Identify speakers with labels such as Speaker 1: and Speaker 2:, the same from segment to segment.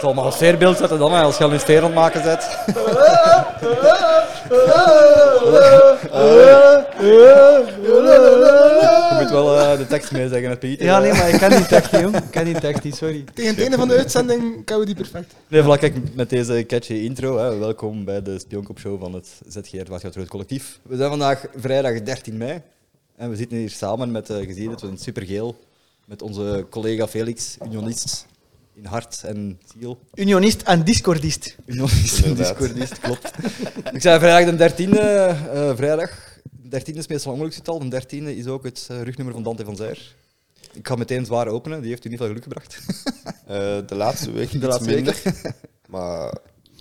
Speaker 1: komen als sfeerbeeld zetten dan, hè, als je al een sfeer aan het maken zet. Je moet wel eh, de tekst mee zeggen, hè, Piet.
Speaker 2: Ja, nee, maar ik ken die tekst niet, jong. Ik ken die tekst niet, sorry.
Speaker 3: Tegen het einde van de uitzending kan we die perfect.
Speaker 1: Nee, voilà, kijk, met deze catchy intro. Hè. Welkom bij de Spionkopshow van het ZGR Wachtgaat Rood Collectief. We zijn vandaag vrijdag 13 mei en we zitten hier samen met, eh je ziet het, we zijn supergeel, met onze collega Felix, unionist in hart en ziel.
Speaker 2: Unionist en discordist.
Speaker 1: Unionist en
Speaker 4: Inderdaad.
Speaker 1: discordist, klopt. Ik zei vrijdag de 13e, eh, vrijdag. De 13e is meestal een ongeluksgetal, de 13e is ook het eh, rugnummer van Dante van Zijr. Ik ga meteen zwaar openen, die heeft u niet veel geluk gebracht.
Speaker 4: Eh, de laatste week
Speaker 1: De
Speaker 4: iets
Speaker 1: laatste week.
Speaker 4: minder. Maar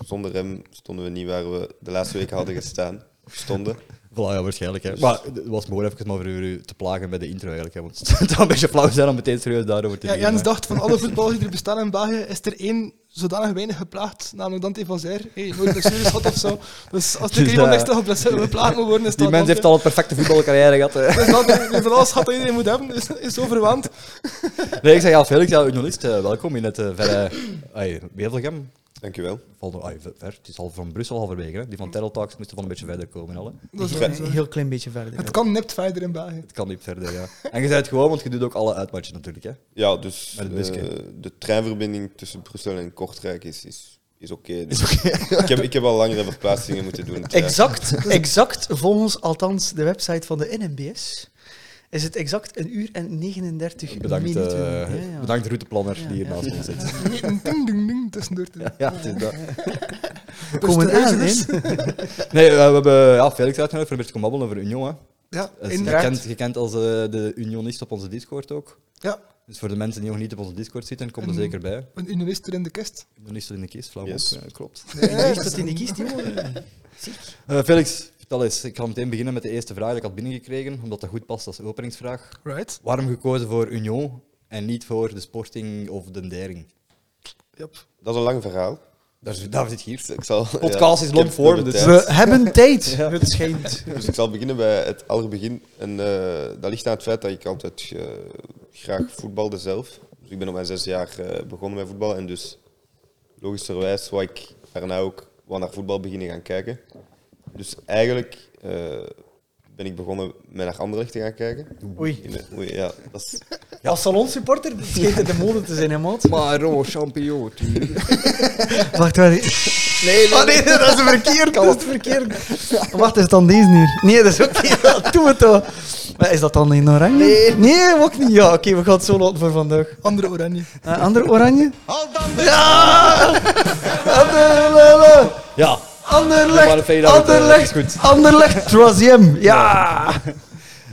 Speaker 4: zonder hem stonden we niet waar we de laatste week hadden gestaan. Stonden.
Speaker 1: Voilà, ja, waarschijnlijk. Hè. Maar eh, het was maar gewoon even maar voor u te plagen bij de intro eigenlijk. Hè, want het zou een beetje flauw zijn om meteen serieus daarover te
Speaker 3: Ja,
Speaker 1: beginnen.
Speaker 3: Jens
Speaker 1: hè.
Speaker 3: dacht van alle voetballers die er bestaan in België, is er één zodanig weinig geplaagd, namelijk Dante van Zijr. Hey, nooit blessures had of zo. Dus als er
Speaker 1: Dus,
Speaker 3: iemand
Speaker 1: eh,
Speaker 3: extra geblesseerd- geplaagd moet worden, is
Speaker 1: Die
Speaker 3: dat
Speaker 1: mens heeft al een perfecte voetbalcarrière gehad. hè.
Speaker 3: Dus dat die van alles gaat dat iedereen moet hebben, dus is, is zo verwant.
Speaker 1: Nee, ik zeg ja, Felix, ja, journalist, eh, welkom in het eh, verre... Ai, Wevelgem.
Speaker 4: Dankjewel.
Speaker 1: Valt nog- ai, ver- ver. Het is al van Brussel halverwege. Hè. Die van Terreltax moesten van een beetje verder komen. Al, hè.
Speaker 3: Dat is
Speaker 2: Een
Speaker 3: wel zo.
Speaker 2: heel klein beetje verder.
Speaker 3: Het kan nipt verder in België.
Speaker 1: Het kan niet verder, ja. En je zei het gewoon, want je doet ook alle uitmatchen natuurlijk. Hè.
Speaker 4: Ja, dus
Speaker 1: Met het busje.
Speaker 4: eh, de treinverbinding tussen Brussel en Kortrijk is, is, is oké. Dus ik, heb, ik heb al langere verplaatsingen moeten doen.
Speaker 2: Exact, exact volgens althans de website van de NMBS is het exact een uur en 39
Speaker 1: Bedankt,
Speaker 2: minuten.
Speaker 1: eh,
Speaker 2: Ja, ja.
Speaker 1: bedankt routeplanner
Speaker 2: Ja,
Speaker 1: die hier
Speaker 2: ja.
Speaker 1: naast ons zit.
Speaker 3: Niet een ding ding ding tussendoor te doen.
Speaker 1: Ja, het is dat.
Speaker 2: We komen
Speaker 3: Dus de
Speaker 2: aan,
Speaker 3: Rangers-
Speaker 2: hè.
Speaker 1: Nee, eh, we hebben ja, Felix uitgenodigd voor een beetje te komen babbelen over Union. Hè.
Speaker 3: Ja,
Speaker 1: Dat is
Speaker 3: inderdaad.
Speaker 1: gekend, gekend als eh, de unionist op onze Discord ook.
Speaker 3: Ja,
Speaker 1: Dus voor de mensen die nog niet op onze Discord zitten, kom er
Speaker 2: Mhm.
Speaker 3: Mm.
Speaker 1: zeker bij.
Speaker 3: een unionist er in de kist.
Speaker 1: Unionist in de kist, flauw
Speaker 4: Yes.
Speaker 1: op, ja, klopt.
Speaker 2: Ja, is dat in de kiest, jongen?
Speaker 1: Eh, Felix, vertel eens. Ik ga meteen beginnen met de eerste vraag die ik had binnengekregen, omdat dat goed past als openingsvraag.
Speaker 3: Right.
Speaker 1: Waarom gekozen voor Union en niet voor de Sporting of de Dering?
Speaker 3: Yep.
Speaker 4: Dat is een lang verhaal.
Speaker 1: Daar, zit- daar zit hier.
Speaker 4: Dus ik zal,
Speaker 1: Podcast is
Speaker 4: ik
Speaker 1: long
Speaker 4: heb
Speaker 1: form,
Speaker 4: nog de
Speaker 1: dus
Speaker 4: tijd.
Speaker 2: We hebben tijd, het schijnt.
Speaker 4: Dus ik zal beginnen bij het allerbegin. En eh, dat ligt aan het feit dat ik altijd eh, graag voetbalde zelf. Dus ik ben op mijn zes jaar eh, begonnen met voetbal. En dus logischerwijs wou ik daarna ook wat naar voetbal beginnen gaan kijken. Dus eigenlijk eh, ben ik begonnen met naar Anderlecht te gaan kijken.
Speaker 2: Oei.
Speaker 4: In de- oei, ja, dat is,
Speaker 2: Ja, als salonsupporter, dat schijnt in de mode te zijn, hè, maat.
Speaker 1: Maar oh, champion.
Speaker 2: Wacht, waar...
Speaker 1: Nee,
Speaker 2: Oh nee, dat is verkeerd. Dat is verkeerd. Wacht, is het dan deze hier? Nee, dat is ook niet. Ja, Doe het dan. Maar is dat dan in oranje? Nee. ook niet. Ja, oké, we gaan het zo laten voor vandaag.
Speaker 3: Andere oranje.
Speaker 2: Eh, ander oranje? Ja! Anderlecht!
Speaker 1: Ja, Maar dat vind je
Speaker 2: Anderlecht!
Speaker 1: dan goed, eh,
Speaker 2: Anderlecht!
Speaker 1: is
Speaker 2: Anderlecht! Troisième! Ja!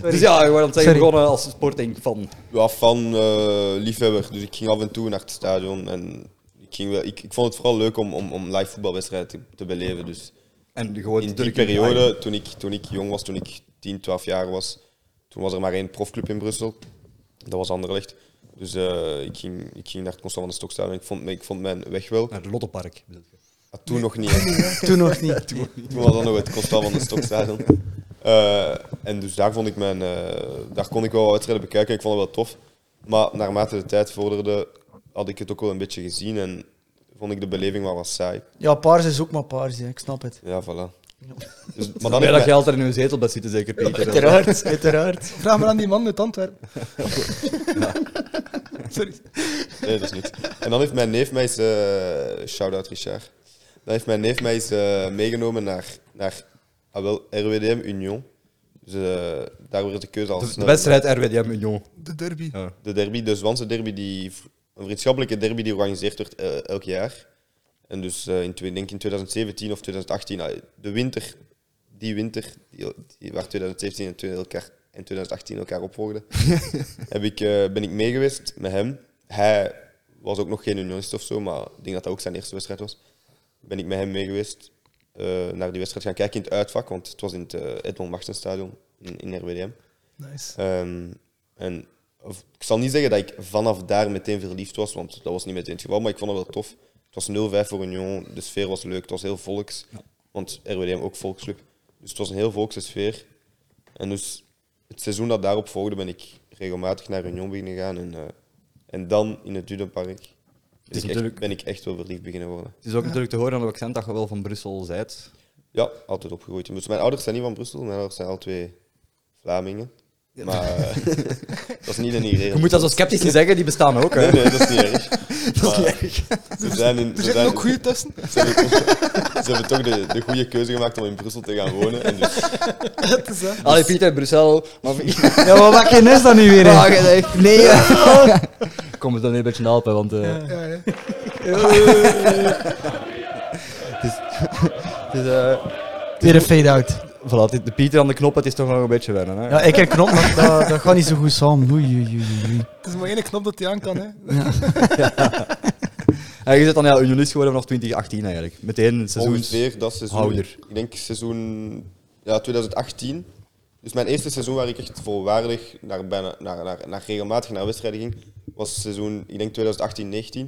Speaker 1: dus ja, we waren zeggen
Speaker 2: Sorry.
Speaker 1: begonnen als Sporting van.
Speaker 4: ja, van eh, liefhebber. Dus ik ging af en toe naar het stadion. En ik, ging wel, ik, ik vond het vooral leuk om, om, om live voetbalwedstrijden te, te beleven. Dus
Speaker 1: En gewoon
Speaker 4: in die
Speaker 1: druk
Speaker 4: periode, toen ik, toen ik jong was, toen ik 10, 12 jaar was, toen was er maar één profclub in Brussel. Dat was Anderlecht. Dus eh, ik, ging, ik ging naar het Constant van de Stokstadion. Ik vond, mijn- ik vond mijn weg wel.
Speaker 1: Naar het Lottepark. bedoel je.
Speaker 4: Ah, toen nog niet. hè.
Speaker 2: Toen nog niet.
Speaker 4: Toen was dat nog het Constant van de Stokstadion. Eh, en dus daar, vond ik mijn, eh, daar kon ik wel wat wedstrijden bekijken. Ik vond het wel tof. Maar naarmate de tijd vorderde, had ik het ook wel een beetje gezien. En vond ik de beleving wel wat saai.
Speaker 2: Ja, paars is ook maar paars, hè. ik snap het.
Speaker 4: Ja, voilà. Dus, maar
Speaker 1: Dan
Speaker 4: dan heb
Speaker 1: dat je
Speaker 4: ik
Speaker 1: altijd in een zetel blijft zitten, zeker Peter.
Speaker 2: Uiteraard, uiteraard.
Speaker 3: Vraag maar aan die man uit Antwerpen. Sorry.
Speaker 4: Nee, dat is niet. En dan heeft mijn neef mij eens... eh Shout-out Richard. Dan heeft mijn neef mij eens eh, meegenomen naar, naar ah, wel, RWDM Union. Dus eh, daar werd de keuze al
Speaker 1: Dus De, de
Speaker 4: snel
Speaker 1: wedstrijd RWDM Union.
Speaker 3: De derby.
Speaker 1: Ja.
Speaker 4: gemaakt. De derby, de Zwanse derby, die, een vriendschappelijke derby die georganiseerd wordt eh, elk jaar. En dus eh, in, twee- denk in 2017 of 2018, ah, de winter, die winter, die, die- waar 2017 en 20 elkaar, en 2018 elkaar opvolgden, heb ik, eh, ben ik meegeweest met hem. Hij was ook nog geen unionist of zo, maar ik denk dat dat ook zijn eerste wedstrijd was. Ben ik met hem meegeweest eh, naar die wedstrijd gaan kijken in het uitvak, want het was in het eh, Edmond Machtenstadion in, in RWDM.
Speaker 3: Nice.
Speaker 4: Ehm, en of- ik zal niet zeggen dat ik vanaf daar meteen verliefd was, want dat was niet meteen het geval, maar ik vond het wel tof. Het was 0-5 voor Union, de sfeer was leuk, het was heel volks. Want RWDM ook volksclub. Dus het was een heel volkse sfeer. En dus het seizoen dat daarop volgde ben ik regelmatig naar Union beginnen gaan. En, eh, en dan in het Judenpark ben, ik
Speaker 1: natuurlijk-
Speaker 4: echt, ben ik echt wel verliefd beginnen worden.
Speaker 1: Het is ook natuurlijk te horen aan de accent dat je wel van Brussel bent.
Speaker 4: Ja, altijd opgegroeid. Dus mijn ouders zijn niet van Brussel, mijn ouders zijn al twee Vlamingen. Maar eh, dat is niet een idee.
Speaker 1: Je moet dat zo sceptisch niet zeggen, die bestaan ook. Hè.
Speaker 4: Nee, nee, dat is niet erg.
Speaker 1: Dat is niet
Speaker 4: Maar
Speaker 1: erg.
Speaker 4: Ze, zijn in,
Speaker 3: Er zitten
Speaker 4: ze, zijn,
Speaker 3: Dus ook goede tussen.
Speaker 4: ze, hebben, ze hebben toch de, de goede keuze gemaakt om in Brussel te gaan wonen. En dus,
Speaker 3: Het is, hè.
Speaker 1: Allee, Pieter, Brussel. Maar...
Speaker 2: Ja, maar wat ken is dat nu weer? hè?
Speaker 1: Ah, jij zegt, nee. hè. Kom eens dan een beetje helpen, want eh,
Speaker 3: Ja, ja.
Speaker 1: het is... het is eh,
Speaker 2: Weer een fade-out.
Speaker 1: voilà, dit- de Pieter aan de knop, het is toch nog een beetje wennen. Hè?
Speaker 2: Ja, ik heb knop, maar dat, dat gaat niet zo goed samen. Oei, oei, oei, oei.
Speaker 3: Het is maar één knop dat hij aan kan. Hè.
Speaker 1: En je zit dan ja, unionist geworden vanaf 2018 eigenlijk. Meteen het seizoen.
Speaker 4: ongeveer dat seizoen.
Speaker 1: Ouder.
Speaker 4: Ik denk seizoen ja, 2018. Dus mijn eerste seizoen waar ik echt volwaardig naar, bijna, naar, naar, naar regelmatig naar wedstrijden ging, was seizoen, ik denk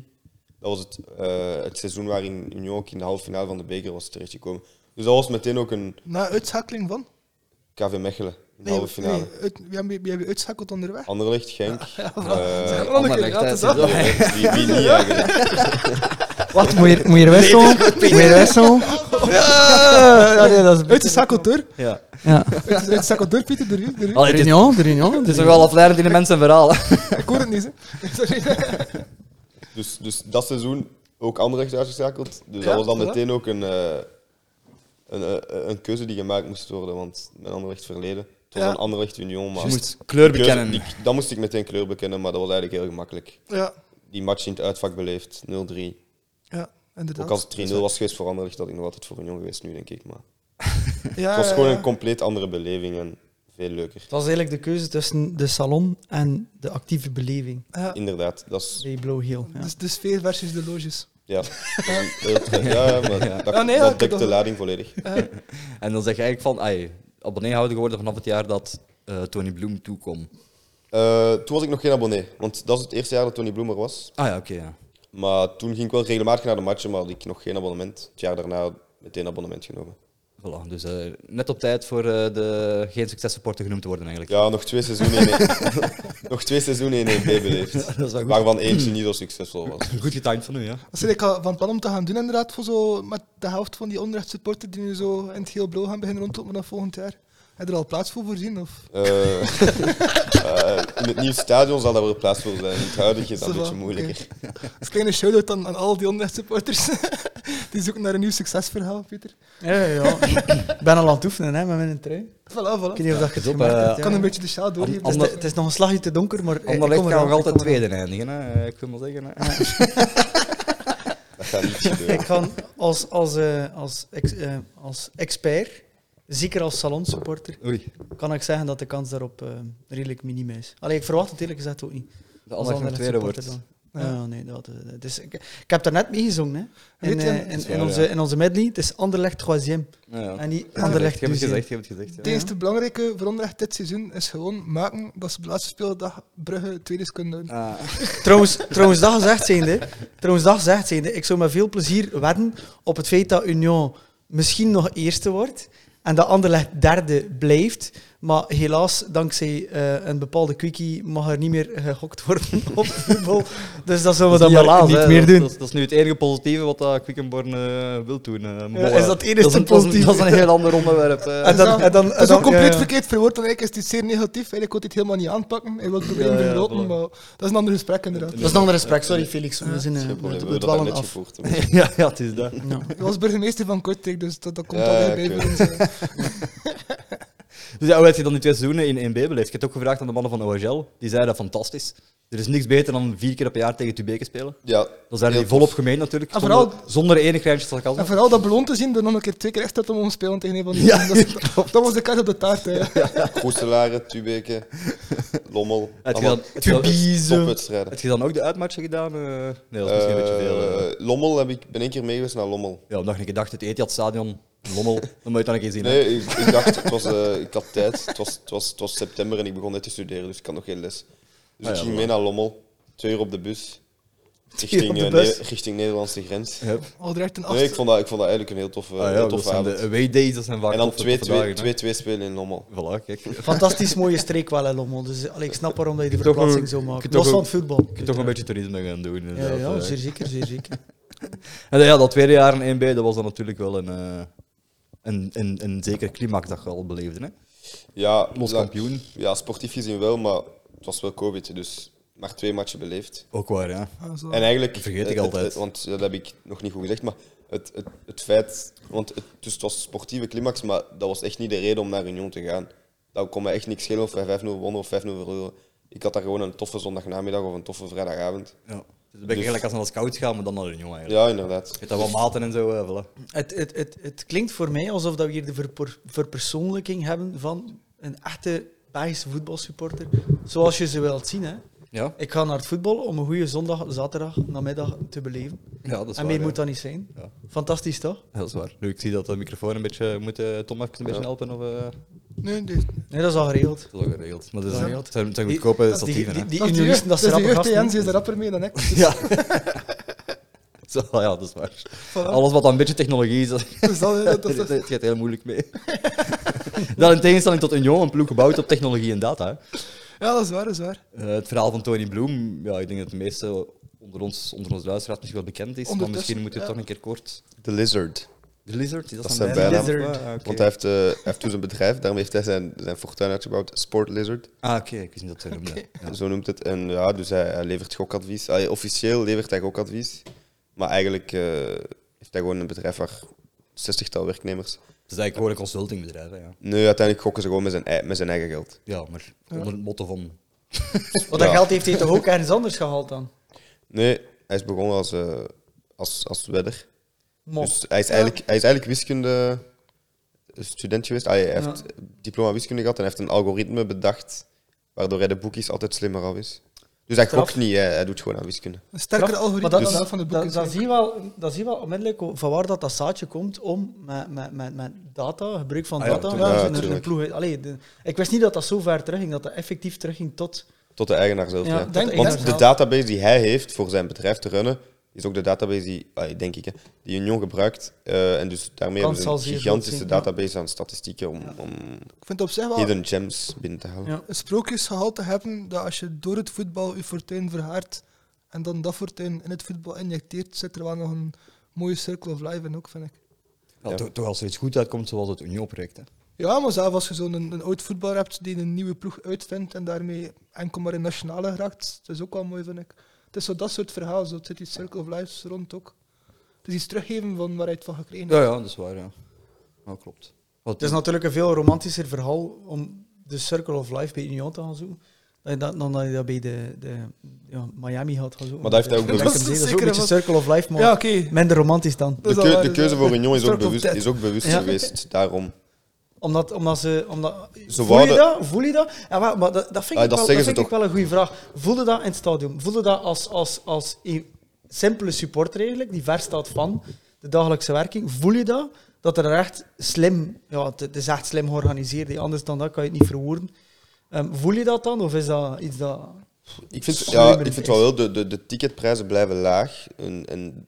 Speaker 4: 2018-19. Dat was het, eh, het seizoen waarin Union ook in de halve finale van de beker was terechtgekomen. Dus dat was meteen ook een
Speaker 3: Na uitschakeling van?
Speaker 4: KV Mechelen in de halve finale.
Speaker 3: nee, uit, wie hebben wie hebben uitschakeld onderweg?
Speaker 4: Anderlecht, Genk. eh,
Speaker 3: Zeg, Lonneke,
Speaker 1: Anderlecht,
Speaker 3: ja, het is
Speaker 1: hè, het
Speaker 3: dat.
Speaker 1: is
Speaker 4: wie, wie niet eigenlijk?
Speaker 2: Wat, moet je, moet je er wisselen? Moet je er wisselen? Ja, Eh, ja, nee, dat is...
Speaker 3: Uitgeschakeld door.
Speaker 1: Ja.
Speaker 2: Ja.
Speaker 3: Het is Uitgeschakeld door, Pieter, door u. Door u.
Speaker 1: Allee,
Speaker 2: De
Speaker 1: het, is, het
Speaker 2: Réunion, de Réunion.
Speaker 1: is toch wel afleidend in de mensen een verhaal. hè.
Speaker 3: Ik hoor het niet. Hè. Sorry.
Speaker 4: Dus, dus dat seizoen ook Anderlecht uitgeschakeld. Dus
Speaker 3: Ja,
Speaker 4: dat was dan
Speaker 3: voilà.
Speaker 4: meteen ook een, eh, een, eh, een keuze die gemaakt moest worden, want mijn Anderlecht verleden. Het was
Speaker 3: Ja.
Speaker 4: een Anderlecht Union, maar...
Speaker 1: Je moest kleur
Speaker 4: die keuze-
Speaker 1: bekennen.
Speaker 4: die- dan moest ik meteen kleur bekennen, maar dat was eigenlijk heel gemakkelijk.
Speaker 3: Ja,
Speaker 4: Die match in het uitvak beleefd, 0-3.
Speaker 3: ja, inderdaad.
Speaker 4: Ook als het 3-0 was geweest voor Anderlecht, had ik nog altijd voor Union geweest nu, denk ik. Maar
Speaker 3: Ja,
Speaker 4: het was
Speaker 3: ja,
Speaker 4: gewoon
Speaker 3: ja.
Speaker 4: een compleet andere beleving en veel leuker.
Speaker 2: Het was eigenlijk de keuze tussen de salon en de actieve beleving
Speaker 3: Ja,
Speaker 4: Inderdaad, dat is...
Speaker 2: bij Blauw Heel. Ja.
Speaker 3: Dus de sfeer versus de loges.
Speaker 4: Ja, dat is een heel trend. ja maar dat,
Speaker 3: Ja, nee,
Speaker 4: dat
Speaker 3: ik-
Speaker 4: dekt
Speaker 3: dat-
Speaker 4: de lading volledig.
Speaker 1: En dan zeg je eigenlijk van, ai, abonnee houden geworden vanaf het jaar dat eh, Tony Bloem toekwam.
Speaker 4: Eh, toen was ik nog geen abonnee, want dat is het eerste jaar dat Tony Bloemer was.
Speaker 1: Ah ja, oké. ja.
Speaker 4: Maar toen ging ik wel regelmatig naar de matchen, maar had ik nog geen abonnement. Het jaar daarna meteen abonnement genomen.
Speaker 1: Voilà, dus eh, net op tijd voor eh, de geen successreporter genoemd te worden eigenlijk.
Speaker 4: Ja, nog twee seizoenen in, nog twee seizoenen in 1B beleefd.
Speaker 1: Dat is wel goed.
Speaker 4: Waarvan eentje niet zo succesvol was.
Speaker 1: Goed getimed van u, ja.
Speaker 3: Dat is ik al van plan om te gaan doen, inderdaad, voor zo met de helft van die onrechtssupporter die nu zo in het heel blauw gaan beginnen rondlopen vanaf volgend jaar. Heb je er al plaats voor voorzien? Of?
Speaker 4: Eh, eh, in het nieuwe stadion zal dat wel plaats voor zijn. In het huidige is dat een
Speaker 3: Ça va,
Speaker 4: beetje moeilijker.
Speaker 3: Dat is een kleine shout-out aan, aan al die onrechtssupporters. die zoeken naar een nieuw succesverhaal, Pieter.
Speaker 2: Ja, ja. Ik ben al aan het oefenen hè, met mijn trui. Ik
Speaker 3: Voilà, voilà.
Speaker 2: weet niet of dat je het
Speaker 1: Pas op,
Speaker 2: gemerkt
Speaker 1: eh,
Speaker 2: hebt, ja.
Speaker 3: Ik kan een beetje de sjaal doorgeven.
Speaker 2: Het is,
Speaker 1: Ander-
Speaker 2: het is nog een slagje te donker, maar... eh, ik kom
Speaker 1: Anderlecht
Speaker 2: eraan,
Speaker 1: gaan nog
Speaker 2: ik
Speaker 1: altijd
Speaker 2: kom eraan.
Speaker 1: tweede eindigen, hè. Eh, ik wil maar zeggen. Hè.
Speaker 4: Dat gaat niet gebeuren.
Speaker 2: Ik ga als, als, eh, als, ex- eh, als expert, zeker als salonsupporter,
Speaker 1: Oei.
Speaker 2: kan ik zeggen dat de kans daarop eh, redelijk minim is. Allee, ik verwacht het eerlijk gezegd ook niet.
Speaker 1: De Anderlecht nog tweede wordt.
Speaker 2: supporter dan.
Speaker 3: Ja.
Speaker 2: Ja. nee, dat, eh, dat is, ik, ik heb daarnet meegezongen. Hè. In,
Speaker 3: Weet je,
Speaker 2: eh, in,
Speaker 3: dat
Speaker 2: in,
Speaker 1: is waar,
Speaker 2: onze,
Speaker 1: ja.
Speaker 2: in onze medley. Het is Anderlecht 3e.
Speaker 1: Ja, ja.
Speaker 2: En niet
Speaker 1: Je
Speaker 2: Anderlecht
Speaker 1: hebt het gezegd,
Speaker 2: gezegd.
Speaker 1: je hebt het gezegd.
Speaker 3: Het
Speaker 1: ja.
Speaker 3: eerste belangrijke voor onrecht dit seizoen is gewoon maken dat ze op de laatste speeldag Brugge tweede is kunnen doen.
Speaker 1: Ah,
Speaker 2: Trouwens, trouwens, dat gezegd zijnde, trouwens, dat gezegd zijnde, ik zou met veel plezier wedden op het feit dat Union misschien nog eerste wordt en dat Anderlecht derde blijft. Maar helaas, dankzij eh, een bepaalde quickie mag er niet meer gegokt worden op voetbal. Dus dat zullen we dan
Speaker 1: niet
Speaker 2: maar
Speaker 1: helaas,
Speaker 2: niet
Speaker 1: hè.
Speaker 2: meer
Speaker 1: Dat-
Speaker 2: doen.
Speaker 1: Dat, dat is nu het enige positieve wat dat Quickenborn eh, wil doen. eh,
Speaker 2: Ja,
Speaker 1: mollen.
Speaker 2: is dat het enige
Speaker 1: is een- dat is een-
Speaker 2: positieve?
Speaker 1: Dat is een heel ander onderwerp. eh.
Speaker 2: En dan, en dan,
Speaker 3: Het is
Speaker 2: en
Speaker 3: ook
Speaker 2: dan-
Speaker 3: compleet
Speaker 2: ja, ja.
Speaker 3: verkeerd verwoord, want eigenlijk is dit zeer negatief. Eigenlijk wil dit helemaal niet aanpakken. Hij wil het probleem
Speaker 1: Ja, ja,
Speaker 3: vergroten,
Speaker 1: voilà.
Speaker 3: maar dat is een ander gesprek inderdaad.
Speaker 2: Dat is een ander gesprek, sorry Felix. We zijn
Speaker 4: Geen
Speaker 2: eh, we
Speaker 4: probleem, we
Speaker 2: dwalen
Speaker 4: hebben dat net
Speaker 2: af.
Speaker 4: gevoerd.
Speaker 1: ja, ja, het is dat.
Speaker 2: Ja.
Speaker 3: Hij was burgemeester van Kortrijk, dus dat, dat komt
Speaker 4: Ja,
Speaker 3: al
Speaker 4: ja,
Speaker 3: bij.
Speaker 4: ik
Speaker 3: bij
Speaker 4: weet
Speaker 3: ons, eh.
Speaker 1: Dus ja, hoe heb je dan die twee seizoenen in 1B beleefd? Ik heb het ook gevraagd aan de mannen van OHL. Die zeiden dat fantastisch. Er is niks beter dan vier keer per jaar tegen Tubeke spelen.
Speaker 4: Ja, dus-
Speaker 1: Dan zijn
Speaker 4: heel
Speaker 1: die volop gemeen natuurlijk.
Speaker 3: En
Speaker 1: Zonder,
Speaker 3: vooral-
Speaker 1: zonder enig rijntje
Speaker 3: En
Speaker 1: sarcasme.
Speaker 3: vooral dat beloond te zien, door nog een keer twee keer echt uit te mogen spelen tegen een van die
Speaker 1: Ja,
Speaker 3: teams. dat, is- dat was de kaart op de taart. Hè.
Speaker 4: Goeselaren, Tubeke, Lommel.
Speaker 1: Heb je
Speaker 4: allemaal
Speaker 1: dan- heb je dan-
Speaker 4: Topwedstrijden.
Speaker 1: Heb je dan ook de uitmatchen gedaan? eh? Nee, dat is misschien een beetje veel. eh.
Speaker 4: Eh, Lommel heb ik, ben één keer mee geweest naar Lommel.
Speaker 1: Ja, omdat ik dacht, het Etihad Stadion, Lommel, dan moet je het dan een keer zien. hè.
Speaker 4: Nee, ik, ik dacht, het was, eh, ik had tijd. Het was, het, was, het was september en ik begon net te studeren, dus ik had nog geen les. Dus
Speaker 1: Ah
Speaker 4: ik
Speaker 1: ja,
Speaker 4: ging
Speaker 1: voilà.
Speaker 4: mee naar Lommel, twee uur op de bus. richting,
Speaker 2: op de
Speaker 4: eh,
Speaker 2: bus.
Speaker 4: Ne- richting Nederlandse grens.
Speaker 1: Hup.
Speaker 3: Aldrecht een
Speaker 4: Nee, ik
Speaker 3: acht.
Speaker 4: vond dat, ik vond dat eigenlijk een heel toffe,
Speaker 1: Ah, ja,
Speaker 4: heel
Speaker 1: dat
Speaker 4: toffe
Speaker 1: zijn de
Speaker 4: avond.
Speaker 1: away days, dat zijn vaak
Speaker 4: en dan 2-2
Speaker 1: toffe dagen, hè.
Speaker 4: spelen in Lommel.
Speaker 1: Voilà, kijk. Je
Speaker 2: Fantastisch mooie streek wel, hè, Lommel. Dus allee, ik snap waarom dat je die
Speaker 1: Je kunt toch
Speaker 2: verplaatsing
Speaker 1: een-
Speaker 2: zo
Speaker 1: je
Speaker 2: maakt.
Speaker 1: kunt toch
Speaker 2: Los van
Speaker 1: een-
Speaker 2: het voetbal.
Speaker 1: kunt toch een beetje toerisme gaan doen.
Speaker 2: Ja,
Speaker 1: inderdaad,
Speaker 2: ja,
Speaker 1: eh.
Speaker 2: zeer zeker, zeer zeker.
Speaker 1: En dan, ja, dat tweede jaar in 1B, dat was dan natuurlijk wel een, eh, een, een, een zeker klimax dat je al beleefde. Hè?
Speaker 4: Ja,
Speaker 1: Los
Speaker 4: la-
Speaker 1: kampioen.
Speaker 4: Ja, sportief gezien wel, maar het was wel COVID, dus maar twee matchen beleefd.
Speaker 1: Ook waar, ja.
Speaker 3: Ah, zo.
Speaker 4: En eigenlijk...
Speaker 1: Vergeet ik
Speaker 4: het- het-
Speaker 1: altijd.
Speaker 4: het- want dat heb ik nog niet goed gezegd, maar het, het, het feit... Want het, dus het was sportieve climax, maar dat was echt niet de reden om naar Union te gaan. Dat kon me echt niks schelen of wij 5-0 wonnen of 5-0 verloren. Ik had daar gewoon een toffe zondagnamiddag of een toffe vrijdagavond.
Speaker 1: ja. Dus ik ben eigenlijk als we naar de scouts gaan, maar dan naar de jongen eigenlijk.
Speaker 4: Ja, inderdaad.
Speaker 1: Je hebt dat wel maten en zo, eh, voilà.
Speaker 2: Het, het, het, het klinkt voor mij alsof dat we hier de verper- verpersoonlijking hebben van een echte Belgische voetbalsupporter. Zoals je ze wilt zien. Hè.
Speaker 1: Ja,
Speaker 2: Ik ga naar het voetbal om een goede zondag, zaterdag, namiddag te beleven.
Speaker 1: ja dat is
Speaker 2: en
Speaker 1: waar.
Speaker 2: meer
Speaker 1: ja.
Speaker 2: moet dat niet zijn.
Speaker 1: Ja.
Speaker 2: Fantastisch toch?
Speaker 1: Ja, Dat is waar. Nu, ik zie dat de microfoon een beetje moet eh, Tom even een beetje
Speaker 4: Ja.
Speaker 1: helpen. Of, eh,
Speaker 3: Nee, dit-
Speaker 2: Nee, dat is al geregeld.
Speaker 1: dat is ook geregeld. Maar dat is,
Speaker 2: Ja.
Speaker 1: het zijn, het zijn
Speaker 2: Die-
Speaker 1: goedkope
Speaker 2: Die, die,
Speaker 1: statieven, hè.
Speaker 2: die, die
Speaker 3: dat is de
Speaker 2: unionisten, dat
Speaker 3: jeugd, dat
Speaker 2: ze
Speaker 3: is de
Speaker 2: rappen
Speaker 3: jeugd, hè,
Speaker 2: gasten.
Speaker 3: Jens is er rapper mee dan
Speaker 1: Ja.
Speaker 3: ik.
Speaker 1: Zo, ja, dat is waar. Alles wat dan een beetje technologie is, dat,
Speaker 3: Dus dat, dat, dat,
Speaker 1: dat, gaat heel moeilijk mee. dat in tegenstelling tot Union, een ploeg gebouwd op technologie en data. hè.
Speaker 3: ja, dat is waar, dat is waar.
Speaker 1: Eh, het verhaal van Tony Bloem, ja, ik denk dat de meeste onder ons, onder ons luisteraars misschien wel bekend is, maar
Speaker 3: Ondertussen,
Speaker 1: misschien moeten we
Speaker 3: ja.
Speaker 1: het toch een keer kort.
Speaker 4: The Lizard.
Speaker 1: De Lizard, is dat,
Speaker 4: Dat
Speaker 1: zijn
Speaker 4: zijn
Speaker 1: bijnaam?
Speaker 2: bijnaam.
Speaker 1: Ah, oké.
Speaker 4: Want hij heeft, eh, hij heeft toen zijn bedrijf, daarom heeft hij zijn, zijn fortuin uitgebouwd, Sport Lizard.
Speaker 1: Ah, oké, ik wist niet dat ze noemden. Ja.
Speaker 4: Zo noemt het. En ja, dus hij, hij levert gokadvies. Allee, officieel levert hij gokadvies. Maar eigenlijk eh, heeft hij gewoon een bedrijf waar 60-tal werknemers.
Speaker 1: Het is Dus eigenlijk gewoon een consultingbedrijf, hè, ja.
Speaker 4: Nee, uiteindelijk gokken ze gewoon met zijn, ei- met zijn eigen geld.
Speaker 1: Ja, maar onder het motto van...
Speaker 2: Want dat
Speaker 4: Ja.
Speaker 2: geld heeft hij toch ook ergens anders gehaald dan?
Speaker 4: Nee, hij is begonnen als, eh, als, als wedder.
Speaker 2: Mos.
Speaker 4: Dus hij is, eigenlijk, hij is eigenlijk wiskunde student geweest. Allee, hij
Speaker 2: Ja.
Speaker 4: heeft diploma wiskunde gehad en hij heeft een algoritme bedacht waardoor hij de boekjes altijd slimmer af is. Dus hij
Speaker 2: Straf.
Speaker 4: gokt niet, hij, hij doet gewoon aan wiskunde.
Speaker 3: Een sterker
Speaker 2: Knap,
Speaker 3: algoritme
Speaker 2: maar dat,
Speaker 3: dan
Speaker 2: dat-
Speaker 3: dat van de
Speaker 2: dat,
Speaker 3: boeken.
Speaker 2: dat zie je wel, dat zie je wel onmiddellijk o- van waar dat, dat zaadje komt om met, met, met, met data, gebruik van
Speaker 1: Ah ja,
Speaker 2: data. eh,
Speaker 1: tuurlijk.
Speaker 4: Ja,
Speaker 2: zo'n- zo'n
Speaker 4: tuurlijk.
Speaker 2: ploeg- allee, de- ik wist niet dat dat zo ver terugging, dat dat effectief terugging tot...
Speaker 4: Tot de eigenaar zelf.
Speaker 2: Ja,
Speaker 4: Ja,
Speaker 2: denk ik
Speaker 4: Want
Speaker 2: dat
Speaker 4: de
Speaker 2: wel.
Speaker 4: database die hij heeft voor zijn bedrijf te runnen, is ook de database die, ah, denk ik, hè, die Union gebruikt. eh, en dus daarmee
Speaker 2: Kan
Speaker 4: hebben ze
Speaker 2: zal
Speaker 4: een
Speaker 2: zeer
Speaker 4: gigantische
Speaker 2: groot zijn, ja.
Speaker 4: database aan statistieken om, om
Speaker 3: Ik vind op zich wel
Speaker 4: hidden gems binnen te houden.
Speaker 2: Ja.
Speaker 3: een sprookjesgehalte hebben dat als je door het voetbal je fortuin verhaart en dan dat fortuin in het voetbal injecteert, zit er wel nog een mooie circle of life in ook, vind ik.
Speaker 1: Ja,
Speaker 4: Ja.
Speaker 1: Toch, toch als er iets goed uitkomt, zoals het Union-project. hè.
Speaker 3: Ja, maar zelf als je zo'n een, een oud voetballer hebt die een nieuwe ploeg uitvindt en daarmee enkel maar in nationale raakt, dat is ook wel mooi, vind ik. Het is zo dat soort verhaal, zo het zit die circle of lives rond ook. Het is iets teruggeven van waar hij het van gekregen
Speaker 1: Ja,
Speaker 3: heeft.
Speaker 1: ja, dat is waar, ja. Nou, klopt. Wat
Speaker 2: Het is natuurlijk een veel romantischer verhaal om de Circle of Life bij Union te gaan zoeken, dan dat, dan dat je dat bij de, de ja, Miami gaat gaan zoeken.
Speaker 4: Maar dat heeft hij ook
Speaker 2: Dat is
Speaker 4: bewust.
Speaker 2: een- dat is ook een
Speaker 3: zeker
Speaker 2: beetje
Speaker 3: wat-
Speaker 2: Circle of Life, maar
Speaker 3: Ja, oké.
Speaker 2: minder romantisch dan.
Speaker 3: Dat
Speaker 4: De,
Speaker 3: is al
Speaker 4: keu-
Speaker 3: waar,
Speaker 4: de
Speaker 3: dat
Speaker 4: keuze
Speaker 3: is
Speaker 4: voor Union is ook
Speaker 3: Strook op
Speaker 4: bewust,
Speaker 3: tijd.
Speaker 4: is ook bewust
Speaker 2: Ja.
Speaker 4: geweest. Daarom.
Speaker 2: Omdat, omdat ze. Omdat, voel,
Speaker 4: Ze
Speaker 2: je
Speaker 4: wouden-
Speaker 2: dat? voel je dat? Ja, maar, maar dat, dat vind,
Speaker 4: Ah,
Speaker 2: ik,
Speaker 4: dat
Speaker 2: wel,
Speaker 4: zeggen
Speaker 2: dat vind
Speaker 4: ze
Speaker 2: ik wel een goede vraag. Voelde dat in het stadion? Voelde dat als, als, als een simpele supporter eigenlijk, die ver staat van de dagelijkse werking? Voel je dat? Dat er echt slim, ja, het, het is echt slim georganiseerd, hè. anders dan dat kan je het niet verwoorden. Ehm, voel je dat dan? Of is dat iets dat.
Speaker 4: Ik vind,
Speaker 2: Slimmer
Speaker 4: ja, ik vind
Speaker 2: is.
Speaker 4: wel wel, de, de, de ticketprijzen blijven laag. En, en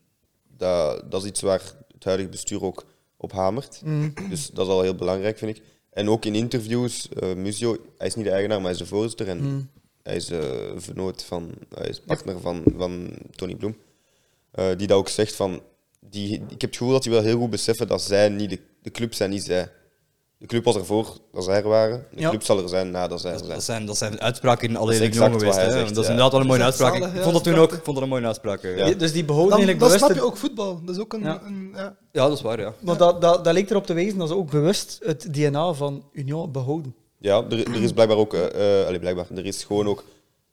Speaker 4: dat, dat is iets waar het huidige bestuur ook op hamert. Dus dat is al heel belangrijk, vind ik. En ook in interviews, eh Muzio, hij is niet de eigenaar, maar hij is de voorzitter. En hij is eh vernoot van, hij is partner van, van Tony Bloem. Eh, die dat ook zegt van, die, ik heb het gevoel dat die wel heel goed beseffen dat zij niet, de, de club zijn niet zij. De club was er voor dat zij er waren. De
Speaker 2: Ja.
Speaker 4: club zal er zijn nadat zij er
Speaker 1: Dat,
Speaker 4: zijn.
Speaker 1: dat zijn, dat zijn uitspraken in alle
Speaker 4: is
Speaker 1: regionen
Speaker 4: exact wat
Speaker 1: geweest.
Speaker 4: hij
Speaker 1: Hè?
Speaker 4: zegt,
Speaker 1: dat is
Speaker 4: ja.
Speaker 1: inderdaad wel een mooie
Speaker 3: Dat is echt
Speaker 1: uitspraak.
Speaker 3: zalig,
Speaker 1: ik
Speaker 3: ja,
Speaker 1: vond dat
Speaker 3: dat
Speaker 1: toen
Speaker 3: is
Speaker 1: ook ik vond dat een mooie uitspraak. Ja. Ja.
Speaker 4: Ja.
Speaker 2: Dus die behouden
Speaker 3: Dan,
Speaker 2: eigenlijk
Speaker 3: dan
Speaker 2: bewust.
Speaker 3: snap je
Speaker 2: het-
Speaker 3: ook voetbal. Dat is ook een...
Speaker 2: Ja.
Speaker 3: een ja.
Speaker 1: dat is waar, ja.
Speaker 2: Maar dat, dat, dat leek erop te wijzen dat ze ook bewust het DNA van Union behouden.
Speaker 4: Ja, er, er is blijkbaar ook, eh eh, allee, blijkbaar, er is gewoon ook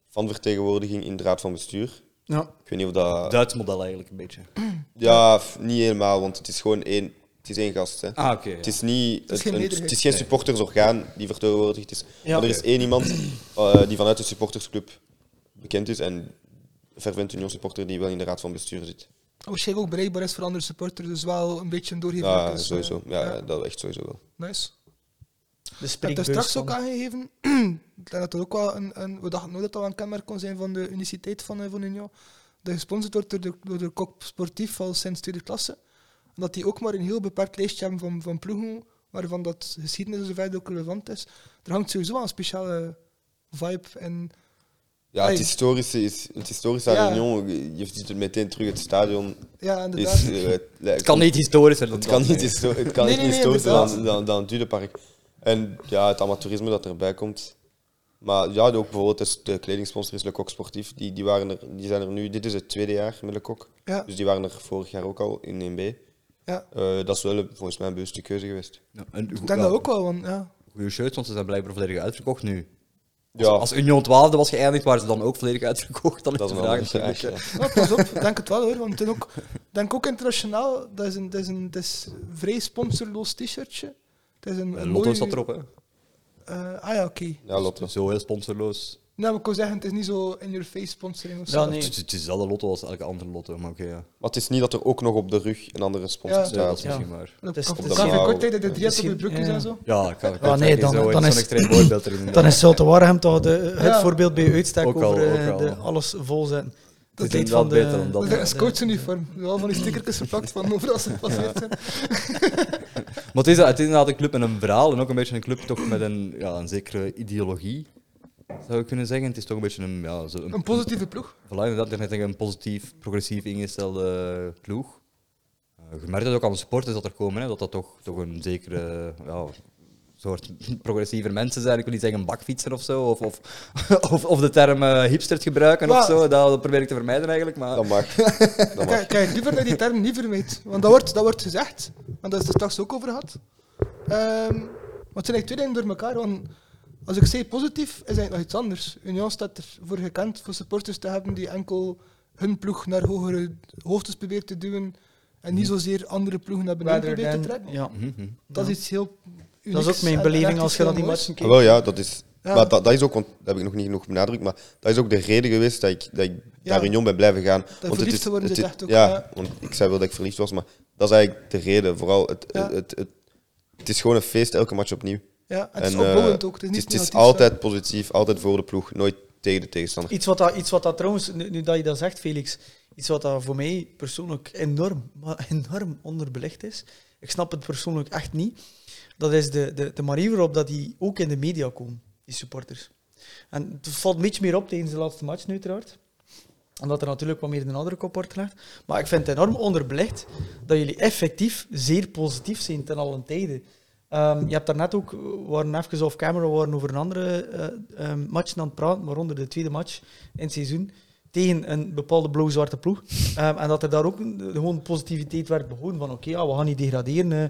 Speaker 4: van vertegenwoordiging in de raad van bestuur.
Speaker 2: Ja.
Speaker 4: Ik weet niet of dat.
Speaker 1: Duits model eigenlijk een beetje.
Speaker 4: ja, f- niet helemaal, want het is gewoon één, het is één gast. Hè.
Speaker 1: Ah, oké. ja.
Speaker 4: Het is niet, het,
Speaker 3: is geen
Speaker 4: een-
Speaker 3: meerderheid.
Speaker 4: het is geen supportersorgaan die vertegenwoordigd is.
Speaker 2: Ja.
Speaker 4: Maar er is één iemand eh, die vanuit de supportersclub bekend is en fervent Union supporter die wel in de raad van bestuur zit.
Speaker 3: Waarschijnlijk Oh, ook bereikbaar is voor andere supporters, dus wel een beetje een doorgeven.
Speaker 4: Ja,
Speaker 3: Dus, eh,
Speaker 4: sowieso. Ja, dat echt sowieso wel.
Speaker 3: Nice.
Speaker 2: De
Speaker 3: Ik heb
Speaker 2: spreekbeurs
Speaker 3: daar straks ook
Speaker 2: van-
Speaker 3: aangegeven, ik denk dat er ook wel een, een, we dachten nooit dat dat wel een kenmerk kon zijn van de uniciteit van, eh, van Union, dat gesponsord wordt door de, door de kok sportief al sinds tweede klasse. En dat die ook maar een heel beperkt lijstje hebben van, van ploegen, waarvan dat geschiedenis en zo verder ook relevant is. Er hangt sowieso aan een speciale vibe en
Speaker 4: Ja, het
Speaker 3: Hey.
Speaker 4: historische is. Het historische
Speaker 3: Ja.
Speaker 4: Avignon, je je ziet het meteen terug. Het stadion
Speaker 3: ja, inderdaad.
Speaker 4: is. eh, het lijkt-
Speaker 1: Het kan niet historisch zijn.
Speaker 4: Het kan niet, histo- het kan
Speaker 3: Nee,
Speaker 4: niet
Speaker 3: nee, nee,
Speaker 4: historischer dan,
Speaker 3: inderdaad.
Speaker 4: dan, dan het Dudepark. En ja, het amateurisme dat erbij komt. Maar ja, ook bijvoorbeeld dus de kledingsponsor is Le Coq Sportief. Die, die, waren er, die zijn er nu, dit is het tweede jaar met Le Coq.
Speaker 3: Ja,
Speaker 4: Dus die waren er vorig jaar ook al in 1B.
Speaker 3: ja.
Speaker 4: Eh, dat is wel een- volgens mij een bewuste keuze geweest.
Speaker 1: Nou,
Speaker 3: Ik denk dat ook wel, want ja.
Speaker 1: Goede shirts, want ze zijn blijkbaar volledig uitverkocht nu.
Speaker 4: Ja,
Speaker 1: Als Union 12 was geëindigd, waren ze dan ook volledig uitverkocht. Dan is
Speaker 4: dat
Speaker 1: de
Speaker 4: is een
Speaker 1: vraag
Speaker 4: andere
Speaker 1: natuurlijk.
Speaker 4: vraag.
Speaker 1: hè.
Speaker 4: ja.
Speaker 3: Ja, pas op, ik denk het wel hoor. Want het is ook, ik denk ook internationaal, dat is een, dat is een, dat is een vrij sponsorloos t-shirtje. Het is een,
Speaker 1: Eh,
Speaker 3: een
Speaker 1: Lotto
Speaker 3: mooi-
Speaker 1: zat erop, hè?
Speaker 3: eh, ah ja, oké.
Speaker 4: Ja, Lotte.
Speaker 1: Zo heel sponsorloos.
Speaker 3: Nou, maar ik wil zeggen, het is niet zo in-your-face sponsoring of zo.
Speaker 2: Ja,
Speaker 1: Het
Speaker 2: nee.
Speaker 1: is- Het is dezelfde lotto als elke andere lotto, maar oké, ja.
Speaker 4: Maar het is niet dat er ook nog op de rug een andere sponsor
Speaker 3: Ja.
Speaker 1: Dus ja, dat
Speaker 4: staat.
Speaker 1: is
Speaker 2: Ja.
Speaker 1: misschien maar.
Speaker 3: Dat
Speaker 2: is-
Speaker 3: kan
Speaker 2: dat
Speaker 3: dat
Speaker 4: is
Speaker 3: kan
Speaker 4: wel-
Speaker 3: ook tijd dat de drie op je
Speaker 2: Misschien-
Speaker 3: broekjes
Speaker 2: ja.
Speaker 3: en zo.
Speaker 1: Ja, ik kan ik
Speaker 2: Ah,
Speaker 1: kan
Speaker 2: nee,
Speaker 1: zeggen,
Speaker 2: dan-
Speaker 1: zo-
Speaker 2: dan
Speaker 1: zo'n
Speaker 2: is-
Speaker 1: extreem voorbeeld erin.
Speaker 2: Dan is Zulte Waregem toch de, eh, het
Speaker 3: Ja.
Speaker 2: voorbeeld bij uitstek
Speaker 1: Ook al,
Speaker 2: over eh,
Speaker 1: ook al.
Speaker 2: de alles vol zijn.
Speaker 1: Dat
Speaker 2: tijd
Speaker 1: is wel beter dan
Speaker 3: Dat
Speaker 1: dat.
Speaker 3: is
Speaker 1: ja.
Speaker 3: een scoutsuniform. Wel van die stickertjes geplakt van overal ze gepasseerd zijn.
Speaker 1: Maar het is, het is inderdaad een club met een verhaal en ook een beetje een club toch met een, ja, een zekere ideologie, zou ik kunnen zeggen. Het is toch een beetje een, ja, zo
Speaker 3: Een positieve ploeg.
Speaker 1: Voilà, inderdaad, net zeggen, een positief, progressief ingestelde ploeg. Eh, je merkt dat ook aan de supporters dat er komen, hè, dat dat toch, toch een zekere ja, soort progressieve mensen zijn. Ik wil niet zeggen bakfietser of zo, of, of, of, of de term eh, hipster te gebruiken of
Speaker 3: Maar-
Speaker 1: zo. Dat, dat probeer ik te vermijden eigenlijk. Maar...
Speaker 4: Dat mag. Dat mag.
Speaker 3: Kijk, kijk liever dat die term niet vermeed. Want dat wordt, dat wordt gezegd. En dat is er straks ook over gehad. Ehm, want het zijn eigenlijk twee dingen door elkaar. Want als ik zeg positief, is eigenlijk nog iets anders. Union staat ervoor gekend voor supporters te hebben die enkel hun ploeg naar hogere hoogtes probeert te duwen. En niet zozeer andere ploegen naar beneden probeert te trekken. eh,
Speaker 2: ja.
Speaker 1: Mhm.
Speaker 3: Dat is iets heel
Speaker 2: Dat
Speaker 3: unieks
Speaker 2: is ook
Speaker 3: en-
Speaker 2: mijn
Speaker 3: en
Speaker 2: beleving
Speaker 3: echt
Speaker 2: als
Speaker 3: iets
Speaker 2: je naar
Speaker 3: heel
Speaker 2: die
Speaker 3: moois.
Speaker 2: matchen
Speaker 4: Ah,
Speaker 2: kijkt.
Speaker 4: wel ja, dat is.
Speaker 3: Ja.
Speaker 4: Maar dat, dat is ook, want dat heb ik nog niet genoeg benadrukt, maar dat is ook de reden geweest dat ik, dat ik
Speaker 3: Ja.
Speaker 4: naar Union ben blijven gaan. want
Speaker 3: verliefd te worden,
Speaker 4: het
Speaker 3: dit echt ook,
Speaker 4: ja,
Speaker 3: ja.
Speaker 4: want ik zei wel dat ik verliefd was, maar dat is eigenlijk de reden. Vooral, het,
Speaker 3: Ja.
Speaker 4: het, het, het, het is gewoon een feest, elke match opnieuw.
Speaker 3: Ja, en het is
Speaker 4: eh,
Speaker 3: opbouwend ook. Het is,
Speaker 4: het
Speaker 3: niet
Speaker 4: is, het is
Speaker 3: negatief, hè.
Speaker 4: altijd positief, altijd voor de ploeg, nooit tegen de tegenstander.
Speaker 2: Iets wat, dat, iets wat dat trouwens, nu, nu dat je dat zegt, Felix, iets wat dat voor mij persoonlijk enorm, maar enorm onderbelicht is. Ik snap het persoonlijk echt niet. Dat is de, de, de manier waarop dat die ook in de media komen, die supporters. En het valt een beetje meer op tijdens de laatste match nu, uiteraard. Omdat er natuurlijk wat meer de andere kop wordt gelegd. Maar ik vind het enorm onderbelicht dat jullie effectief zeer positief zijn ten allen tijde. Ehm, je hebt daarnet ook, we waren even off-camera, we waren over een andere eh, ehm, match aan het praten, waaronder de tweede match in het seizoen, tegen een bepaalde blauw-zwarte ploeg. Ehm, en dat er daar ook een- gewoon positiviteit werd behouden van oké, ja, we gaan niet degraderen, eh,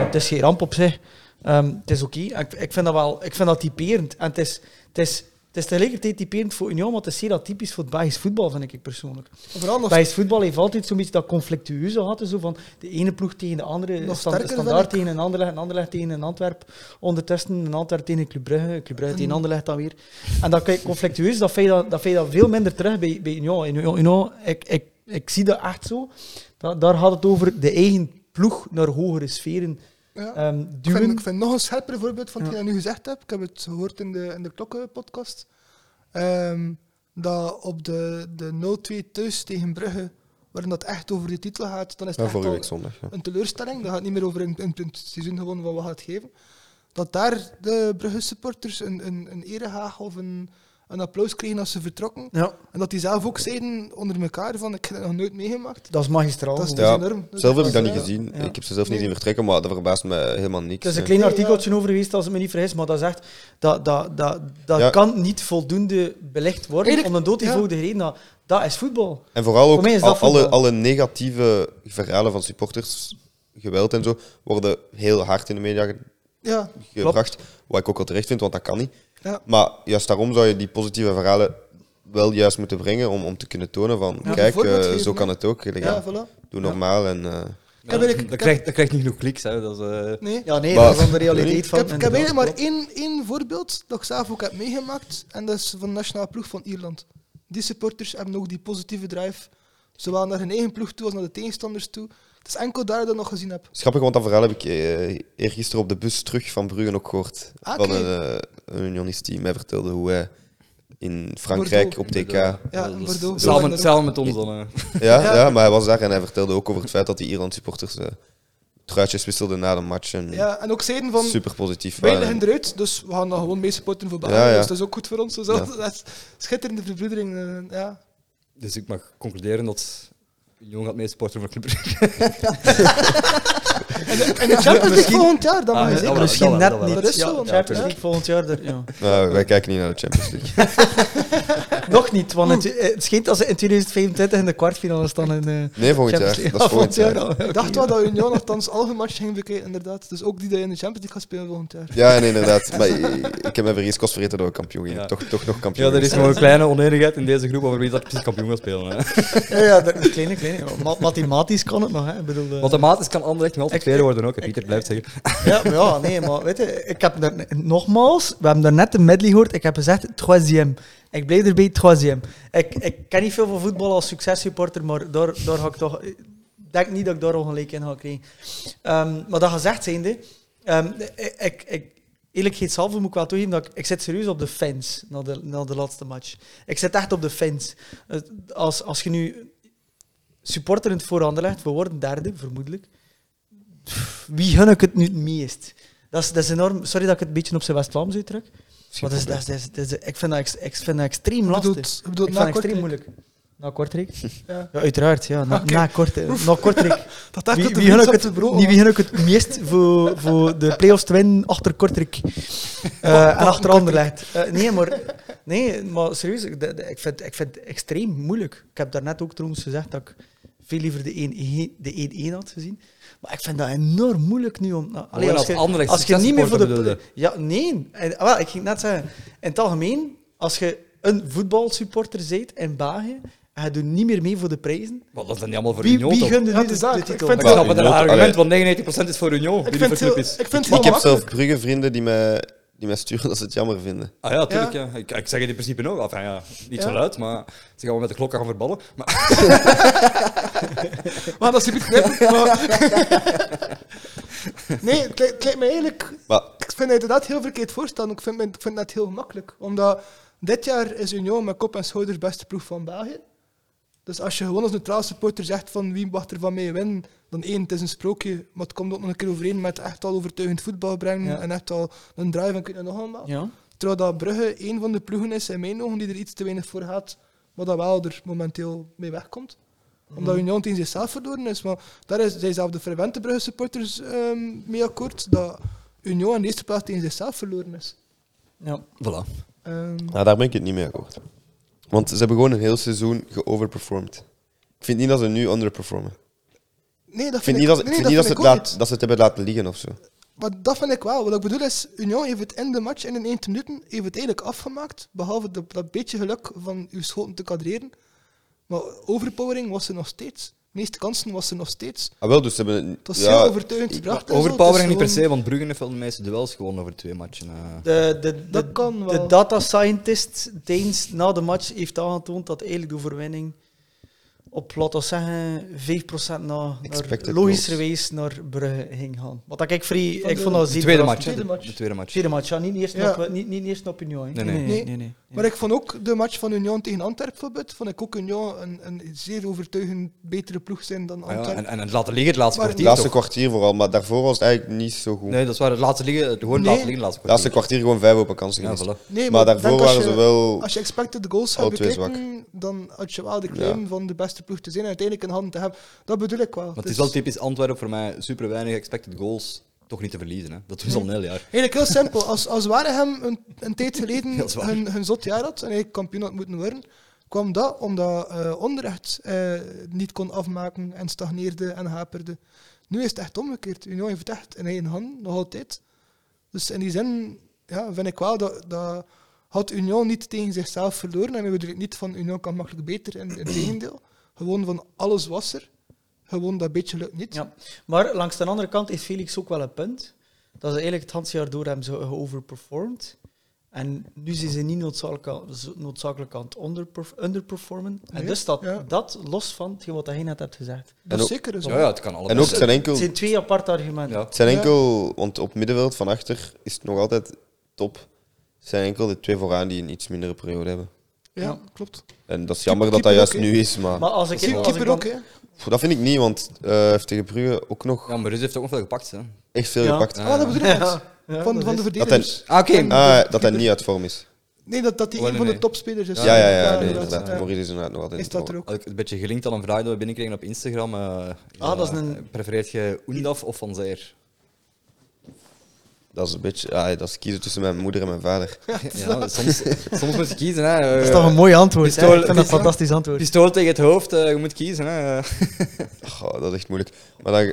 Speaker 2: eh, het is geen ramp op zich, Ehm, het is oké. En Ik, ik vind dat wel, ik vind dat typerend. En het is, het is, het is tegelijkertijd typerend voor Union, want het is zeer atypisch voor het Belgisch voetbal, vind ik persoonlijk.
Speaker 3: Vooral nog
Speaker 2: Belgisch voetbal heeft altijd zo'n beetje dat conflictueuze gehad. Zo van de ene ploeg tegen de andere.
Speaker 3: Nog
Speaker 2: stand-
Speaker 3: sterker, vind
Speaker 2: standaard
Speaker 3: ik.
Speaker 2: tegen een ander en ander tegen een Antwerp. Ondertussen een Antwerp tegen een Club Brugge. Club Brugge tegen een ander dan weer. En dat kijk, conflictueus, dat vind je dat, dat vind je dat veel minder terug bij, bij Union. In Union- Union, ik, ik, ik zie dat echt zo. Da- daar gaat het over de eigen ploeg naar hogere sferen
Speaker 3: Ja.
Speaker 2: ehm,
Speaker 3: Ik
Speaker 2: duwen.
Speaker 3: vind, ik vind nog een scherper voorbeeld van hetgeen
Speaker 2: Ja.
Speaker 3: je nu gezegd hebt. Ik heb het gehoord in de, in de klokkenpodcast. Ehm, dat op de, de 0-2 thuis tegen Brugge, waarin dat echt over de titel gaat, dan is het
Speaker 4: Ja,
Speaker 3: echt
Speaker 4: vorige
Speaker 3: al
Speaker 4: week zondag. Ja.
Speaker 3: een teleurstelling. Dat gaat niet meer over in, in het seizoen gewonnen van wat gaat geven. Dat daar de Brugge supporters een, een, een erehaag of een, een applaus kregen als ze vertrokken.
Speaker 2: ja,
Speaker 3: En dat die zelf ook zeiden onder elkaar van ik heb dat nog nooit meegemaakt.
Speaker 2: dat is magistraal.
Speaker 3: Dat is-
Speaker 2: gewoon.
Speaker 4: Ja,
Speaker 3: enorm. Dat is
Speaker 4: zelf heb ik
Speaker 3: echt
Speaker 4: dat
Speaker 3: wel,
Speaker 4: niet
Speaker 3: ja.
Speaker 4: gezien.
Speaker 2: Ja.
Speaker 4: Ik heb ze zelf niet
Speaker 3: Nee.
Speaker 4: zien vertrekken, maar dat verbaast me helemaal niks.
Speaker 2: Het
Speaker 4: eh.
Speaker 2: is een
Speaker 4: hè.
Speaker 2: klein
Speaker 3: Nee,
Speaker 2: artikeltje over geweest, als ik me niet vergis, maar dat zegt dat, dat, dat, dat
Speaker 4: Ja.
Speaker 2: kan niet voldoende belicht worden
Speaker 3: Eigenlijk,
Speaker 2: om een doodgevouwde reden. Dat, dat is voetbal.
Speaker 4: En vooral ook
Speaker 2: Voor mij is dat
Speaker 4: al- alle,
Speaker 2: voetbal.
Speaker 4: alle negatieve verhalen van supporters, geweld en zo, worden heel hard in de media ge-
Speaker 3: Ja,
Speaker 4: gebracht. Wat ik ook wel terecht vind, want dat kan niet.
Speaker 3: ja.
Speaker 4: Maar juist daarom zou je die positieve verhalen wel juist moeten brengen om, om te kunnen tonen van
Speaker 3: Ja, een
Speaker 4: kijk,
Speaker 3: voorbeeld
Speaker 4: eh,
Speaker 3: geven,
Speaker 4: zo
Speaker 3: hè.
Speaker 4: kan het ook. Jullie
Speaker 3: ja,
Speaker 4: gaan-
Speaker 3: voilà.
Speaker 4: Doe normaal en eh,
Speaker 3: Ik heb eigenlijk-
Speaker 1: dat, krijgt, dat krijgt niet genoeg kliks, hè. Dat is, eh,
Speaker 3: Nee.
Speaker 2: Ja, nee,
Speaker 4: Maar-
Speaker 2: dat is dan de realiteit van.
Speaker 3: Ik heb, ik
Speaker 2: inderdaad.
Speaker 3: heb eigenlijk maar één, één voorbeeld dat ik zelf ook heb meegemaakt. En dat is van de nationale ploeg van Ierland. Die supporters hebben nog die positieve drive. Zowel naar hun eigen ploeg toe als naar de tegenstanders toe. Het is enkel daar dat ik nog gezien heb.
Speaker 4: het is grappig, want dat verhaal heb ik eh, eergisteren op de bus terug van Bruggen ook gehoord.
Speaker 3: Ah,
Speaker 4: Van
Speaker 3: oké.
Speaker 4: een, eh, een unionist die mij vertelde hoe hij in Frankrijk op TK. Ja,
Speaker 3: Ja,
Speaker 1: Dat is-
Speaker 3: Bordeaux.
Speaker 1: Samen,
Speaker 3: Bordeaux.
Speaker 1: samen met ons dan. hè.
Speaker 4: ja. maar hij was daar en hij vertelde ook over het feit dat die Ierland supporters eh, truitjes wisselden na de match. En
Speaker 3: Ja, en ook zeiden van,
Speaker 4: super positief
Speaker 3: wij
Speaker 4: waren.
Speaker 3: liggen eruit, dus we gaan dan gewoon meesupporten voor België.
Speaker 4: Ja, ja.
Speaker 3: Dus dat is ook goed voor ons. Dus dat-
Speaker 4: Ja.
Speaker 3: dat is schitterende verbroedering. eh, ja.
Speaker 1: Dus ik mag concluderen dat Jong gaat mee sporten voor Club Brugge.
Speaker 3: En de Champions League volgend jaar, dat
Speaker 1: Ah,
Speaker 3: mag je
Speaker 1: ja,
Speaker 3: zeker.
Speaker 1: wel,
Speaker 2: Misschien
Speaker 1: dat wel,
Speaker 2: net
Speaker 1: dat wel.
Speaker 2: niet.
Speaker 3: Dat is
Speaker 2: Ja,
Speaker 3: zo, want-
Speaker 2: Champions
Speaker 1: ja.
Speaker 2: League volgend jaar. daar- ja.
Speaker 4: Nou, wij kijken niet naar de Champions League.
Speaker 2: Nog niet, want het, het schijnt als ze in 2025 in de kwartfinale staan. In, eh,
Speaker 4: Nee, volgend
Speaker 2: Champions
Speaker 4: jaar.
Speaker 2: League.
Speaker 4: Dat is volgend jaar.
Speaker 2: al.
Speaker 3: Ik dacht wel dat Union althans al hun matchen ging bekijken, inderdaad. Dus ook die dat je in de Champions League gaat spelen volgend jaar.
Speaker 4: Ja, nee, inderdaad. Maar eh, ik heb me vergeten, kost vergeten dat we kampioen gingen.
Speaker 1: Ja.
Speaker 4: Toch, toch nog kampioen.
Speaker 1: Ja, er is
Speaker 4: gingen.
Speaker 1: nog een kleine oneenigheid in deze groep over wie dat precies kampioen gaat spelen. Hè.
Speaker 2: Ja, ja, dat- kleine, kleine. Ma- mathematisch kan het nog. Hè. Ik bedoel, eh,
Speaker 1: Want de maat kan Anderlecht nog altijd
Speaker 2: Ik-
Speaker 1: tweede worden ook. hè. Pieter blijft zeggen.
Speaker 2: ja, maar ja, nee, maar weet je, ik heb daar, nogmaals, we hebben daarnet de medley gehoord, ik heb gezegd troisième. Ik bleef erbij troisième. Ik, ik ken niet veel van voetbal als successupporter, maar daar, daar ga ik toch... Ik denk niet dat ik daar ongelijk in ga krijgen. Ehm, maar dat gezegd zijnde, ehm ik, ik, ik, eerlijkheidshalve moet ik wel toegeven dat ik, ik zit serieus op de fans na de, na de laatste match. Ik zit echt op de fans. Eh, Als, als je nu supporter in het voorhanden legt, we worden derde, vermoedelijk. Pff, Wie gun ik het nu het meest? Dat is, dat is enorm. Sorry dat ik het een beetje op zijn West-Vlaams uitdruk. Maar dat is, dat is, dat is, dat is- ik, vind dat, ex- ik vind dat extreem
Speaker 3: Ik
Speaker 2: lastig.
Speaker 3: bedoel,
Speaker 2: Ik
Speaker 3: ik bedoel
Speaker 2: vind
Speaker 3: na
Speaker 2: dat
Speaker 3: kort.
Speaker 2: extreem moeilijk. Na Kortrijk?
Speaker 3: Ja.
Speaker 2: Ja, uiteraard. Ja. Na,
Speaker 3: Oké.
Speaker 2: na, Kortrijk, na Kortrijk.
Speaker 3: Dat daar
Speaker 2: Wie,
Speaker 3: komt de
Speaker 2: wie gun ik
Speaker 3: vriendschap
Speaker 2: het,
Speaker 3: verbroken.
Speaker 2: die wie gun ik het meest voor, voor de play-offs te winnen achter Kortrijk Eh, en achter Anderlecht? Eh, nee, maar, nee, maar serieus, ik, dat- dat- ik, vind, ik vind het extreem moeilijk. Ik heb daarnet ook trouwens gezegd dat ik veel liever de 1-1 de 1-1 had gezien. Maar ik vind dat enorm moeilijk nu om... nou, allee,
Speaker 1: Gewoon
Speaker 2: als,
Speaker 1: als
Speaker 2: je-
Speaker 1: Anderlecht
Speaker 2: als je niet meer voor
Speaker 1: successupporter
Speaker 2: de... Ja, nee. En, wel, ik ging net zeggen, in het algemeen, als je een voetbalsupporter bent in België en je doet niet meer mee voor de prijzen,
Speaker 1: Wat dat is dan niet allemaal voor
Speaker 2: wie,
Speaker 1: Union
Speaker 2: wie
Speaker 1: toch?
Speaker 2: gunde
Speaker 3: Ja,
Speaker 2: nu
Speaker 3: het
Speaker 2: de,
Speaker 3: is daar.
Speaker 2: de
Speaker 3: Ik
Speaker 2: titel?
Speaker 3: vind
Speaker 1: Ik
Speaker 4: Maar
Speaker 1: snap het een
Speaker 4: Union-
Speaker 1: argument, want 99% is voor Union.
Speaker 3: Ik
Speaker 1: Wie
Speaker 3: vind
Speaker 1: voor
Speaker 3: het
Speaker 1: club
Speaker 3: heel, ik
Speaker 1: is.
Speaker 3: vind het heel
Speaker 4: Ik heb zelf
Speaker 3: makkelijk.
Speaker 4: Brugge-vrienden die mij, die mij sturen dat ze het jammer vinden.
Speaker 1: Ah ja, tuurlijk. Ja. Ik, ik zeg het in principe nog. Enfin, ja, niet zo
Speaker 3: Ja.
Speaker 1: luid, maar ze gaan wel met de klok gaan verballen. Maar
Speaker 3: Maar dat is niet knippen. Maar... nee, het lijkt, het lijkt me eigenlijk...
Speaker 4: Maar
Speaker 3: Ik vind het inderdaad heel verkeerd voorstaan. Ik vind, men- ik vind dat heel makkelijk. Omdat dit jaar is Union met kop en schouders beste proef van België. Dus als je gewoon als neutraal supporter zegt van wie mag er van mij winnen, dan één, het is een sprookje, maar het komt ook nog een keer overeen met echt al overtuigend voetbal brengen
Speaker 2: Ja.
Speaker 3: en echt al een drive en kun je nog allemaal.
Speaker 2: Ja.
Speaker 3: Terwijl dat Brugge één van de ploegen is in mijn ogen die er iets te weinig voor gaat, maar dat wel er momenteel mee wegkomt. Omdat
Speaker 4: Mhm.
Speaker 3: Union tegen zichzelf verloren is. Maar daar is, zijn zelf de fervente Brugge supporters ehm, mee akkoord dat Union in de eerste plaats tegen zichzelf verloren is.
Speaker 2: Ja.
Speaker 1: voilà.
Speaker 3: Ehm,
Speaker 4: nou, daar ben ik het niet mee akkoord. Want ze hebben gewoon een heel seizoen geoverperformed. Ik vind niet dat ze nu underperformen.
Speaker 3: nee, dat
Speaker 4: Ik vind niet dat, ik
Speaker 3: nee,
Speaker 4: vind niet dat, ze, het
Speaker 3: vind ik ook
Speaker 4: laat, dat ze het hebben laten liggen of zo.
Speaker 3: Maar dat vind ik wel. Wat ik bedoel is, Union heeft het in de match en in 90 minuten heeft het eigenlijk afgemaakt. Behalve de- dat beetje geluk van uw schoten te kadreren. Maar overpowering was er nog steeds. De meeste kansen was er nog steeds.
Speaker 4: Ah, wel, dus ze hebben...
Speaker 3: Het was
Speaker 4: ja,
Speaker 3: heel overtuigend gebracht.
Speaker 2: dus
Speaker 3: en zo. Het
Speaker 1: Overpowering
Speaker 3: is
Speaker 1: niet per
Speaker 3: gewoon-
Speaker 1: se, want Bruggen heeft wel de meeste duels gewonnen over twee matchen. eh.
Speaker 2: De, de, de,
Speaker 3: Dat kan wel.
Speaker 2: de data scientist Deens na de match heeft aangetoond dat eigenlijk de overwinning op, laten we zeggen, 5% na, naar,
Speaker 4: Expected
Speaker 2: logischerwijs naar Brugge ging gaan. Wat dat ik vrij...
Speaker 3: Van
Speaker 2: Ik
Speaker 3: de-
Speaker 2: vond dat
Speaker 1: de
Speaker 2: zeer
Speaker 1: tweede match.
Speaker 2: verrassend.
Speaker 1: hè.
Speaker 3: Tweede match.
Speaker 1: De tweede match.
Speaker 2: Tweede match, ja. Niet eerst
Speaker 3: Ja.
Speaker 2: nog- niet- niet eerst op Union. hè.
Speaker 1: Nee, nee.
Speaker 3: Nee.
Speaker 2: nee.
Speaker 3: Maar ik vond ook de match van Union tegen Antwerpen bijvoorbeeld, vond ik ook Union een, een zeer overtuigend betere ploeg zijn dan
Speaker 1: Ah, ja,
Speaker 3: Antwerpen.
Speaker 1: en, en het laten liggen, het laatste
Speaker 3: Maar-
Speaker 4: Het
Speaker 1: kwartier.
Speaker 4: laatste
Speaker 1: toch?
Speaker 4: kwartier vooral, maar daarvoor was het eigenlijk niet zo goed.
Speaker 1: Nee, dat is waar. Het laatste liggen, het- gewoon het
Speaker 3: Nee.
Speaker 1: laatste liggen, het laatste
Speaker 4: Het laatste
Speaker 1: kwartier.
Speaker 4: kwartier gewoon vijf open kansen gemist.
Speaker 1: Ja, voilà.
Speaker 3: nee,
Speaker 4: maar
Speaker 3: ik
Speaker 4: daarvoor
Speaker 3: denk als
Speaker 4: waren ze
Speaker 3: je-
Speaker 4: wel...
Speaker 3: Als je expected goals
Speaker 4: Alle
Speaker 3: hebt
Speaker 4: twee
Speaker 3: bekeken, dan had je wel de claim
Speaker 4: Ja.
Speaker 3: van de beste ploeg te zijn en uiteindelijk in handen te hebben. Dat bedoel ik wel.
Speaker 1: Maar het
Speaker 3: Dus
Speaker 1: is wel typisch Antwerpen voor mij. Super weinig expected goals. Toch niet te verliezen. Hè. Dat is al een heel jaar.
Speaker 3: Eigenlijk heel simpel. Als, als Waregem een, een tijd geleden
Speaker 1: Dat is waar.
Speaker 3: hun, hun zot jaar had en eigenlijk kampioen had moeten worden, kwam dat omdat eh Onderrecht eh, niet kon afmaken en stagneerde en haperde. Nu is het echt omgekeerd. Union heeft het echt in één hand, nog altijd. Dus in die zin ja, vind ik wel dat, dat had Union niet tegen zichzelf verloren. En we bedoel ik niet van Union kan makkelijk beter. In, in tegendeel. Gewoon van alles was er. Gewoon dat beetje lukt niet.
Speaker 2: Ja. Maar langs de andere kant heeft Felix ook wel een punt. Dat ze eigenlijk het hele jaar door hebben ze geoverperformed. En nu zijn ze niet noodzakelijk aan, zo- noodzakelijk aan het onderperf- underperformen. En
Speaker 3: Nee,
Speaker 2: dus dat,
Speaker 3: ja.
Speaker 2: dat los van hetgeen wat jij net hebt gezegd.
Speaker 3: Dat
Speaker 4: En
Speaker 3: is
Speaker 4: ook-
Speaker 3: zeker. Is
Speaker 1: Ja, ja, het kan
Speaker 4: En ook,
Speaker 1: allemaal.
Speaker 4: het zijn enkel...
Speaker 2: Het zijn twee aparte argumenten.
Speaker 1: Ja.
Speaker 4: Het zijn
Speaker 3: Ja.
Speaker 4: enkel, want op middenveld van achter is het nog altijd top. Het zijn enkel de twee vooraan die een iets mindere periode hebben.
Speaker 3: Ja, klopt.
Speaker 4: En dat is
Speaker 3: Keep-
Speaker 4: jammer dat dat
Speaker 3: keeper
Speaker 4: juist
Speaker 3: ook, hè?
Speaker 4: nu is, maar,
Speaker 2: Maar als ik,
Speaker 3: Keeper
Speaker 2: als ik
Speaker 3: keeper ook,
Speaker 2: dan-
Speaker 3: hè?
Speaker 4: Pff, dat vind ik niet, want eh heeft tegen Brugge ook nog
Speaker 1: Ja, maar Rus heeft ook nog veel gepakt. Hè.
Speaker 4: echt veel
Speaker 2: Ja.
Speaker 4: gepakt.
Speaker 1: Ja.
Speaker 3: Ah, dat bedoel ik net.
Speaker 2: Ja,
Speaker 3: Van,
Speaker 2: dat
Speaker 3: van de
Speaker 2: is-
Speaker 3: verdedigers.
Speaker 1: Ah, oké.
Speaker 3: En-
Speaker 4: Ah, dat hij niet uit vorm is.
Speaker 3: Nee, dat, dat hij
Speaker 1: Oh,
Speaker 3: een
Speaker 1: nee,
Speaker 3: van de
Speaker 1: nee.
Speaker 3: topspelers is.
Speaker 4: Ja, ja, ja, nee,
Speaker 1: inderdaad,
Speaker 4: inderdaad.
Speaker 1: ja.
Speaker 4: Maurice is inderdaad nog altijd
Speaker 3: Is
Speaker 4: in het
Speaker 3: dat er
Speaker 4: vorm.
Speaker 3: ook?
Speaker 1: Had ik een beetje gelinkt aan een vraag die we binnenkregen op Instagram. eh, is
Speaker 2: Ah, dat is
Speaker 1: eh,
Speaker 2: een-
Speaker 1: Prefereert je Oendaf of Van Zijr?
Speaker 4: Dat is een beetje... ah, dat is kiezen tussen mijn moeder en mijn vader.
Speaker 1: Ja, soms, soms moet je kiezen. Hè.
Speaker 4: Eh,
Speaker 2: Dat is toch een mooi antwoord. hè?
Speaker 1: Pistool-
Speaker 2: Ik vind dat een
Speaker 1: pistool-
Speaker 2: fantastisch antwoord.
Speaker 1: Pistool tegen het hoofd, eh, je moet kiezen. Hè.
Speaker 4: Goh, dat is echt moeilijk. Maar dan,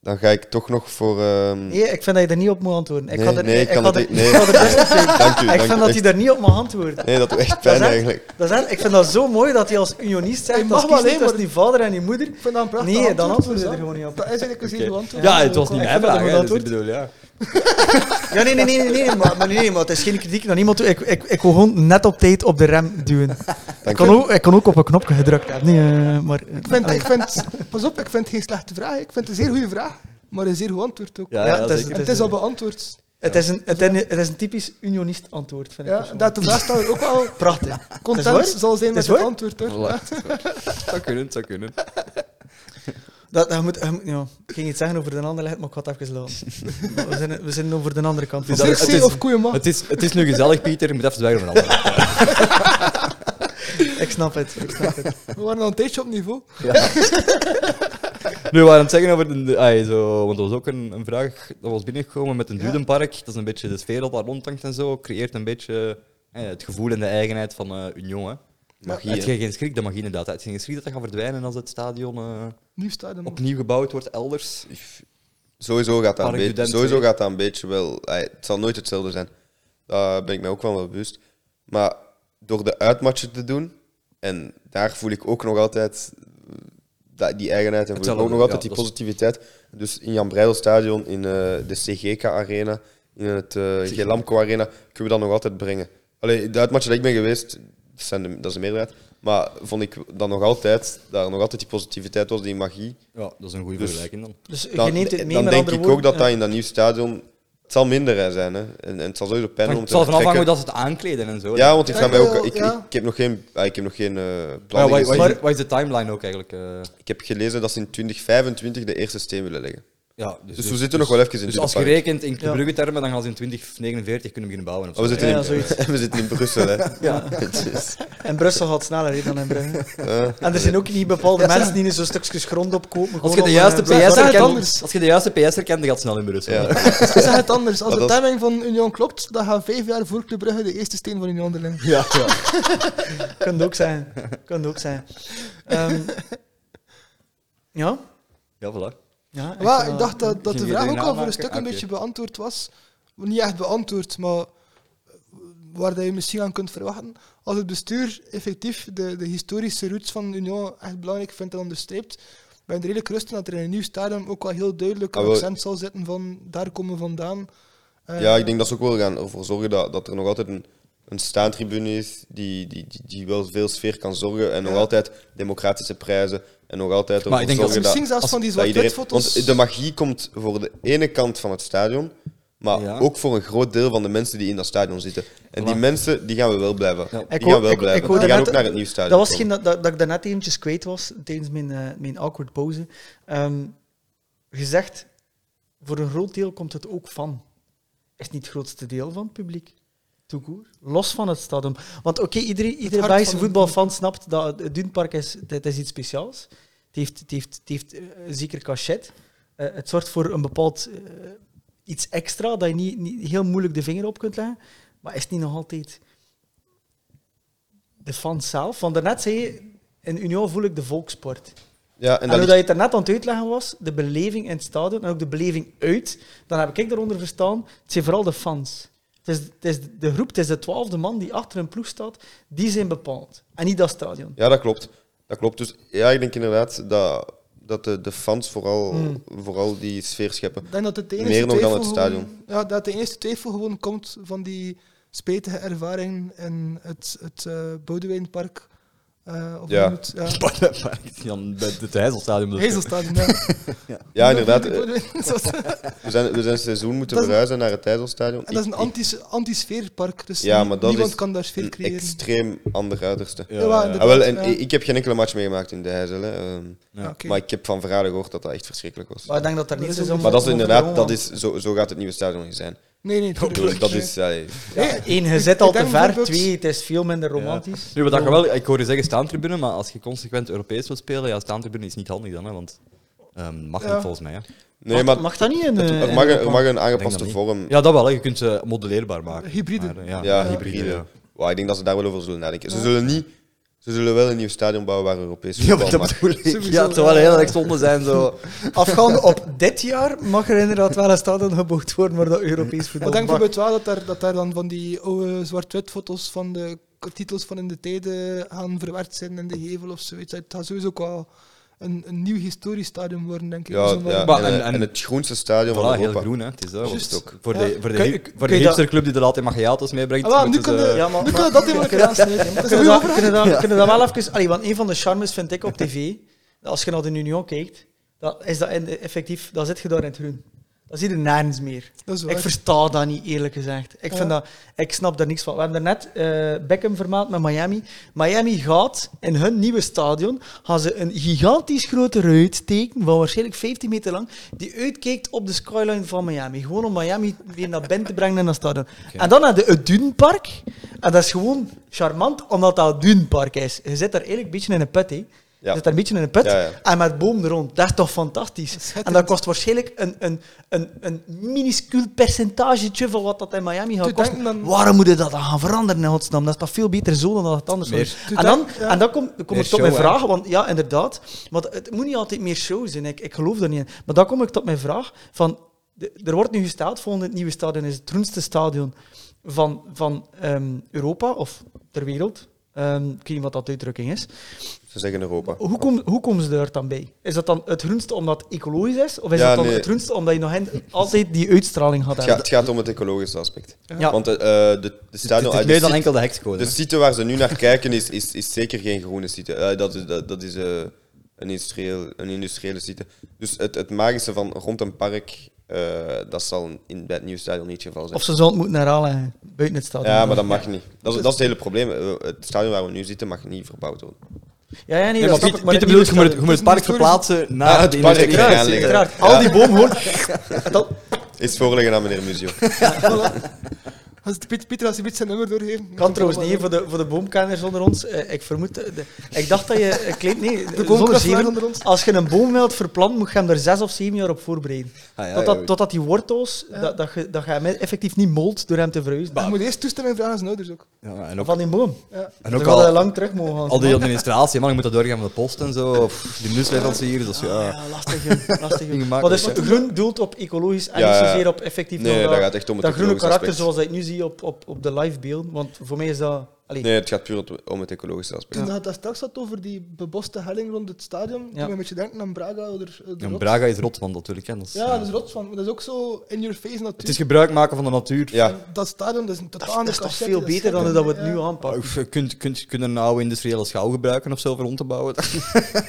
Speaker 4: dan ga ik toch nog voor... ehm,
Speaker 2: Nee, ik vind dat je daar niet op moet antwoorden. Ik
Speaker 4: Nee,
Speaker 2: had er,
Speaker 4: nee, ik kan
Speaker 2: had
Speaker 4: het
Speaker 2: er-
Speaker 4: niet. Nee.
Speaker 2: ik had er best op kunnen.
Speaker 4: Dank u,
Speaker 2: Ik
Speaker 4: dank
Speaker 2: vind
Speaker 4: u.
Speaker 2: dat hij
Speaker 4: Echt-
Speaker 2: daar niet op mag antwoorden.
Speaker 4: Nee, dat doet echt
Speaker 2: Dat is
Speaker 4: pijn
Speaker 2: echt-
Speaker 4: eigenlijk.
Speaker 2: Dat is echt- ik vind dat zo mooi dat hij als unionist
Speaker 3: Je
Speaker 2: zegt,
Speaker 3: mag
Speaker 2: dat
Speaker 3: wel,
Speaker 2: kiest niet
Speaker 3: hè,
Speaker 2: tussen die vader en die moeder.
Speaker 3: Ik vind dat een prachtig
Speaker 2: Nee, dan
Speaker 3: antwoord,
Speaker 2: antwoorden ze er
Speaker 3: dus dat-
Speaker 2: gewoon niet op.
Speaker 3: Dat is eigenlijk een zenuw antwoord.
Speaker 1: Ja, het was niet
Speaker 2: ik
Speaker 1: mijn
Speaker 2: vind dat
Speaker 1: vraag.
Speaker 2: een
Speaker 1: hè,
Speaker 2: goed
Speaker 1: Dus ik bedoel, ja.
Speaker 2: Ja, nee, nee, nee, nee, nee, maar, maar, nee, nee, maar het is geen kritiek naar iemand toe. Ik, ik, ik wil gewoon net op tijd op de rem duwen. Ik
Speaker 4: Dank
Speaker 2: kan,
Speaker 4: u.
Speaker 2: ook, ik kan ook op een knopje gedrukt hebben. Nee, eh, maar,
Speaker 3: Ik vind, ik vind, pas op, ik vind het geen slechte vraag. Ik vind het een zeer goede vraag, maar een zeer goed antwoord ook.
Speaker 1: Ja,
Speaker 2: Ja,
Speaker 1: ja,
Speaker 2: het is-
Speaker 1: zeker.
Speaker 3: En het is al beantwoord.
Speaker 2: het, is een, het, is een, het is een typisch unionist antwoord, vind ik.
Speaker 3: Ja, en
Speaker 2: persoonlijk.
Speaker 3: dat de vraagsteller ook wel
Speaker 2: Prachtig.
Speaker 3: content zal
Speaker 2: Het
Speaker 3: zijn met
Speaker 2: is
Speaker 3: het
Speaker 2: waar.
Speaker 3: antwoord. Hoor.
Speaker 1: Voilà. Het zou kunnen, het zou kunnen.
Speaker 2: Dat, dat moet, je moet- ja, ik ging iets zeggen over de andere maar ik had het even laten. We zijn, we zijn over de andere kant. Van
Speaker 1: Dus dat-
Speaker 3: Circe
Speaker 1: het is-
Speaker 3: of Koeienma?
Speaker 1: Het is, het is nu gezellig, Pieter. Je moet even zwijgen van alles.
Speaker 2: ik snap het. Ik snap het.
Speaker 3: We waren al een tijdje op niveau.
Speaker 1: Nu, we waren het zeggen over... De, de- ai, zo, want er was ook een, een vraag dat was binnengekomen met een
Speaker 3: Ja.
Speaker 1: dudenpark. Dat is een beetje de sfeer dat daar rondhangt en zo. Creëert een beetje eh, het gevoel en de eigenheid van eh Union. Hè.
Speaker 4: Magie,
Speaker 1: Heb
Speaker 4: hè.
Speaker 1: je geen schrik? Dat mag inderdaad. Heb je geen schrik dat dat gaat verdwijnen als het stadion eh,
Speaker 3: Nieuw stadion.
Speaker 1: opnieuw gebouwd wordt elders?
Speaker 4: Sowieso gaat dat een
Speaker 1: Park du
Speaker 4: beetje,
Speaker 1: Dam
Speaker 4: sowieso
Speaker 1: twee.
Speaker 4: gaat dat een beetje wel. ey, Het zal nooit hetzelfde zijn. Daar ben ik mij ook van wel bewust. Maar door de uitmatchen te doen, en daar voel ik ook nog altijd eh, dat- die eigenheid en voel ik
Speaker 1: Hetzelfde,
Speaker 4: ook nog altijd
Speaker 1: ja,
Speaker 4: die
Speaker 1: dat is-
Speaker 4: positiviteit. Dus in Jan Breidelstadion, in eh, de CGK Arena, in het eh Gelamco Arena, kunnen we dat nog altijd brengen. Alleen de uitmatchen dat ik ben geweest, dat, zijn de, dat is de meerderheid. Maar vond ik dan nog altijd, daar nog altijd die positiviteit was, die magie.
Speaker 1: Ja, dat is een goede
Speaker 4: Dus-
Speaker 1: vergelijking dan.
Speaker 2: Dus je
Speaker 4: Dan,
Speaker 2: neemt het mee
Speaker 4: dan
Speaker 2: met
Speaker 4: denk
Speaker 2: andere
Speaker 4: ik
Speaker 2: woorden.
Speaker 4: ook dat
Speaker 2: Ja.
Speaker 4: dat in dat nieuwe stadion. Het zal minder zijn, hè? En, en het zal sowieso pijn
Speaker 1: Het
Speaker 4: om
Speaker 1: hangt-
Speaker 4: te
Speaker 1: zal ervan afhangen hoe
Speaker 4: vertrekken.
Speaker 1: dat ze het aankleden en zo.
Speaker 4: Ja, want ik
Speaker 3: Ja,
Speaker 4: ga mij
Speaker 3: ik
Speaker 4: ook.
Speaker 3: wil-
Speaker 4: Ik,
Speaker 3: ja.
Speaker 4: ik heb nog geen, ah, ik heb nog geen eh
Speaker 1: Maar ja,
Speaker 4: plannen
Speaker 1: wat, wat,
Speaker 4: gezien.
Speaker 1: is- wat is de timeline ook eigenlijk? eh?
Speaker 4: Ik heb gelezen dat ze in 2025 de eerste steen willen leggen.
Speaker 1: ja,
Speaker 4: Dus, we zitten nog wel even in
Speaker 1: Dus
Speaker 4: dit
Speaker 1: als
Speaker 4: park.
Speaker 1: gerekend in
Speaker 2: Ja.
Speaker 1: Club Brugge termen, dan gaan ze in 2049 kunnen beginnen bouwen. Of
Speaker 4: Maar Oh, we,
Speaker 1: zo.
Speaker 4: zitten
Speaker 2: Ja,
Speaker 4: in,
Speaker 2: zoiets.
Speaker 4: we zitten in Brussel, hè? Ja. Dus,
Speaker 2: En Brussel gaat sneller hè, dan in Brugge.
Speaker 4: eh,
Speaker 2: En er zijn ook niet bepaalde mensen die zo'n stukjes grond opkopen.
Speaker 1: Als
Speaker 2: gewoon
Speaker 1: je de
Speaker 2: om,
Speaker 1: juiste
Speaker 2: eh,
Speaker 3: zeg
Speaker 1: PS
Speaker 3: het
Speaker 1: herkent,
Speaker 3: anders.
Speaker 1: als je de juiste PS herkent, dan gaat het snel in Brussel.
Speaker 4: ja.
Speaker 3: Ik zeg het anders. Als
Speaker 4: Maar
Speaker 3: de
Speaker 4: dat-
Speaker 3: timing van Union klopt, dan gaan vijf jaar voor Club Brugge de eerste steen van Union erin.
Speaker 1: Ja, ja.
Speaker 2: Kan het ook zijn. Kan het ook zijn. Ehm, ja?
Speaker 1: ja voilà.
Speaker 2: Ja, ik, eh,
Speaker 3: Maar
Speaker 2: zou-
Speaker 3: ik dacht dat, dat de
Speaker 1: Ging je
Speaker 3: vraag
Speaker 1: die
Speaker 3: ook al voor
Speaker 1: namaken?
Speaker 3: een stuk
Speaker 1: Ah,
Speaker 3: een
Speaker 1: oké.
Speaker 3: beetje beantwoord was. Niet echt beantwoord, maar waar dat je misschien aan kunt verwachten. Als het bestuur effectief de, de historische roots van Union echt belangrijk vindt en onderstreept, ben ik er redelijk rustig dat er in een nieuw stadium ook wel heel duidelijk een
Speaker 4: Ah, wel-
Speaker 3: accent zal zitten van daar komen we vandaan. Eh,
Speaker 4: ja, ik denk dat ze ook wel gaan ervoor zorgen dat, dat er nog altijd een, een staantribune is die, die, die, die wel veel sfeer kan zorgen. En nog
Speaker 3: Ja.
Speaker 4: altijd democratische prijzen. En nog altijd ervoor
Speaker 1: ik denk dat
Speaker 4: zorgen
Speaker 1: ze
Speaker 3: Misschien
Speaker 4: dat,
Speaker 3: zelfs van die
Speaker 4: dat iedereen-
Speaker 3: zwart-wit foto's.
Speaker 4: Want de magie komt voor de ene kant van het stadion, maar
Speaker 1: Ja.
Speaker 4: ook voor een groot deel van de mensen die in dat stadion zitten. En die
Speaker 1: Voilà.
Speaker 4: mensen, die gaan we wel blijven. Die
Speaker 2: Ik
Speaker 4: gaan
Speaker 2: hoor-
Speaker 4: wel
Speaker 2: ik- ik
Speaker 4: blijven.
Speaker 2: hoor
Speaker 4: die gaan
Speaker 2: daarnet-
Speaker 4: ook naar het nieuwe stadion.
Speaker 2: Dat was
Speaker 4: komen.
Speaker 2: geen dat, dat, dat ik daarnet eventjes kwijt was tijdens mijn, eh, mijn awkward pauze. Ehm, gezegd, voor een groot deel komt het ook van. Is niet het grootste deel van het publiek. Toekoer. Los van het stadion. Want oké, iedere, iedere
Speaker 3: hart
Speaker 2: Belgische
Speaker 3: van een-
Speaker 2: voetbalfan snapt dat het Dunpark is, dat is iets speciaals. Het heeft, het heeft, het heeft eh, zeker cachet. Eh, het zorgt voor een bepaald eh, iets extra dat je niet, niet heel moeilijk de vinger op kunt leggen. Maar is het niet nog altijd de fans zelf? Want daarnet zei je, in Union voel ik de volkssport.
Speaker 4: Ja, en
Speaker 2: En,
Speaker 4: dat
Speaker 2: hoe
Speaker 4: ligt-
Speaker 2: dat je het daarnet aan het uitleggen was, de beleving in het stadion en ook de beleving uit, dan heb ik daaronder verstaan, het zijn vooral de fans. Het is, het is de groep, het is de twaalfde man die achter een ploeg staat, die zijn bepaald. En niet dat stadion.
Speaker 4: Ja, dat klopt. Dat klopt. Dus ja, ik denk inderdaad dat, dat de, de fans vooral, vooral die sfeer scheppen.
Speaker 3: Ik denk dat het de
Speaker 4: Meer
Speaker 3: enige
Speaker 4: nog dan
Speaker 3: twijfel
Speaker 4: het stadion.
Speaker 3: Gewoon, ja, dat de enige twijfel gewoon komt van die spetige ervaring in het, het eh, Boudewijnpark Eh, of
Speaker 4: Ja.
Speaker 3: ja. Moet, ja.
Speaker 1: Dan bij het Heizelstadion. dus.
Speaker 3: Hezelstadion, ja.
Speaker 4: Ja, inderdaad. eh,
Speaker 3: en
Speaker 4: We zijn, we zijn het seizoen moeten
Speaker 3: Dat is-
Speaker 4: verhuizen naar het IJsselstadion.
Speaker 3: dat is
Speaker 4: Ik-
Speaker 3: een anti- anti-sfeerpark, dus
Speaker 4: Ja,
Speaker 3: nie-
Speaker 4: maar dat
Speaker 3: niemand
Speaker 4: is
Speaker 3: kan daar sfeer
Speaker 4: ik-
Speaker 3: creëren.
Speaker 4: Extreem ander uiterste.
Speaker 1: Ja,
Speaker 3: Ja,
Speaker 1: ja,
Speaker 3: inderdaad.
Speaker 4: Ah, wel, en
Speaker 3: ja.
Speaker 4: ik- ik heb geen enkele match meegemaakt in de Heijzel. hè, ehm,
Speaker 1: Ja.
Speaker 3: Oké.
Speaker 4: Maar ik heb van verhalen gehoord dat dat echt verschrikkelijk was.
Speaker 2: Maar ik denk dat daar
Speaker 3: Dat
Speaker 2: niets
Speaker 3: is
Speaker 2: is
Speaker 3: ook
Speaker 2: om...
Speaker 4: Maar dat is
Speaker 2: om
Speaker 4: inderdaad,
Speaker 2: te
Speaker 4: dat
Speaker 2: doen,
Speaker 4: is, zo, zo gaat het nieuwe stadion niet zijn.
Speaker 3: Nee, nee,
Speaker 4: Ik bedoel, Dat is, allee,
Speaker 3: Nee,
Speaker 2: Eén, je
Speaker 3: ik-
Speaker 2: zit
Speaker 3: ik
Speaker 2: al te
Speaker 3: denk
Speaker 2: ver.
Speaker 3: bijvoorbeeld-
Speaker 2: Twee, het is veel minder romantisch.
Speaker 1: Nu, wat ik wel, ik hoor je zeggen staantribune, maar als je consequent Europees wilt spelen, ja, staantribune is niet handig dan, hè, want ehm, mag
Speaker 3: Ja.
Speaker 1: niet volgens mij. Hè.
Speaker 4: nee,
Speaker 2: mag,
Speaker 4: maar
Speaker 2: mag dat niet in... eh,
Speaker 4: er mag,
Speaker 2: in
Speaker 4: een- er mag een
Speaker 1: Ik denk
Speaker 4: aangepaste
Speaker 1: dat
Speaker 4: vorm.
Speaker 1: Ja, dat wel, hè. je kunt ze modelleerbaar maken.
Speaker 3: Hybride.
Speaker 1: Maar, eh, ja,
Speaker 4: Ja,
Speaker 1: hybride.
Speaker 4: hybride.
Speaker 1: ja.
Speaker 4: Wauw, ik denk dat ze daar wel over zullen nadenken. Ze zullen niet... Ze zullen wel een nieuw stadion bouwen waar Europees
Speaker 1: Ja, maar
Speaker 4: voetbal
Speaker 1: dat
Speaker 4: mag.
Speaker 1: bedoel ik.
Speaker 3: Sowieso,
Speaker 1: ja, het zou wel
Speaker 3: ja.
Speaker 1: heel erg zonde zijn. Zo.
Speaker 2: Afgaande op dit jaar mag er inderdaad wel een stadion geboekt worden, maar dat Europees
Speaker 3: Maar
Speaker 2: voetbal
Speaker 3: ik denk
Speaker 2: mag.
Speaker 3: bijvoorbeeld wel dat daar, dat daar dan van die oude zwart-wit foto's van de k- titels van in de tijden gaan verwerkt zijn in de hevel of zoiets. Het gaat sowieso ook wel een, een nieuw historisch stadion worden, denk ik. Dus
Speaker 4: Ja,
Speaker 3: Zo'n-
Speaker 4: ja.
Speaker 1: Maar-
Speaker 4: En,
Speaker 1: en-
Speaker 4: eh,
Speaker 1: en-
Speaker 4: en het groenste stadion
Speaker 1: Voilà,
Speaker 4: van
Speaker 1: heel
Speaker 4: Europa.
Speaker 1: groen, hè. Het is dat.
Speaker 3: Juist.
Speaker 1: want Voor de,
Speaker 3: Ja.
Speaker 1: voor de,
Speaker 2: Kun je-
Speaker 1: hip-
Speaker 2: kun
Speaker 1: voor
Speaker 2: je
Speaker 1: de
Speaker 2: dat-
Speaker 1: hipsterclub die er altijd Magiatos meebrengt.
Speaker 3: Ah, wel, nu
Speaker 1: moeten
Speaker 3: kunnen
Speaker 1: ze-
Speaker 3: we-
Speaker 2: Ja, maar-
Speaker 3: nu
Speaker 2: maar-
Speaker 3: kunnen we dat in elkaar aansnijden. Dat is
Speaker 2: Kunnen
Speaker 3: er
Speaker 2: we
Speaker 3: niet
Speaker 2: dat,
Speaker 3: over.
Speaker 2: kunnen we dat, kunnen we dat wel even... Allee, want een van de charmes vind ik op tv, dat als je naar de Union kijkt, dat is dat in de- effectief, dan zit je daar in het groen. Dan zie je nergens meer.
Speaker 3: Dat is waar.
Speaker 2: Ik versta dat niet, eerlijk gezegd. Ik,
Speaker 3: Ja.
Speaker 2: vind dat, ik snap daar niks van. We hebben daarnet eh Beckham vermaand met Miami. Miami gaat in hun nieuwe stadion gaan ze een gigantisch grote ruit tekenen, van waarschijnlijk 15 meter lang, die uitkijkt op de skyline van Miami. Gewoon om Miami weer naar binnen te brengen in dat stadion. En dan naar de, het Dunpark. En dat is gewoon charmant, omdat dat het Dunpark is. Je zit daar eigenlijk een beetje in een put, hè.
Speaker 4: Ja.
Speaker 2: Je zit daar een beetje in een put
Speaker 4: Ja, ja.
Speaker 2: en met boom er rond. Dat is toch fantastisch? En dat kost waarschijnlijk een, een, een, een minuscuul percentagetje van wat dat in Miami gaat
Speaker 3: Te
Speaker 2: kosten.
Speaker 3: denken dan-
Speaker 2: Waarom moet je dat dan gaan veranderen in godsnaam? Dat is toch veel beter zo dan dat het anders
Speaker 1: Meer-
Speaker 2: was.
Speaker 3: Te
Speaker 2: En dan,
Speaker 3: denken, ja.
Speaker 2: en dan kom, kom
Speaker 1: Meer
Speaker 2: ik tot mijn
Speaker 1: show, hè?
Speaker 2: vraag, want ja, inderdaad. Want het moet niet altijd meer show zijn, ik, ik geloof daar niet in. Maar dan kom ik tot mijn vraag van... de- Er wordt nu gesteld, volgende het nieuwe stadion is het groenste stadion van, van ehm, Europa of ter wereld. Ehm, ik weet niet wat dat uitdrukking is.
Speaker 4: Ze zeggen Europa.
Speaker 2: Hoe, kom, hoe komen ze daar dan bij? Is dat dan het groenste omdat het ecologisch is? Of is
Speaker 4: Ja,
Speaker 2: dat dan
Speaker 4: nee.
Speaker 2: het groenste omdat je nog hen, altijd die uitstraling gaat
Speaker 4: Het, gaat,
Speaker 2: hebben?
Speaker 4: het gaat om het ecologische aspect.
Speaker 2: Ja.
Speaker 4: Want eh, eh, de, de
Speaker 1: Het
Speaker 4: stadion...
Speaker 1: is
Speaker 4: eh, de
Speaker 1: meer dan
Speaker 4: sit-
Speaker 1: enkel de hexcode.
Speaker 4: De site waar ze nu naar kijken is, is, is zeker geen groene site. Eh, dat is, dat, dat is eh, een, industrieel, een industriële site. Dus het, het magische van rond een park, eh, dat zal in, bij het nieuwe stadion niet het geval zijn.
Speaker 2: Of ze zouden het moeten herhalen buiten het stadion?
Speaker 4: ja, maar dat mag niet. Dat is, dat is het hele probleem. Eh, Het stadion waar we nu zitten mag niet verbouwd worden.
Speaker 2: Ja, ja, nee,
Speaker 1: Nee,
Speaker 2: dat
Speaker 1: maar
Speaker 2: snap
Speaker 1: Piet,
Speaker 2: ik, maar
Speaker 1: Pieter
Speaker 2: het nieuwe
Speaker 1: bedoelt, je moet het, je
Speaker 2: stadion-
Speaker 1: moet het park verplaatsen naar
Speaker 4: Ah, het
Speaker 1: de
Speaker 4: park
Speaker 1: industrie.
Speaker 4: eraan
Speaker 1: Ja,
Speaker 4: liggen.
Speaker 2: Uiteraard, al die bomen gewoon... dat,
Speaker 4: Is voorleggen aan meneer Muzio.
Speaker 3: Als het Piet- Pieter, als je zijn nummer doorgeeft.
Speaker 2: kan trouwens niet, hè, voor de, voor de boomkenners onder ons. Eh, ik vermoed... eh, de- ik dacht dat je... eh, kleed, nee,
Speaker 3: De
Speaker 2: zonder
Speaker 3: boomkrachtlaar
Speaker 2: zeven,
Speaker 3: onder ons.
Speaker 2: als je een boom wilt verplanten, moet je hem er zes of zeven jaar op voorbereiden.
Speaker 1: Ah, ja,
Speaker 2: totdat,
Speaker 1: ja.
Speaker 2: totdat die wortels, dat, dat, je, dat je hem effectief niet molt door hem te verhuizen.
Speaker 3: Je moet eerst toestemming vragen aan zijn ouders ook.
Speaker 1: Ja, en ook,
Speaker 2: Van die boom.
Speaker 3: Ja.
Speaker 1: en ook
Speaker 2: Dan hadden we
Speaker 1: al,
Speaker 2: lang terug mogen gaan.
Speaker 1: al die administratie, man, je moet dat doorgaan van de post en zo. Pff, die nieuwsleveranciers, dat is ja.
Speaker 2: Ja, lastig. hè. lastig hè.
Speaker 1: Niet
Speaker 2: maar dus
Speaker 1: gemakkelijk, hè.
Speaker 2: groen doelt op ecologisch en
Speaker 4: Ja,
Speaker 2: niet
Speaker 4: ja.
Speaker 2: zozeer op effectief
Speaker 4: Nee,
Speaker 2: nog
Speaker 4: dat gaat echt om het
Speaker 2: dat groene
Speaker 4: ecologisch
Speaker 2: karakter
Speaker 4: aspect.
Speaker 2: zoals dat ik nu zie op, op, op de live beelden. Want voor mij is dat... Allee,
Speaker 4: Nee, het gaat puur om- om het ecologische
Speaker 3: Toen
Speaker 4: aspect.
Speaker 3: je het daar straks had over die beboste helling rond het stadion, toen
Speaker 2: Ja.
Speaker 3: we een beetje denken aan Braga. Of de, de
Speaker 1: En
Speaker 3: rots.
Speaker 1: Braga is rot van natuurlijk. hè, Dat is,
Speaker 3: Ja, dat is rots van. maar Dat is ook zo in your face natuurlijk.
Speaker 1: Het is gebruik maken van de natuur.
Speaker 4: Ja,
Speaker 3: En Dat stadion dat is een
Speaker 2: dat,
Speaker 3: totaal
Speaker 2: dat is toch veel beter dan dat we het nu
Speaker 1: Maar
Speaker 2: aanpakken.
Speaker 1: oef, Je kunt, kunt, kunt een oude industriële schouw gebruiken of zo voor om te bouwen.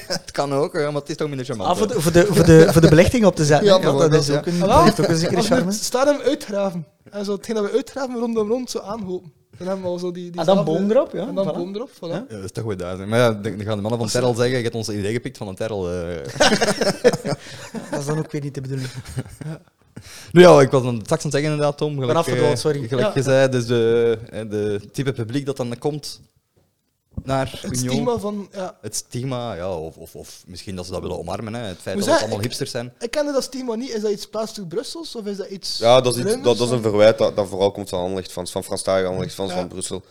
Speaker 1: het kan ook, hè, maar het is toch minder charmant.
Speaker 2: Ah, voor,
Speaker 1: hè.
Speaker 2: de, voor, de, voor, de, voor de belichting op te zetten.
Speaker 1: Ja,
Speaker 2: hè. dat,
Speaker 1: bijvoorbeeld,
Speaker 2: is ook een,
Speaker 3: ja.
Speaker 2: dat heeft ook een zekere
Speaker 3: Als we
Speaker 2: charme.
Speaker 3: het stadion uitgraven, en zo hetgeen dat we uitgraven rondom rond zo aanhopen. Dan hebben we al zo die... die
Speaker 2: En Ah, dan
Speaker 3: zelfde-
Speaker 2: boom erop, ja.
Speaker 3: En dan
Speaker 2: voilà.
Speaker 3: boom erop, voilà.
Speaker 2: Ja.
Speaker 1: Ja, dat is toch goed duizend. Maar ja, dan dan gaan de mannen van Terrel zeggen, je hebt ons idee gepikt van een Terrel. eh.
Speaker 2: Dat is dan ook weer niet de bedoeling.
Speaker 1: Nou ja, ik was dan straks aan het zeggen inderdaad, Tom. Gelijk,
Speaker 2: afgedwaald,
Speaker 1: eh,
Speaker 2: sorry.
Speaker 1: Gelijk
Speaker 3: Ja.
Speaker 1: je zei, dus de, eh, de type publiek dat dan komt naar
Speaker 3: Het
Speaker 1: Union.
Speaker 3: stigma van... Ja.
Speaker 1: Het stigma, ja, of, of, of misschien dat ze dat willen omarmen. Hè. Het feit
Speaker 3: Hoe
Speaker 1: dat het
Speaker 3: zei-
Speaker 1: allemaal
Speaker 3: ik-
Speaker 1: hipsters zijn.
Speaker 3: Ik kende dat stigma niet. Is dat iets plaatselijk Brussels of is dat iets...
Speaker 4: ja dat, is iets, dat,
Speaker 3: Bruiners?
Speaker 4: dat is een verwijt dat, dat vooral komt van Anderlecht-fans, van Franstalige Anderlecht-fans
Speaker 3: Ja.
Speaker 4: van Brussel.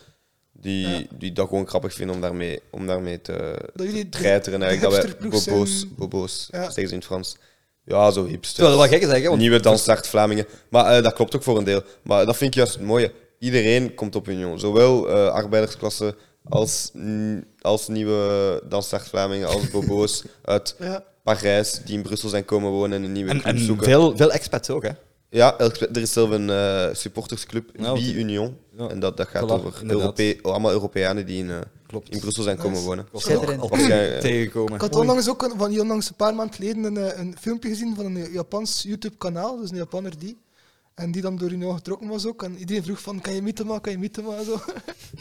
Speaker 4: Die,
Speaker 3: Ja.
Speaker 4: die dat gewoon grappig vinden om daarmee, om daarmee te,
Speaker 3: Dat jullie de-
Speaker 4: treiteren eigenlijk.
Speaker 3: de
Speaker 4: Dat wij
Speaker 3: hipsterploeg
Speaker 4: bobo's,
Speaker 3: zijn.
Speaker 4: bobo's,
Speaker 3: Ja.
Speaker 4: zeggen ze in het Frans. Ja, zo hipster.
Speaker 1: Terwijl dat wel gek is, hè, want
Speaker 4: Nieuwe dansstart Vlamingen. Maar eh, dat klopt ook voor een deel. Maar dat vind ik juist het mooie. Iedereen komt op Union. Zowel eh, arbeidersklasse als, n- als nieuwe dansstart Vlamingen, als bobo's uit
Speaker 3: Ja.
Speaker 4: Parijs die in Brussel zijn komen wonen en een nieuwe
Speaker 1: En,
Speaker 4: club
Speaker 1: en
Speaker 4: zoeken.
Speaker 1: veel, veel expats ook, hè.
Speaker 4: Ja, elk- er is zelf een eh, supportersclub,
Speaker 1: Ja, wat-
Speaker 4: B-Union.
Speaker 1: Ja.
Speaker 4: En dat, dat gaat
Speaker 1: Voilà,
Speaker 4: over
Speaker 1: inderdaad.
Speaker 4: Europe allemaal Europeanen die in, eh,
Speaker 1: Klopt.
Speaker 4: in Brussel zijn komen
Speaker 3: Nice.
Speaker 4: wonen.
Speaker 1: Ik was er
Speaker 2: Schitterend.
Speaker 1: al-
Speaker 4: Of jij, eh,
Speaker 1: tegengekomen.
Speaker 3: Ik had onlangs ook een, van, onlangs een paar maanden geleden een, eh, een filmpje gezien van een Japans YouTube-kanaal, dus een Japanner die. En die dan door Union getrokken was ook. En iedereen vroeg van, kan je Mitoma, kan je Mitoma? en Zo.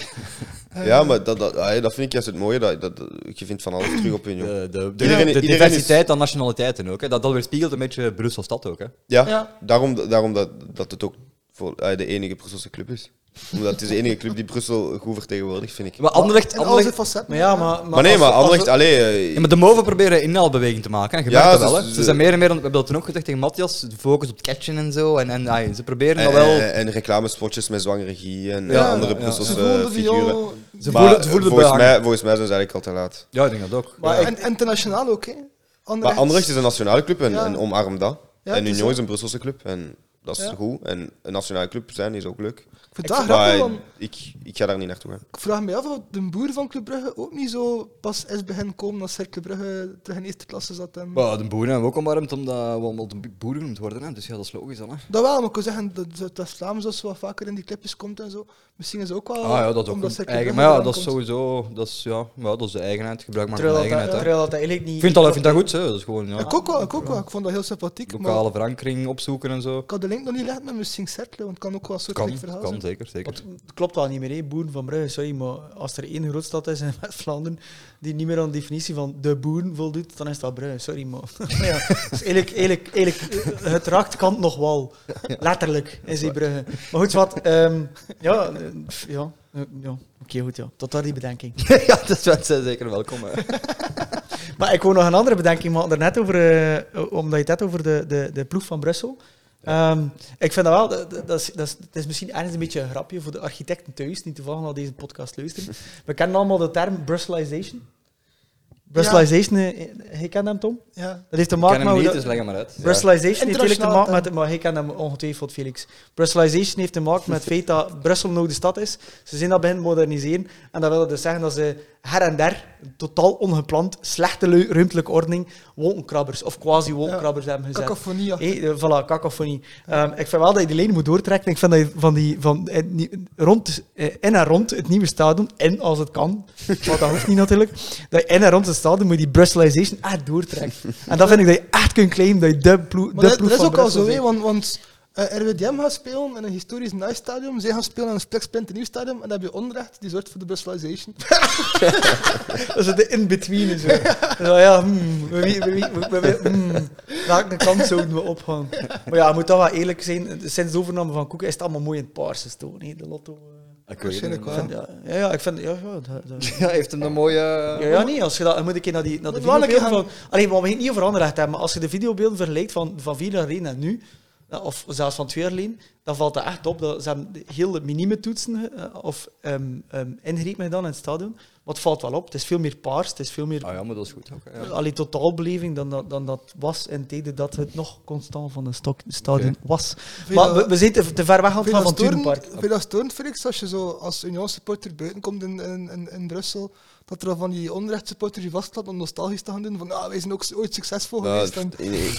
Speaker 3: Eh,
Speaker 4: Ja, maar dat, dat, ah, dat vind ik juist het mooie. Dat, dat, je vindt van alles terug op Union.
Speaker 1: De, de, de, de
Speaker 4: Iedereen- iedereen
Speaker 1: diversiteit aan nationaliteiten ook. Hè. Dat, dat weerspiegelt een beetje Brussel-stad ook. Hè.
Speaker 4: Ja,
Speaker 3: Ja.
Speaker 4: daarom, daarom dat, dat het ook voor, ah, de enige Brusselse club is. Omdat het is de enige club die Brussel goed vertegenwoordigt, vind ik.
Speaker 1: Maar Anderlecht...
Speaker 3: en al zijn
Speaker 1: Anderlecht
Speaker 3: facetten.
Speaker 2: Maar ja, maar...
Speaker 4: Maar nee,
Speaker 2: als-
Speaker 4: maar
Speaker 2: als-
Speaker 4: Anderlecht, allee... eh,
Speaker 1: ja, maar de moven proberen inhaalbeweging te maken. Hè. Je
Speaker 4: Ja,
Speaker 1: merkt
Speaker 4: ze-
Speaker 1: dat wel. Hè.
Speaker 4: ze-
Speaker 1: Ze zijn meer en meer... aan- We hebben dat toen ook gezegd tegen Matthias. de Focus op het catchen en zo. En, en ah, ze proberen dat
Speaker 4: en,
Speaker 1: wel...
Speaker 4: en- en reclamespotjes met zwangere Guy en,
Speaker 1: Ja,
Speaker 4: en andere
Speaker 1: ja, ja.
Speaker 3: Ze
Speaker 4: Brusselse
Speaker 3: voelden van, joh,
Speaker 4: Eh, figuren.
Speaker 1: Ze
Speaker 4: Maar,
Speaker 1: voelen, ze voelen
Speaker 4: eh,
Speaker 1: het
Speaker 4: volgens,
Speaker 1: belang.
Speaker 4: mij, volgens mij zijn ze eigenlijk al te laat.
Speaker 1: Ja, ik denk dat ook.
Speaker 2: Maar
Speaker 1: Ja.
Speaker 2: ik-
Speaker 3: En internationaal ook, hè.
Speaker 4: Maar
Speaker 3: Anderlecht.
Speaker 4: Anderlecht is een nationale club en,
Speaker 3: Ja.
Speaker 4: en omarm dat.
Speaker 3: Ja,
Speaker 4: en
Speaker 3: het is
Speaker 4: Union
Speaker 3: zo.
Speaker 4: is een Brusselse club en dat is
Speaker 3: Ja.
Speaker 4: goed. En een nationale club zijn is ook leuk.
Speaker 3: Ik vind dat
Speaker 4: Maar
Speaker 3: grappig, Oh, want
Speaker 4: ik, ik ga daar niet naartoe gaan.
Speaker 3: ik vraag me af of de boer van Club Brugge ook niet zo pas is begin komen als Cercle Brugge terug in eerste klasse zat. En...
Speaker 1: Maar de boeren hebben we ook omarmd omdat we allemaal de boeren genoemd worden. Hè. Dus ja, dat is logisch dan. Hè.
Speaker 3: Dat wel, maar ik wil zeggen dat, dat, dat Vlaams zo wat vaker in die clipjes komt en zo. Misschien is het ook wel.
Speaker 2: Oh,
Speaker 1: Ah ja, dat is ook
Speaker 3: omdat
Speaker 1: een
Speaker 3: Cercle
Speaker 1: eigen.
Speaker 3: Brugge
Speaker 1: Maar ja,
Speaker 3: eraan
Speaker 1: dat is
Speaker 3: komt.
Speaker 1: sowieso... Dat is, ja, maar dat is de eigenheid. Gebruik maar van
Speaker 2: Terwijl
Speaker 1: de
Speaker 2: dat,
Speaker 1: eigenheid. Hè.
Speaker 2: terwijl dat eigenlijk niet...
Speaker 1: Ik vind dat, ik vind dat goed. Hè. Dat is gewoon... Ja.
Speaker 3: Ik ook wel, ik ook wel. Ik vond dat heel sympathiek. Maar
Speaker 1: lokale verankering opzoeken en zo.
Speaker 3: ik had de link nog niet gelegd met misschien Cercle, want het kan ook wel een soort
Speaker 1: Kan,
Speaker 3: gelijk verhaal
Speaker 1: kan
Speaker 3: zijn.
Speaker 1: zeker, zeker.
Speaker 2: Want het klopt wel niet meer, hè. boeren van Brugge, sorry, maar als er één grootstad is in West-Vlaanderen die niet meer aan de definitie van de boeren voldoet, dan is dat Brugge, sorry, maar... maar ja, dus eigenlijk, eigenlijk, eigenlijk, eh, het raakt kant nog wel. Letterlijk is die Brugge. Maar goed, wat... ehm, ja, eh, pff, ja, eh, ja. oké, goed, ja. Tot daar die bedenking.
Speaker 1: ja, dus wij zijn zeker welkom. Hè.
Speaker 2: Maar ik wou nog een andere bedenking maken daarnet over, eh, omdat je het had over de, de, de ploeg van Brussel. Ehm, ik vind dat wel, dat, dat- dat is, dat is, het is misschien ergens een beetje een grapje voor de architecten thuis, die toevallig naar deze podcast luisteren. We kennen allemaal de term Brusselization. Brusselization, eh, je kent hem Tom?
Speaker 3: Ja.
Speaker 2: Dat heeft te
Speaker 1: Ik ken
Speaker 2: maken
Speaker 1: hem
Speaker 2: met...
Speaker 1: niet,
Speaker 2: hoe
Speaker 1: dus
Speaker 2: dat-
Speaker 1: leg hem maar uit. Ja.
Speaker 2: Brusselization heeft natuurlijk te
Speaker 3: Internationaal
Speaker 2: maken met... Maar je kent hem ongetwijfeld, Felix. Brusselization heeft te maken met het feit dat Brussel nou de stad is. Ze zijn dat beginnen moderniseren. En dat wil dus zeggen dat ze her en der, totaal ongepland, slechte lu- ruimtelijke ordening, wolkenkrabbers of quasi-wolkenkrabbers hebben gezet.
Speaker 3: Cacophonie. ja.
Speaker 2: Hé, eh, voilà, cacophonie. Ehm, ik vind wel dat je de lijn moet doortrekken. Ik vind dat je van die, van, eh, nie- rond, eh, in en rond het nieuwe stadion, en als het kan, want dat hoeft niet natuurlijk, dat je in en rond het stadion moet je die Brusselization echt doortrekken. En dat vind ik dat je echt kunt claimen dat je de, ploe,
Speaker 3: Maar
Speaker 2: de
Speaker 3: dat,
Speaker 2: ploeg
Speaker 3: dat is
Speaker 2: van
Speaker 3: ook al zo,
Speaker 2: Brussel
Speaker 3: hè,
Speaker 2: bent.
Speaker 3: want, want eh, RWDM gaat spelen in een historisch nice stadium. Zij gaan spelen in een splitsplint nieuw stadion. En dan heb je onrecht, die zorgt voor de Brusselisation.
Speaker 2: Dat Dus is de in-between. Zo. Zo, ja, hmm, wie, wie, wie, wie- wie- hmm, welke kant zouden we opgaan? Maar ja, je moet toch wel eerlijk zijn. Sinds de overname van Koeken is het allemaal mooi in het paarse stoon. hè, De lotto... eh.
Speaker 1: Ik weet het
Speaker 3: Waarschijnlijk
Speaker 1: niet.
Speaker 3: wel.
Speaker 2: Ik vind, ja, ja, ja, ik vind... Ja, ja, dat- dat-
Speaker 1: Ja, heeft hem een mooie...
Speaker 2: Ja, ja, nee, als je dat, dan moet ik naar, die, naar de
Speaker 3: Moet wel een keer
Speaker 2: videobeelden van... Allee, maar we gaan het niet over Anderlecht hebben, maar als je de videobeelden vergelijkt van, van vier jaar geleden en nu, eh, of zelfs van twee jaar geleden, dan valt het echt op dat ze hebben de- heel minime toetsen eh, of ehm ehm, ingrepen gedaan in het stadion. Maar het valt wel op. Het is veel meer paars, het is veel meer
Speaker 1: Ah ja, maar dat is goed ook. hè, ja.
Speaker 2: allee, totaalbeleving dan dat, dan dat was in tijden dat het nog constant van een stok, stadion
Speaker 1: Oké.
Speaker 2: was.
Speaker 3: je
Speaker 2: Maar
Speaker 3: dat-
Speaker 2: we, we zijn te, te ver weg aan het
Speaker 3: Vind je
Speaker 2: gaan
Speaker 3: dat
Speaker 2: van
Speaker 3: storend-
Speaker 2: Turenpark.
Speaker 3: vind je dat storend, Felix, als je zo als Union supporter buiten komt in, in, in, in Brussel, dat er al van die onrecht supporters die vastlaat om nostalgisch te gaan doen, van ah, wij zijn ook ooit succesvol
Speaker 4: Nou,
Speaker 3: geweest. En,
Speaker 4: nee, nee.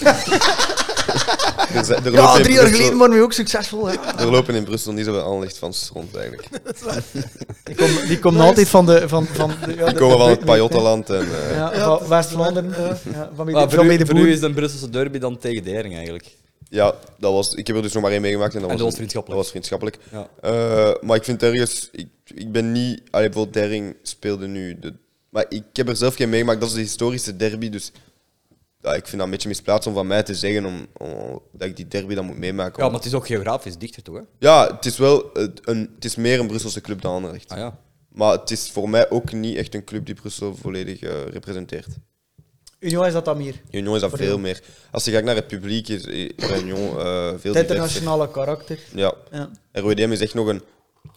Speaker 4: Er zijn- er
Speaker 2: Ja,
Speaker 4: lopen in
Speaker 2: drie jaar
Speaker 4: Brussel-
Speaker 2: geleden waren we ook succesvol. ja.
Speaker 4: Er lopen in Brussel niet zoveel aanlicht van rond eigenlijk.
Speaker 2: Die komen, die komen
Speaker 3: Nice.
Speaker 2: altijd van de... Van, van de- ja, de-
Speaker 4: Die
Speaker 2: de-
Speaker 4: komen van
Speaker 2: de-
Speaker 4: het Pajottenland en... eh,
Speaker 2: Ja,
Speaker 3: Ja,
Speaker 2: van
Speaker 3: dat-
Speaker 2: West-Vlaanderen. Ja, van bij de,
Speaker 1: Maar
Speaker 2: van
Speaker 1: voor,
Speaker 2: bij
Speaker 1: u,
Speaker 2: de
Speaker 1: voor u
Speaker 2: boer.
Speaker 1: is de Brusselse derby dan tegen Dering eigenlijk.
Speaker 4: Ja, dat was, ik heb er dus nog maar één meegemaakt. En dat,
Speaker 1: En
Speaker 4: was,
Speaker 1: dat was vriendschappelijk.
Speaker 4: Dat was vriendschappelijk.
Speaker 1: Ja.
Speaker 4: Eh, maar ik vind ergens... Ik, ik ben niet... Allee, bijvoorbeeld Dering speelde nu... De, maar ik heb er zelf geen meegemaakt. Dat is de historische derby, dus... Ja, ik vind dat een beetje misplaatst om van mij te zeggen om, om- dat ik die derby dan moet meemaken.
Speaker 1: Ja, maar het is ook geografisch dichter toch? Hè?
Speaker 4: Ja, het is wel eh, een, het is meer een Brusselse club dan Anderlecht.
Speaker 1: Ah ja.
Speaker 4: Maar het is voor mij ook niet echt een club die Brussel volledig eh, representeert.
Speaker 2: Union is dat dan hier.
Speaker 4: Union is dat
Speaker 2: Voordeel.
Speaker 4: veel meer. Als je kijkt naar het publiek, is is Union eh, veel
Speaker 2: Het
Speaker 4: diverser.
Speaker 2: internationale karakter.
Speaker 4: Ja.
Speaker 2: Ja.
Speaker 4: RWDM is echt nog een,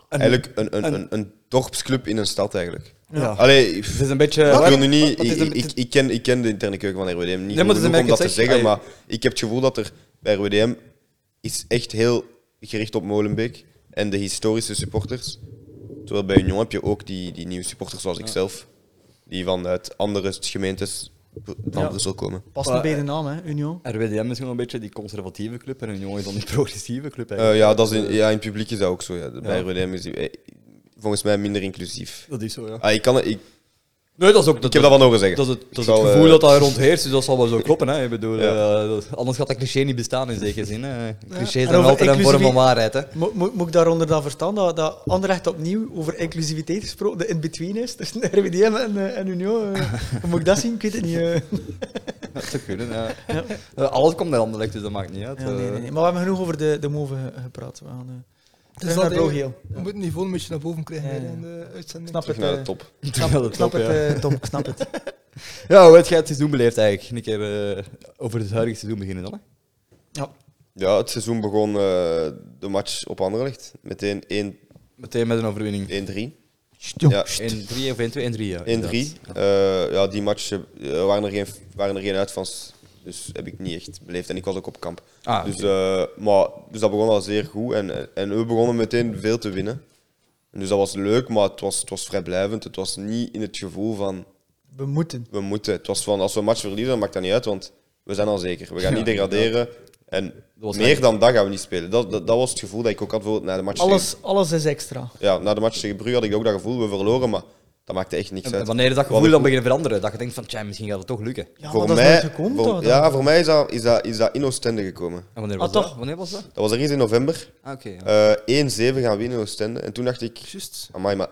Speaker 4: eigenlijk een, een,
Speaker 1: een-
Speaker 4: een, een, dorpsclub in een stad eigenlijk.
Speaker 1: Ja.
Speaker 4: Allee, pff,
Speaker 1: Het is een beetje...
Speaker 4: ik wil nu niet...
Speaker 1: Wat is
Speaker 4: Ik,
Speaker 1: het-
Speaker 4: ik, ik, ken, ik ken de interne keuken van RWDM
Speaker 1: Nee,
Speaker 4: niet
Speaker 1: maar
Speaker 4: goed
Speaker 1: het is een
Speaker 4: genoeg om dat te
Speaker 1: merk, zeg.
Speaker 4: zeggen,
Speaker 1: Ah,
Speaker 4: maar ik heb het gevoel dat er bij RWDM is echt heel gericht op Molenbeek en de historische supporters. Terwijl bij Union heb je ook die, die nieuwe supporters zoals ikzelf, die vanuit andere gemeentes dan
Speaker 2: Ja.
Speaker 4: er zal komen.
Speaker 2: Past
Speaker 1: Maar-
Speaker 2: niet bij de naam, hè, Union.
Speaker 1: RWDM is gewoon een beetje die conservatieve club en Union is dan die progressieve club.
Speaker 4: Eh,
Speaker 1: eigenlijk.
Speaker 4: ja, dat is in, ja, in het publiek is dat ook zo. Ja. Bij
Speaker 1: Ja.
Speaker 4: RWDM is die- eh, volgens mij minder inclusief.
Speaker 1: Dat is zo, ja.
Speaker 4: Ah, ik, kan, het- ik,
Speaker 1: Nee, dat is ook
Speaker 4: ik heb dat wel nog zeggen.
Speaker 1: Dat is het, dat is
Speaker 4: zal,
Speaker 1: het gevoel
Speaker 4: eh,
Speaker 1: dat daar rond heerst, dus dat zal wel zo kloppen. Hè? Ik bedoel,
Speaker 4: Ja.
Speaker 1: eh, dat- anders gaat dat cliché niet bestaan in zekere zin. Hè? Clichés
Speaker 2: En
Speaker 1: zijn
Speaker 2: over
Speaker 1: altijd een vorm
Speaker 2: inclusivi-
Speaker 1: van waarheid. Hè?
Speaker 2: Mo- mo- Moet ik daaronder dan verstaan dat, dat Anderlecht opnieuw over inclusiviteit gesproken, de in-between is tussen RWDM en, eh, en Union? eh. Hoe moet ik dat zien? Ik weet het niet. eh.
Speaker 1: Dat zou kunnen, ja. Eh, Alles komt naar Anderlecht, dus dat maakt niet uit.
Speaker 2: Ja, nee, nee,
Speaker 1: Eh,
Speaker 2: nee. Maar we hebben genoeg over de, de move ge- gepraat. We gaan, eh,
Speaker 3: Dus
Speaker 2: terug naar
Speaker 3: dat, eh,
Speaker 2: Brogeel.
Speaker 3: We moeten het niveau een beetje naar boven krijgen
Speaker 2: Ja,
Speaker 3: hier
Speaker 2: ja.
Speaker 3: in de uitzending.
Speaker 2: Snap
Speaker 4: terug
Speaker 2: het,
Speaker 4: naar
Speaker 2: eh,
Speaker 4: de top.
Speaker 1: Terug naar de
Speaker 2: snap
Speaker 1: top,
Speaker 2: het
Speaker 1: ja.
Speaker 2: eh, Tom. ik Snap het.
Speaker 1: Ja, hoe heb jij het seizoen beleefd eigenlijk? Een keer eh, over het huidige seizoen beginnen dan. Hè?
Speaker 4: Ja, het seizoen begon eh, de match op Anderlecht. Meteen 1
Speaker 1: Meteen met een overwinning.
Speaker 4: 1-3.
Speaker 2: Ja.
Speaker 4: Ja,
Speaker 1: 1-3 of 1-2? 1-3, Oh, ja.
Speaker 4: 1-3.
Speaker 1: inderdaad.
Speaker 4: Eh, ja, die match eh, waren, er geen, waren er geen uitvans. Dus heb ik niet echt beleefd. En ik was ook op kamp.
Speaker 1: Ah,
Speaker 4: Dus, eh, maar, dus dat begon al zeer goed. En, en- en we begonnen meteen veel te winnen. En dus dat was leuk, maar het was, het was vrijblijvend. Het was niet in het gevoel van
Speaker 2: We moeten.
Speaker 4: we moeten. Het was van als we een match verliezen, dan maakt dat niet uit, want we zijn al zeker. We gaan
Speaker 1: Ja,
Speaker 4: niet degraderen. En
Speaker 1: was
Speaker 4: meer dan dat gaan we niet spelen. Dat, dat, dat was het gevoel dat ik ook had bijvoorbeeld na de match.
Speaker 2: Alles, alles is extra.
Speaker 4: tegen- ja, na de match tegen Brugge had ik ook dat gevoel, we verloren, maar dat maakte echt niks
Speaker 1: en,
Speaker 4: uit.
Speaker 1: en wanneer is dat
Speaker 4: Wat
Speaker 1: gevoel
Speaker 4: ik-
Speaker 1: dan beginnen veranderen? Dat je denkt van, tja, misschien gaat het toch lukken.
Speaker 2: Ja, maar dat is nooit gekomen,
Speaker 4: voor,
Speaker 2: toch? dan?
Speaker 4: ja, voor mij is dat, is dat, is dat in Oostende gekomen.
Speaker 1: En wanneer
Speaker 2: Ah,
Speaker 1: was dat?
Speaker 2: toch?
Speaker 1: Wanneer was dat?
Speaker 4: Dat was er eens in november.
Speaker 1: Ah, oké. ja.
Speaker 4: Eh, 1-7 gaan winnen in Oostende. En toen dacht ik,
Speaker 3: Juist.
Speaker 4: Amai, maar 1-7.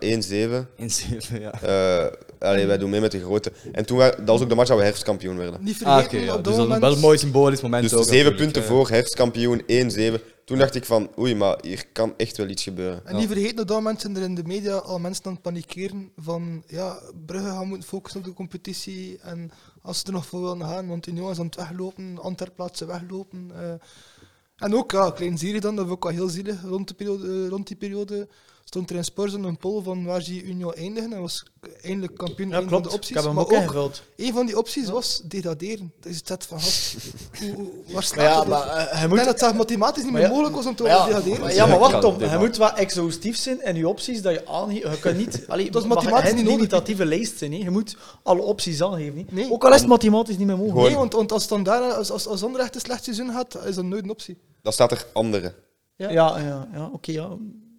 Speaker 1: In zeven, ja.
Speaker 4: eh allee, wij doen mee met de grote. En toen, wa- dat was ook de match dat we herfstkampioen werden.
Speaker 3: Niet vergeten,
Speaker 1: Ah, oké. ja. Dus
Speaker 3: op dat
Speaker 1: dat is
Speaker 3: moment...
Speaker 1: wel een mooi symbolisch moment.
Speaker 4: Dus
Speaker 1: ook,
Speaker 4: zeven
Speaker 1: natuurlijk,
Speaker 4: punten
Speaker 1: eh.
Speaker 4: voor, herfstkampioen, 1-7. Toen dacht ik van, oei, maar hier kan echt wel iets gebeuren.
Speaker 3: En niet vergeten, op dat moment zijn er in de media al mensen aan het panikeren van ja, Brugge gaan moeten focussen op de competitie en als ze er nog voor willen gaan, want Union is aan het weglopen, Antwerp laat ze weglopen. eh. En ook, ja, klein zielig dan, dat vond ik wel heel zielig, rond, de periode, eh, rond die periode stond er in Sporzen een poll van waar zie je Union eindigen en was eindelijk kampioen
Speaker 2: Ja,
Speaker 3: een van
Speaker 2: klopt.
Speaker 3: de opties.
Speaker 2: Ik heb hem
Speaker 3: maar
Speaker 2: ook ingevuld.
Speaker 3: een van die opties was degraderen. Dus het zat van, gast, hoe- hoe- waar
Speaker 2: Maar ja,
Speaker 3: staat het?
Speaker 2: maar eh, hij
Speaker 3: Ik denk
Speaker 2: moet...
Speaker 3: dat het mathematisch niet
Speaker 2: Maar
Speaker 3: meer
Speaker 2: ja,
Speaker 3: mogelijk was om te
Speaker 2: maar ja,
Speaker 3: degraderen.
Speaker 2: maar ja, maar
Speaker 1: Ja,
Speaker 2: wacht Tom.
Speaker 1: dit
Speaker 2: Hij
Speaker 1: mag.
Speaker 2: moet wel exhaustief zijn en je opties dat je aan... Je kan niet... Allee,
Speaker 3: Dat is
Speaker 2: maar
Speaker 3: mathematisch
Speaker 2: hij
Speaker 3: niet nodig.
Speaker 2: limitatieve lijst zijn. hè. Je moet alle opties aangeven. hè.
Speaker 3: Nee.
Speaker 2: Ook al is het mathematisch niet meer mogelijk.
Speaker 4: Gewoon-
Speaker 3: Nee, want, want als, dan daar, als, als, als Anderlecht een slecht seizoen had, is dat nooit een optie.
Speaker 4: Dan staat er andere.
Speaker 2: Ja, ja, ja, ja, oké. ja.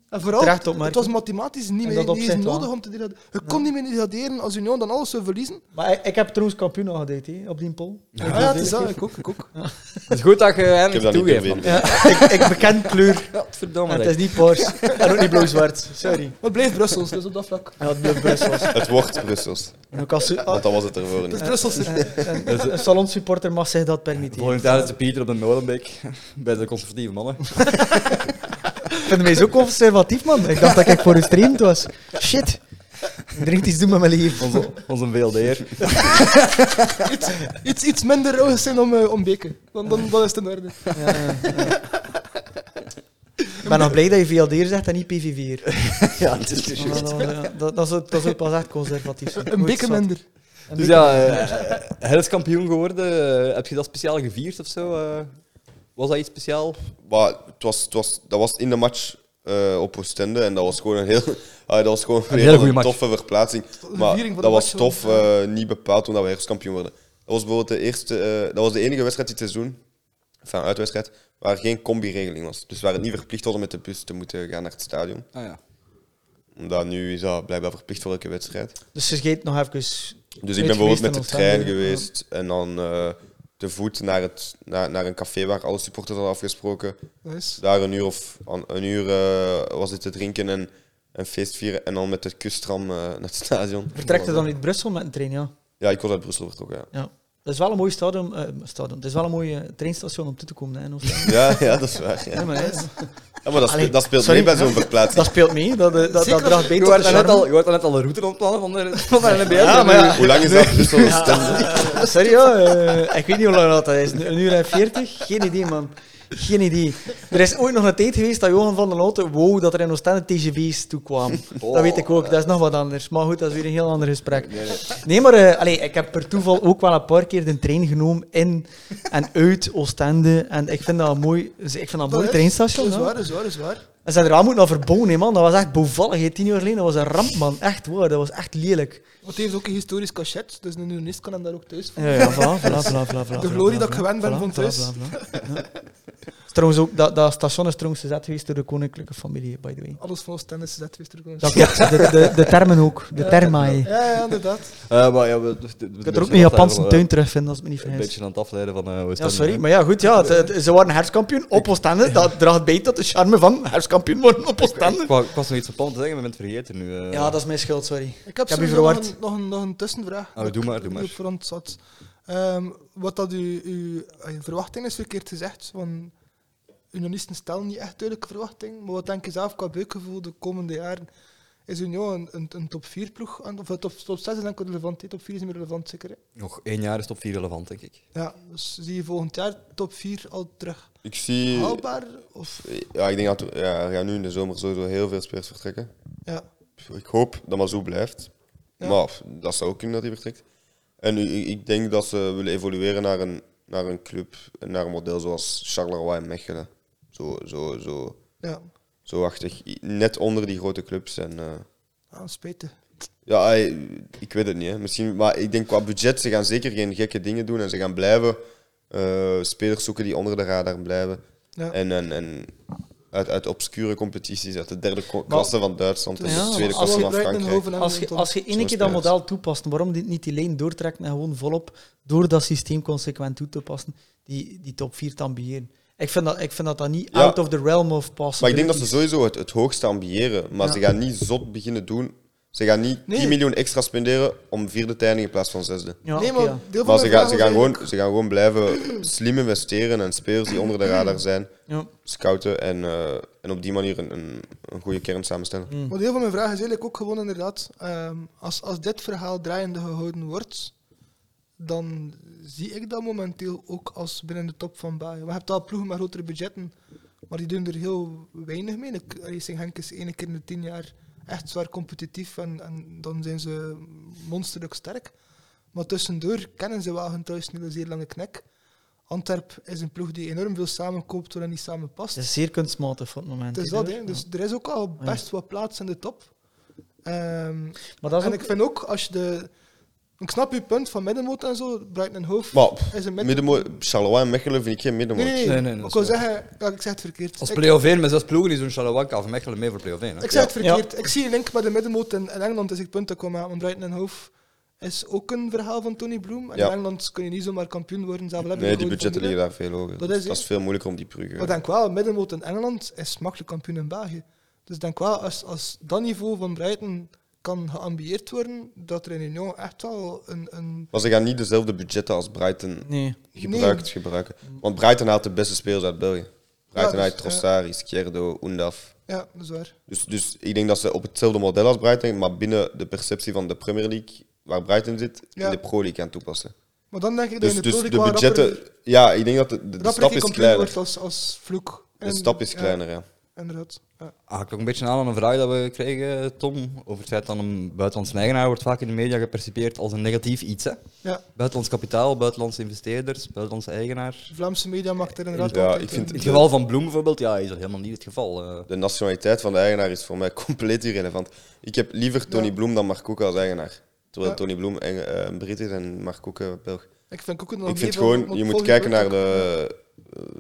Speaker 3: En vooral,
Speaker 2: Terecht opmerking.
Speaker 3: het was mathematisch niet
Speaker 2: In
Speaker 3: meer
Speaker 2: dat
Speaker 3: niet eens
Speaker 2: opzicht wel.
Speaker 3: nodig om te degraderen. Je kon niet meer degraderen als Union dan alles zou verliezen.
Speaker 2: Maar ik, ik heb trouwens kampioen al gedeeld, hè, op die poll.
Speaker 3: Ja, ja het is dat. Ik ook, ik ook.
Speaker 1: Het is goed dat je
Speaker 4: Ik heb
Speaker 1: eindelijk
Speaker 4: dat niet
Speaker 1: toegeeft.
Speaker 4: kunnen
Speaker 1: man.
Speaker 4: winnen.
Speaker 2: ik, ik beken kleur.
Speaker 1: Godverdomme.
Speaker 2: En het
Speaker 1: zeg.
Speaker 2: is niet paars. En ook niet blauw-zwart. Sorry.
Speaker 3: Maar het blijft Brussels, dus op dat vlak.
Speaker 2: Ja, het bleef Brussels.
Speaker 4: Het wordt Brussels.
Speaker 3: Oh.
Speaker 2: En ook als,
Speaker 4: Want
Speaker 2: ah,
Speaker 4: dat was het ervoor
Speaker 3: Het
Speaker 4: niet.
Speaker 3: is Brussels.
Speaker 2: eh, een, een, een salonsupporter mag zich dat permitteren.
Speaker 1: Volgend jaar is de Pieter op de Molenbeek bij de conservatieve mannen.
Speaker 2: Vinden mij zo conservatief, man. Ik dacht dat ik voor u streamed was. Shit. Er moet iets doen met mijn leven.
Speaker 1: Onze, onze VLD'er.
Speaker 3: Iets, iets minder roos zijn om, eh, om beken. Dan, dan, dan is het in orde.
Speaker 2: Ik ben nog blij dat je VLD'er zegt en niet PVV'er.
Speaker 1: ja, het is
Speaker 2: Want dan- dan- ja, Dat, dat, zou- dat zou pas echt conservatief zijn.
Speaker 3: Een
Speaker 2: Goed,
Speaker 3: beken
Speaker 2: zat.
Speaker 3: minder.
Speaker 2: Een
Speaker 1: Dus
Speaker 2: beken
Speaker 1: ja, eh, herfstkampioen geworden. eh, heb je dat speciaal gevierd of zo? eh? was dat iets speciaal?
Speaker 4: Maar het was, het was, dat was in de match eh, op Oostende. En dat was gewoon een heel... ah, dat was gewoon weer
Speaker 1: hele
Speaker 4: een
Speaker 1: goede match.
Speaker 4: toffe verplaatsing.
Speaker 3: Een
Speaker 4: Maar
Speaker 3: viering van de
Speaker 4: dat was
Speaker 3: match,
Speaker 4: tof.
Speaker 3: want,
Speaker 4: eh, niet bepaald omdat we herfstkampioen werden. Dat was bijvoorbeeld de eerste... eh, dat was de enige wedstrijd dit seizoen, enfin uitwedstrijd, waar er geen combi-regeling was. Dus waar het niet verplicht was om met de bus te moeten gaan naar het stadion.
Speaker 1: Ah ja.
Speaker 4: Omdat nu is dat blijkbaar verplicht voor elke wedstrijd.
Speaker 2: Dus ze geeft nog even.
Speaker 4: Dus
Speaker 2: Weet
Speaker 4: ik ben bijvoorbeeld
Speaker 2: geweest
Speaker 4: met de
Speaker 2: in Oostende,
Speaker 4: trein
Speaker 2: ja.
Speaker 4: geweest en dan eh, te voet naar, het, naar, naar een café waar alle supporters hadden afgesproken.
Speaker 3: Nice.
Speaker 4: Daar een uur of an- een uur eh, was het te drinken en een feest vieren. En dan met de kusttram eh, naar het stadion.
Speaker 2: Vertrekt er dan uit Brussel met een trein, ja.
Speaker 4: Ja, ik was uit Brussel vertrokken. Ja,
Speaker 2: ja. Dat is wel een mooi stadion, eh, stadion. Het is wel een mooi eh, treinstation om toe te komen. Hè, in Oostende.
Speaker 4: ja, ja dat is waar. Ja.
Speaker 2: Nee, maar, hè,
Speaker 4: Ja, maar dat,
Speaker 2: Allee,
Speaker 4: spe- dat speelt
Speaker 2: sorry,
Speaker 4: mee bij zo'n verplaatsing.
Speaker 2: dat speelt mee. Dat, eh, dat, dat,
Speaker 3: Zeker als-
Speaker 2: draagt bij
Speaker 1: Je
Speaker 2: tot de
Speaker 1: hoort daarnet
Speaker 2: charme.
Speaker 1: al, je hoort daarnet al de route ontplannen van de, van de NBL.
Speaker 2: Ja, maar ja.
Speaker 4: Hoe lang is dat Brussel? Oostende?
Speaker 2: Eh, Sorry, ja, eh, ik weet niet hoe lang dat is. Een uur en veertig? Geen idee, man. Geen idee. Er is ooit nog een tijd geweest dat Johan van der Lotte wow, dat er in Oostende TGV's toekwamen.
Speaker 3: Oh.
Speaker 2: Dat weet ik ook, dat is nog wat anders. Maar goed, dat is weer een heel ander gesprek. Nee, maar eh, allee, ik heb per toeval ook wel een paar keer de trein genomen in en uit Oostende. En ik vind dat een mooi, ik vind dat een
Speaker 3: Dat
Speaker 2: mooi
Speaker 3: is-
Speaker 2: treinstation.
Speaker 3: Dat is
Speaker 2: ja.
Speaker 3: waar, dat is waar, dat is waar.
Speaker 2: En ze hadden er aan moeten naar verbonen, hè, man. Dat was echt bouwvalligheid. Tien jaar geleden dat was een ramp, man. Echt, waar. Dat was echt lelijk.
Speaker 3: Want hij heeft ook een historisch cachet, dus een journalist kan hem daar ook thuis
Speaker 2: Ja, ja, voilà, voilà, voilà, voilà, voilà,
Speaker 3: De
Speaker 2: voilà,
Speaker 3: glorie
Speaker 2: voilà,
Speaker 3: dat ik
Speaker 2: voilà,
Speaker 3: gewend ben
Speaker 2: voilà,
Speaker 3: van
Speaker 2: voilà,
Speaker 3: thuis.
Speaker 2: voilà, voilà. Ja. Is Trouwens, ook, dat, dat station is trouwens gezet geweest door de koninklijke familie, by the way.
Speaker 3: Alles van ons tennis zet weer terug.
Speaker 2: Dat klopt. De, de, de termen ook. De termae. Ik
Speaker 3: Ja, ja, inderdaad.
Speaker 1: Eh, maar ja, we, we, we- we-
Speaker 2: kan er ook
Speaker 1: we-
Speaker 2: een Japanse
Speaker 1: we-
Speaker 2: tuin terugvinden, als ik me niet
Speaker 1: eh, Een
Speaker 2: vergis.
Speaker 1: beetje aan het afleiden van eh, hoe is
Speaker 2: Ja,
Speaker 1: dat
Speaker 2: sorry.
Speaker 1: nu?
Speaker 2: Maar ja, goed. Ja, het- het- ze waren herfstkampioen op Oostende. Dat draagt bij tot de charme van herfstkampioen worden op Oostende.
Speaker 1: Ik wou- ik was nog iets van plan te zeggen, maar ik ben het vergeten nu. eh.
Speaker 2: Ja, dat is mijn schuld, sorry.
Speaker 3: Ik
Speaker 2: heb
Speaker 3: heb,
Speaker 2: u
Speaker 3: sowieso nog
Speaker 2: verward.
Speaker 3: een, nog, een, nog een tussenvraag.
Speaker 1: Oh,
Speaker 3: dat
Speaker 1: doe
Speaker 3: ik
Speaker 1: maar, doe maar.
Speaker 3: op voorhand zat. Ehm, wat dat u, u, eh, verwachting is verkeerd gezegd. Want unionisten stellen niet echt duidelijke verwachting. Maar wat denk je zelf qua buikgevoel de komende jaren? Is Union een, een, een top 4 ploeg? aan- Of een top, top 6 is denk ik relevant. hè. Top 4 is niet meer relevant, zeker. hè?
Speaker 1: Nog één jaar is top 4 relevant, denk ik.
Speaker 3: Ja, dus zie je volgend jaar top 4 al terug
Speaker 4: Ik zie...
Speaker 3: haalbaar? Of,
Speaker 4: Ja, ik denk dat er- ja, er gaan nu in de zomer sowieso heel veel spelers vertrekken.
Speaker 3: ja.
Speaker 4: Ik hoop dat Mazou blijft.
Speaker 3: Ja.
Speaker 4: Maar pff, dat zou ook kunnen dat hij vertrekt. En ik- ik ik denk dat ze willen evolueren naar een, naar een club, en naar een model zoals Charleroi en Mechelen. Zo, zo, zo,
Speaker 3: ja.
Speaker 4: zo achtig. I- Net onder die grote clubs. En, eh,
Speaker 3: Ah, spijtig.
Speaker 4: ja, ey, ik weet het niet. Hè. Misschien, maar ik denk qua budget, ze gaan zeker geen gekke dingen doen. En ze gaan blijven eh, spelers zoeken die onder de radar blijven.
Speaker 3: Ja.
Speaker 4: En, en, en uit, uit obscure competities, uit de derde ko- klasse van Duitsland
Speaker 2: Ja,
Speaker 4: en de tweede
Speaker 2: maar
Speaker 4: klasse
Speaker 2: als
Speaker 4: van
Speaker 3: je
Speaker 4: Frankrijk.
Speaker 3: Breitenhoven en
Speaker 2: Als je,
Speaker 3: Anton-
Speaker 2: als je één
Speaker 4: Zo'n
Speaker 2: keer dat
Speaker 4: spelers.
Speaker 2: model toepast, waarom dit niet die lijn doortrekt en gewoon volop door dat systeem consequent toe te passen, die, die top 4 te ambiëren? Ik vind dat, ik vind dat, dat niet
Speaker 4: Ja.
Speaker 2: out of the realm of possible.
Speaker 4: Maar ik denk dat ze sowieso het, het hoogste ambiëren. Maar
Speaker 2: Ja.
Speaker 4: ze gaan niet zot beginnen doen. Ze gaan niet
Speaker 3: Nee.
Speaker 4: 10 miljoen extra spenderen om vierde te eindigen in plaats van zesde.
Speaker 2: Ja,
Speaker 3: nee,
Speaker 2: oké,
Speaker 3: maar
Speaker 2: ja.
Speaker 3: deel van
Speaker 4: Maar
Speaker 3: mijn
Speaker 4: ze
Speaker 3: vraag
Speaker 4: gaan, ze,
Speaker 3: was
Speaker 4: gaan
Speaker 3: eigenlijk-
Speaker 4: gewoon, ze gaan gewoon blijven slim investeren en spelers die onder de radar zijn,
Speaker 2: Ja.
Speaker 4: scouten en, eh, en op die manier een, een, een goede kern samenstellen.
Speaker 3: Maar deel van mijn vraag is eigenlijk ook gewoon inderdaad, ehm, als, als dit verhaal draaiende gehouden wordt, dan zie ik dat momenteel ook als binnen de top van Bayern. We hebben al ploegen met grotere budgetten, maar die doen er heel weinig mee. Ik- Racing Henk is één keer in de tien jaar echt zwaar competitief en, en dan zijn ze monsterlijk sterk. Maar tussendoor kennen ze wel hun thuis een zeer lange nek. Antwerp is een ploeg die enorm veel samenkoopt, terwijl niet samenpast.
Speaker 2: Het is zeer kunstmatig voor het moment.
Speaker 3: Het is
Speaker 2: hè,
Speaker 3: dat,
Speaker 2: dus.
Speaker 3: hè. Dus er is ook
Speaker 1: Oh,
Speaker 3: al best wat plaats in de top. Ehm,
Speaker 2: Maar dat is
Speaker 3: en
Speaker 2: ook-
Speaker 3: ik vind ook, als je de... Ik snap je punt van middenmoot en zo, Brighton Hoofd
Speaker 4: Maar pff,
Speaker 3: is een midden...
Speaker 4: middenmo- Charleroi en Mechelen vind ik geen middenmoot.
Speaker 3: Nee, nee, nee.
Speaker 1: Nee, nee, dat
Speaker 3: ik
Speaker 1: is
Speaker 3: wil
Speaker 1: waar.
Speaker 3: zeggen, ja, ik zeg het verkeerd.
Speaker 1: Als
Speaker 3: Ik-
Speaker 1: play-off 1 met zes ploegen is zo'n Chalawanka of Mechelen mee voor play-off 1.
Speaker 3: Ik zeg het verkeerd. Ik zie een link met de middenmoot in, in Engeland, is ik punt te komen aan. Want Brighton en Hoof is ook een verhaal van Tony Bloom. En
Speaker 4: Ja.
Speaker 3: in Engeland kun je niet zomaar kampioen worden. Zelf al heb je
Speaker 4: Nee,
Speaker 3: een
Speaker 4: die
Speaker 3: goede
Speaker 4: budgetten liggen
Speaker 3: formule.
Speaker 4: daar veel hoger.
Speaker 3: Dat
Speaker 4: Dat
Speaker 3: is,
Speaker 4: is, dat is veel moeilijker om die bruggen.
Speaker 3: Maar denk wel, middenmoot in Engeland is makkelijk kampioen in België. Dus denk wel, als, als dat niveau van Brighton kan geambieerd worden, dat er in Union echt wel een... een
Speaker 4: Maar ze gaan niet dezelfde budgetten als Brighton
Speaker 2: Nee.
Speaker 4: gebruikt gebruiken. Want Brighton haalt de beste spelers uit België. Brighton
Speaker 3: Ja, dus,
Speaker 4: haalt Trossard, Izquierdo, Undaf.
Speaker 3: ja, dat is waar.
Speaker 4: Dus, dus ik denk dat ze op hetzelfde model als Brighton, maar binnen de perceptie van de Premier League, waar Brighton zit,
Speaker 3: Ja.
Speaker 4: in de Pro League gaan toepassen.
Speaker 3: Maar dan denk ik dat
Speaker 4: Dus,
Speaker 3: je in
Speaker 4: dus
Speaker 3: Pro
Speaker 4: de
Speaker 3: League wel
Speaker 4: budgetten...
Speaker 3: rapper-
Speaker 4: ja, ik denk dat de, de, de
Speaker 3: rapper
Speaker 4: stap is
Speaker 3: gecampioen wordt
Speaker 4: kleiner.
Speaker 3: als, als vloek.
Speaker 4: De
Speaker 3: En-
Speaker 4: stap is
Speaker 3: ja,
Speaker 4: kleiner, ja.
Speaker 3: inderdaad. Ja.
Speaker 1: Haak ook een beetje aan aan een vraag dat we kregen, Tom, over het feit dat een buitenlandse eigenaar wordt vaak in de media gepercipeerd als een negatief iets. Hè?
Speaker 3: ja,
Speaker 1: Buitenlands kapitaal, buitenlandse investeerders, buitenlandse eigenaar.
Speaker 3: de Vlaamse media maakt er inderdaad
Speaker 4: Ja,
Speaker 3: altijd
Speaker 4: ik
Speaker 3: een-
Speaker 4: vind-
Speaker 1: In het geval van Bloem bijvoorbeeld, ja, is dat helemaal niet het geval. eh.
Speaker 4: De nationaliteit van de eigenaar is voor mij compleet irrelevant. Ik heb liever Tony
Speaker 3: Ja.
Speaker 4: Bloem dan Mark Koeken als eigenaar. Terwijl
Speaker 3: Ja.
Speaker 4: Tony Bloem Eng- eh, een Brit is en Mark Koeken Belg.
Speaker 3: Ik vind, ook nog
Speaker 4: Ik vind
Speaker 3: meer van-
Speaker 4: gewoon, je moet
Speaker 3: volgende
Speaker 4: kijken
Speaker 3: week
Speaker 4: naar
Speaker 3: ook-
Speaker 4: de,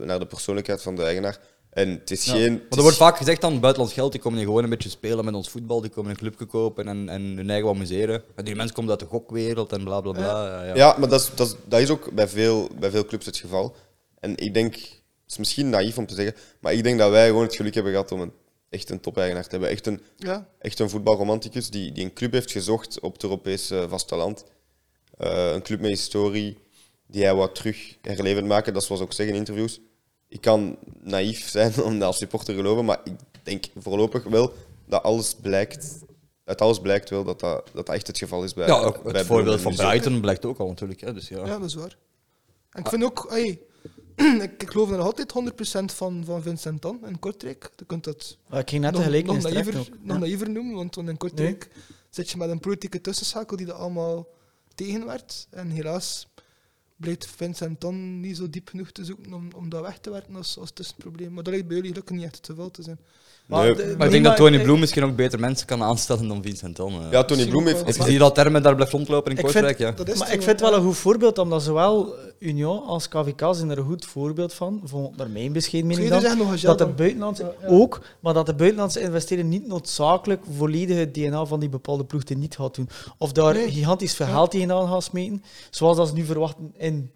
Speaker 4: eh, naar de persoonlijkheid van de eigenaar. En het is
Speaker 1: Ja.
Speaker 4: geen...
Speaker 1: Maar
Speaker 4: het
Speaker 1: er
Speaker 4: is-
Speaker 1: wordt vaak gezegd dan, buitenlands geld, die komen hier gewoon een beetje spelen met ons voetbal, die komen een clubje kopen en, en hun eigen wat museren. En die mensen komen uit de gokwereld en bla bla bla. Ja, ja.
Speaker 4: Ja, maar dat is, dat is, dat is ook bij veel, bij veel clubs het geval. En ik denk, het is misschien naïef om te zeggen, maar ik denk dat wij gewoon het geluk hebben gehad om een, echt een top-eigenaar te hebben. Echt een,
Speaker 3: Ja,
Speaker 4: echt een voetbalromanticus die, die een club heeft gezocht op het Europese vasteland. Eh, een club met historie die hij wat terug herlevend maken. Dat was ook zeggen in interviews. Ik kan naïef zijn om dat als supporter te geloven, maar ik denk voorlopig wel dat alles blijkt. Uit alles blijkt wel dat dat, dat dat echt het geval is bij
Speaker 1: Ja, ook
Speaker 4: bij
Speaker 1: het
Speaker 4: Bloem
Speaker 1: voorbeeld
Speaker 4: en
Speaker 1: van
Speaker 4: Muziek.
Speaker 1: Brighton blijkt ook al natuurlijk. Hè, dus ja.
Speaker 3: ja, dat is waar. En
Speaker 4: Ah.
Speaker 3: ik vind ook, hey, ik, ik geloof er nog altijd 100% van, van Vincent Tan in Kortrijk. Je kunt dat
Speaker 2: Maar Ik ging net
Speaker 3: nog,
Speaker 2: tegelijk
Speaker 3: nog,
Speaker 2: in
Speaker 3: naïver,
Speaker 2: ook.
Speaker 3: nog
Speaker 2: Ja.
Speaker 3: naïver noemen, want want in Kortrijk zit je met een politieke tussenschakel die dat allemaal tegenwerkt. En helaas blijkt Vincent dan niet zo diep genoeg te zoeken om, om dat weg te werken als, als tussenprobleem. Maar dat lijkt bij jullie gelukkig niet echt te veel te zijn.
Speaker 4: Nee.
Speaker 2: de-
Speaker 1: Maar ik
Speaker 2: nee,
Speaker 1: denk dat Tony
Speaker 2: ik-
Speaker 1: Bloem misschien ook beter mensen kan aanstellen dan Vincent Tan. eh.
Speaker 4: Ja, Tony
Speaker 3: Misschien
Speaker 4: Bloem
Speaker 3: ook
Speaker 4: heeft...
Speaker 1: Als je ziet dat Termen daar blijft rondlopen in
Speaker 2: Ik vind-
Speaker 1: Kortrijk, ja.
Speaker 3: Dat is
Speaker 2: maar
Speaker 3: het
Speaker 2: ik vind het
Speaker 3: gewoon,
Speaker 2: wel
Speaker 3: ja.
Speaker 2: een goed voorbeeld, omdat zowel Union als KVK zijn er een goed voorbeeld van, voor, naar mijn bescheiden
Speaker 3: Ik
Speaker 2: mening dan,
Speaker 3: zou je zeggen, nog een gel
Speaker 2: dat de
Speaker 3: dan.
Speaker 2: buitenlandse
Speaker 3: Ja, ja.
Speaker 2: ook, maar dat de buitenlandse investeren niet noodzakelijk volledig het DNA van die bepaalde ploeg te niet gaat doen. Of daar
Speaker 3: Nee.
Speaker 2: een gigantisch verhaal tegenaan gaan smeten, zoals dat ze nu verwachten in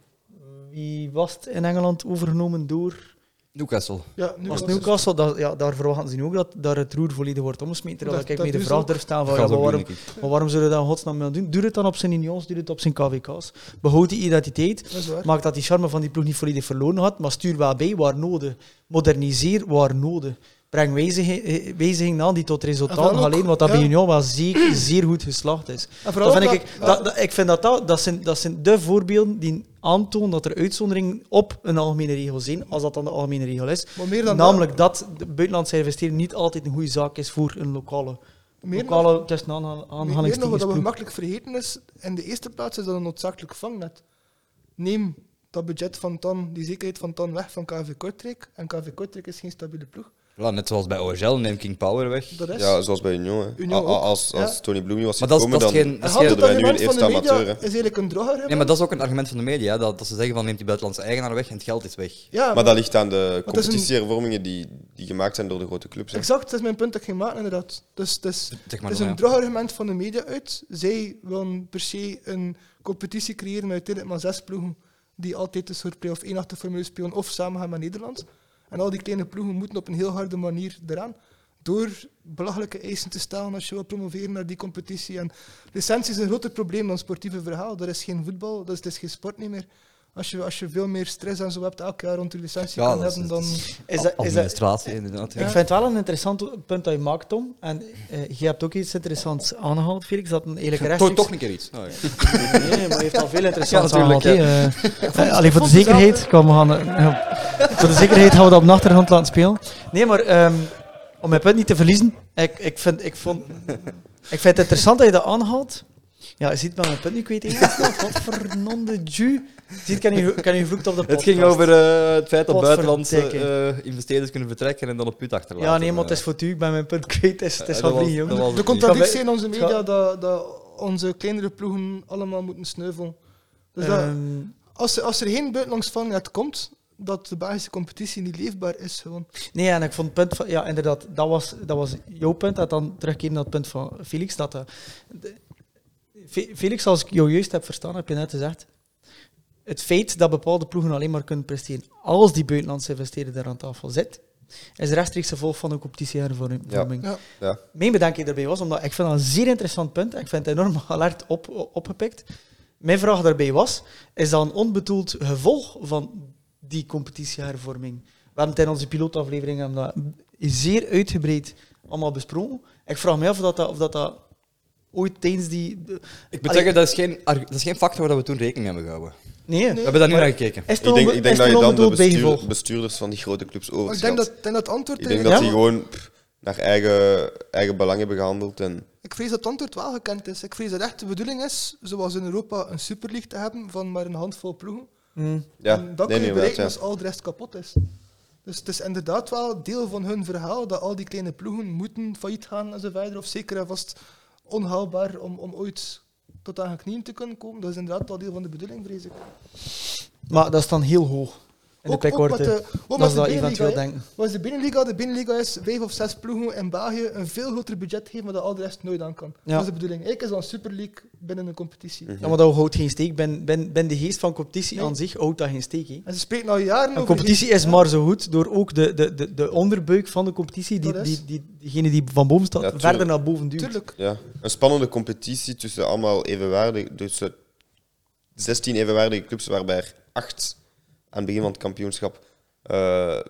Speaker 2: wie was het in Engeland overgenomen door
Speaker 1: Newcastle.
Speaker 3: Ja, nu
Speaker 2: was Newcastle. Dat, ja, daar verwachten ze nu ook dat daar het roer volledig wordt omgesmeten. Terwijl
Speaker 3: Dat-
Speaker 2: ik
Speaker 3: dat
Speaker 2: me de
Speaker 3: is
Speaker 2: vraag
Speaker 3: ook-
Speaker 2: durf staan
Speaker 1: Dat
Speaker 2: van ja,
Speaker 1: gaat
Speaker 2: maar
Speaker 1: ook doen,
Speaker 2: waarom,
Speaker 1: denk ik.
Speaker 2: maar waarom zullen we dat in godsnaam wel doen? Doe het dan op zijn Unions, doe het op zijn KVK's. Behoud die identiteit.
Speaker 3: Dat is waar.
Speaker 2: Maak dat die charme van die ploeg niet volledig verloren had, maar stuur wel bij waar nodig. Moderniseer waar nodig. Breng wijziging- eh, wijzigingen aan die tot
Speaker 3: En
Speaker 2: resultaten
Speaker 3: vooral
Speaker 2: gaan
Speaker 3: ook-
Speaker 2: leiden, wat dat
Speaker 3: ja.
Speaker 2: bij Union wel zeker zeer goed geslaagd is.
Speaker 3: En vooral
Speaker 2: Dat vind
Speaker 3: ook
Speaker 2: ik, ik, dat, dat- ik vind dat, dat, dat, zijn, dat zijn de voorbeelden die aantonen dat er uitzonderingen op een algemene regel zijn, als dat dan de algemene regel is.
Speaker 3: Maar meer dan
Speaker 2: Namelijk dat, de buitenlandse investering niet altijd een goede zaak is voor een lokale,
Speaker 3: dat, meer nog-
Speaker 2: lokale tussen
Speaker 3: meer meer nog wat we
Speaker 2: aanhalingstekens ploeg.
Speaker 3: gemakkelijk vergeten is, in de eerste plaats is dat een noodzakelijk vangnet. Neem dat budget van Tan, die zekerheid van Tan weg van KV Kortrijk. En KV Kortrijk is geen stabiele ploeg.
Speaker 1: Ja, net zoals bij OGL, neem King Power weg.
Speaker 3: Dat is...
Speaker 4: Ja, zoals bij Union. hè.
Speaker 3: Union
Speaker 4: A- a-
Speaker 3: ook,
Speaker 4: als als
Speaker 3: ja.
Speaker 4: Tony Bloem niet was
Speaker 1: Maar dat is-
Speaker 4: gekomen,
Speaker 1: dat
Speaker 4: dan
Speaker 1: is geen- dat
Speaker 3: En
Speaker 1: is
Speaker 3: had
Speaker 1: geen-
Speaker 4: speelden
Speaker 3: het
Speaker 4: wij nu een
Speaker 3: argument van
Speaker 4: eerste
Speaker 3: de media
Speaker 4: amateur.
Speaker 3: is
Speaker 4: hè.
Speaker 3: eigenlijk een droger.
Speaker 1: Nee, maar dat is ook een argument van de media, dat, dat ze zeggen van neemt die buitenlandse eigenaar weg en het geld is weg.
Speaker 3: Ja,
Speaker 4: Maar dat ligt aan de
Speaker 3: dat is een-
Speaker 4: competitiehervormingen die, die gemaakt zijn door de grote clubs. hè.
Speaker 3: Exact, dat is mijn punt dat ik ging maken, inderdaad. Dus het is,
Speaker 1: Zeg maar
Speaker 3: het is
Speaker 1: dan,
Speaker 3: een
Speaker 1: ja.
Speaker 3: drogargument van de media uit. Zij willen per se een competitie creëren uit dit maar zes ploegen die altijd een soort play-off 1 achter formule spelen of samen gaan met Nederland. En al die kleine ploegen moeten op een heel harde manier eraan. Door belachelijke eisen te stellen als je wil promoveren naar die competitie. En licentie is een groter probleem dan sportieve verhaal. Dat is geen voetbal, dat is, dat is geen sport niet meer. Als je, als je veel meer stress en zo hebt elk jaar rond de licentie
Speaker 1: Ja,
Speaker 3: kan
Speaker 1: dat is-
Speaker 3: hebben, dan...
Speaker 1: dat is-
Speaker 2: Is dat, is dat,
Speaker 1: Administratie, inderdaad. ja.
Speaker 2: Ik vind het wel een interessant punt dat je maakt, Tom. En eh, je hebt ook iets interessants aangehaald, Felix. Dat een eigenlijk
Speaker 1: Toch,
Speaker 2: rechtstreeks...
Speaker 1: toch een keer iets. Oh, ja.
Speaker 2: Nee, maar je heeft al veel interessants
Speaker 1: Ja, natuurlijk,
Speaker 2: aangehaald, hè. Eh, Alleen voor de zekerheid, kom, we gaan, eh, ja. voor de zekerheid gaan we dat op de achtergrond laten spelen. Nee, maar ehm, om mijn punt niet te verliezen, ik, ik, vind, ik, vond, ik vind het interessant dat je dat aanhaalt. Ja, je ziet maar mijn punt niet kwijt. ingespeeld. Wat verdomde ju. Ziet, ik kan je, kan je vloekt op de
Speaker 1: Het
Speaker 2: podcast.
Speaker 1: ging over eh, het feit dat buitenlandse
Speaker 2: Potverdikke.
Speaker 1: eh, investeerders kunnen vertrekken en dan op put achterlaten.
Speaker 2: Ja, nee, maar het is voor u, ik ben mijn punt kwijt. Het is, het is
Speaker 1: Eh,
Speaker 2: van
Speaker 1: dat was-
Speaker 2: vliegen, jongen.
Speaker 1: dat was
Speaker 3: De
Speaker 1: het
Speaker 3: contradictie in onze
Speaker 2: Het gaat-
Speaker 3: media dat, dat onze kleinere ploegen allemaal moeten sneuvelen. Dus dat-
Speaker 2: Ehm,
Speaker 3: als, er- als er geen buitenlangs vangnet komt, dat de Belgische competitie niet leefbaar is. Gewoon.
Speaker 2: Nee, en ik vond het punt van... Ja, inderdaad, dat was, dat was jouw punt. En dan terugkeren naar het punt van Felix. Dat, eh, de- Fe- Felix, als ik jou juist heb verstaan, heb je net gezegd... Het feit dat bepaalde ploegen alleen maar kunnen presteren als die buitenlandse investeerder daar aan tafel zit, is rechtstreeks gevolg van een competitiehervorming.
Speaker 3: Ja.
Speaker 4: Ja.
Speaker 2: Mijn bedenking daarbij was, omdat ik vind dat een zeer interessant punt. Ik vind het enorm alert op, opgepikt. Mijn vraag daarbij was, is dat een onbedoeld gevolg van die competitiehervorming? We hebben het in onze pilootaflevering hebben dat zeer uitgebreid allemaal besproken. Ik vraag me af of dat, of dat, dat ooit tijdens die...
Speaker 1: Ik moet zeggen, dat is, geen, arg- dat is geen factor waar we toen rekening mee hebben gehouden.
Speaker 2: Nee,
Speaker 1: We
Speaker 2: nee.
Speaker 1: hebben daar nu
Speaker 2: Maar-
Speaker 1: naar gekeken.
Speaker 2: Is het
Speaker 4: Ik denk, ik denk dat je dan de
Speaker 2: onbedoeld
Speaker 4: bestuur,
Speaker 2: bijgevolg?
Speaker 4: bestuurders van die grote clubs
Speaker 3: Maar Oh, ik denk
Speaker 4: overschat.
Speaker 3: dat, ik denk dat het antwoord...
Speaker 4: Ik denk
Speaker 3: eh,
Speaker 4: dat
Speaker 2: Ja,
Speaker 4: die
Speaker 2: maar-
Speaker 4: gewoon pff, naar eigen, eigen belang hebben gehandeld. En
Speaker 3: Ik vrees dat het antwoord wel gekend is. Ik vrees dat echt de bedoeling is, zoals in Europa, een superleague te hebben van maar een handvol ploegen.
Speaker 2: Hmm.
Speaker 4: ja,
Speaker 3: en dat kun
Speaker 4: nee, nee,
Speaker 3: je
Speaker 4: inderdaad,
Speaker 3: bereiken
Speaker 4: ja.
Speaker 3: als al de rest kapot is. Dus het is inderdaad wel deel van hun verhaal dat al die kleine ploegen moeten failliet gaan en zo verder. Of zeker en vast onhaalbaar om, om ooit tot aan hun knieën te kunnen komen. Dat is inderdaad wel deel van de bedoeling, vrees ik.
Speaker 2: Maar dat is dan heel hoog in de
Speaker 3: Ook- ook met
Speaker 2: pekorde.
Speaker 3: de- ook
Speaker 2: Dat
Speaker 3: met
Speaker 2: is
Speaker 3: de
Speaker 2: dat
Speaker 3: Beneliga,
Speaker 2: eventueel
Speaker 3: hè.
Speaker 2: denken.
Speaker 3: Wat is de Binnenliga? De Binnenliga is vijf of zes ploegen in België een veel groter budget geven, maar dat al de rest nooit aan kan.
Speaker 2: Ja.
Speaker 3: Dat is de bedoeling. Ik is dan Super League binnen een competitie.
Speaker 4: Mhm.
Speaker 2: Ja, maar dat houdt geen steek. Ben, ben, ben de geest van competitie
Speaker 3: Nee.
Speaker 2: aan zich houdt dat geen steek. Hè.
Speaker 3: En ze spreken al jaren
Speaker 2: Een
Speaker 3: over...
Speaker 2: competitie is maar zo goed door ook de, de, de, de onderbuik van de competitie, die,
Speaker 3: Dat is.
Speaker 2: die, die, diegene die van boven staat,
Speaker 4: Ja, tuurlijk.
Speaker 2: verder naar boven duwt.
Speaker 3: Tuurlijk.
Speaker 4: Ja. Een spannende competitie tussen allemaal evenwaardige... Tussen 16 evenwaardige clubs, waarbij er 8 aan het begin van het kampioenschap eh,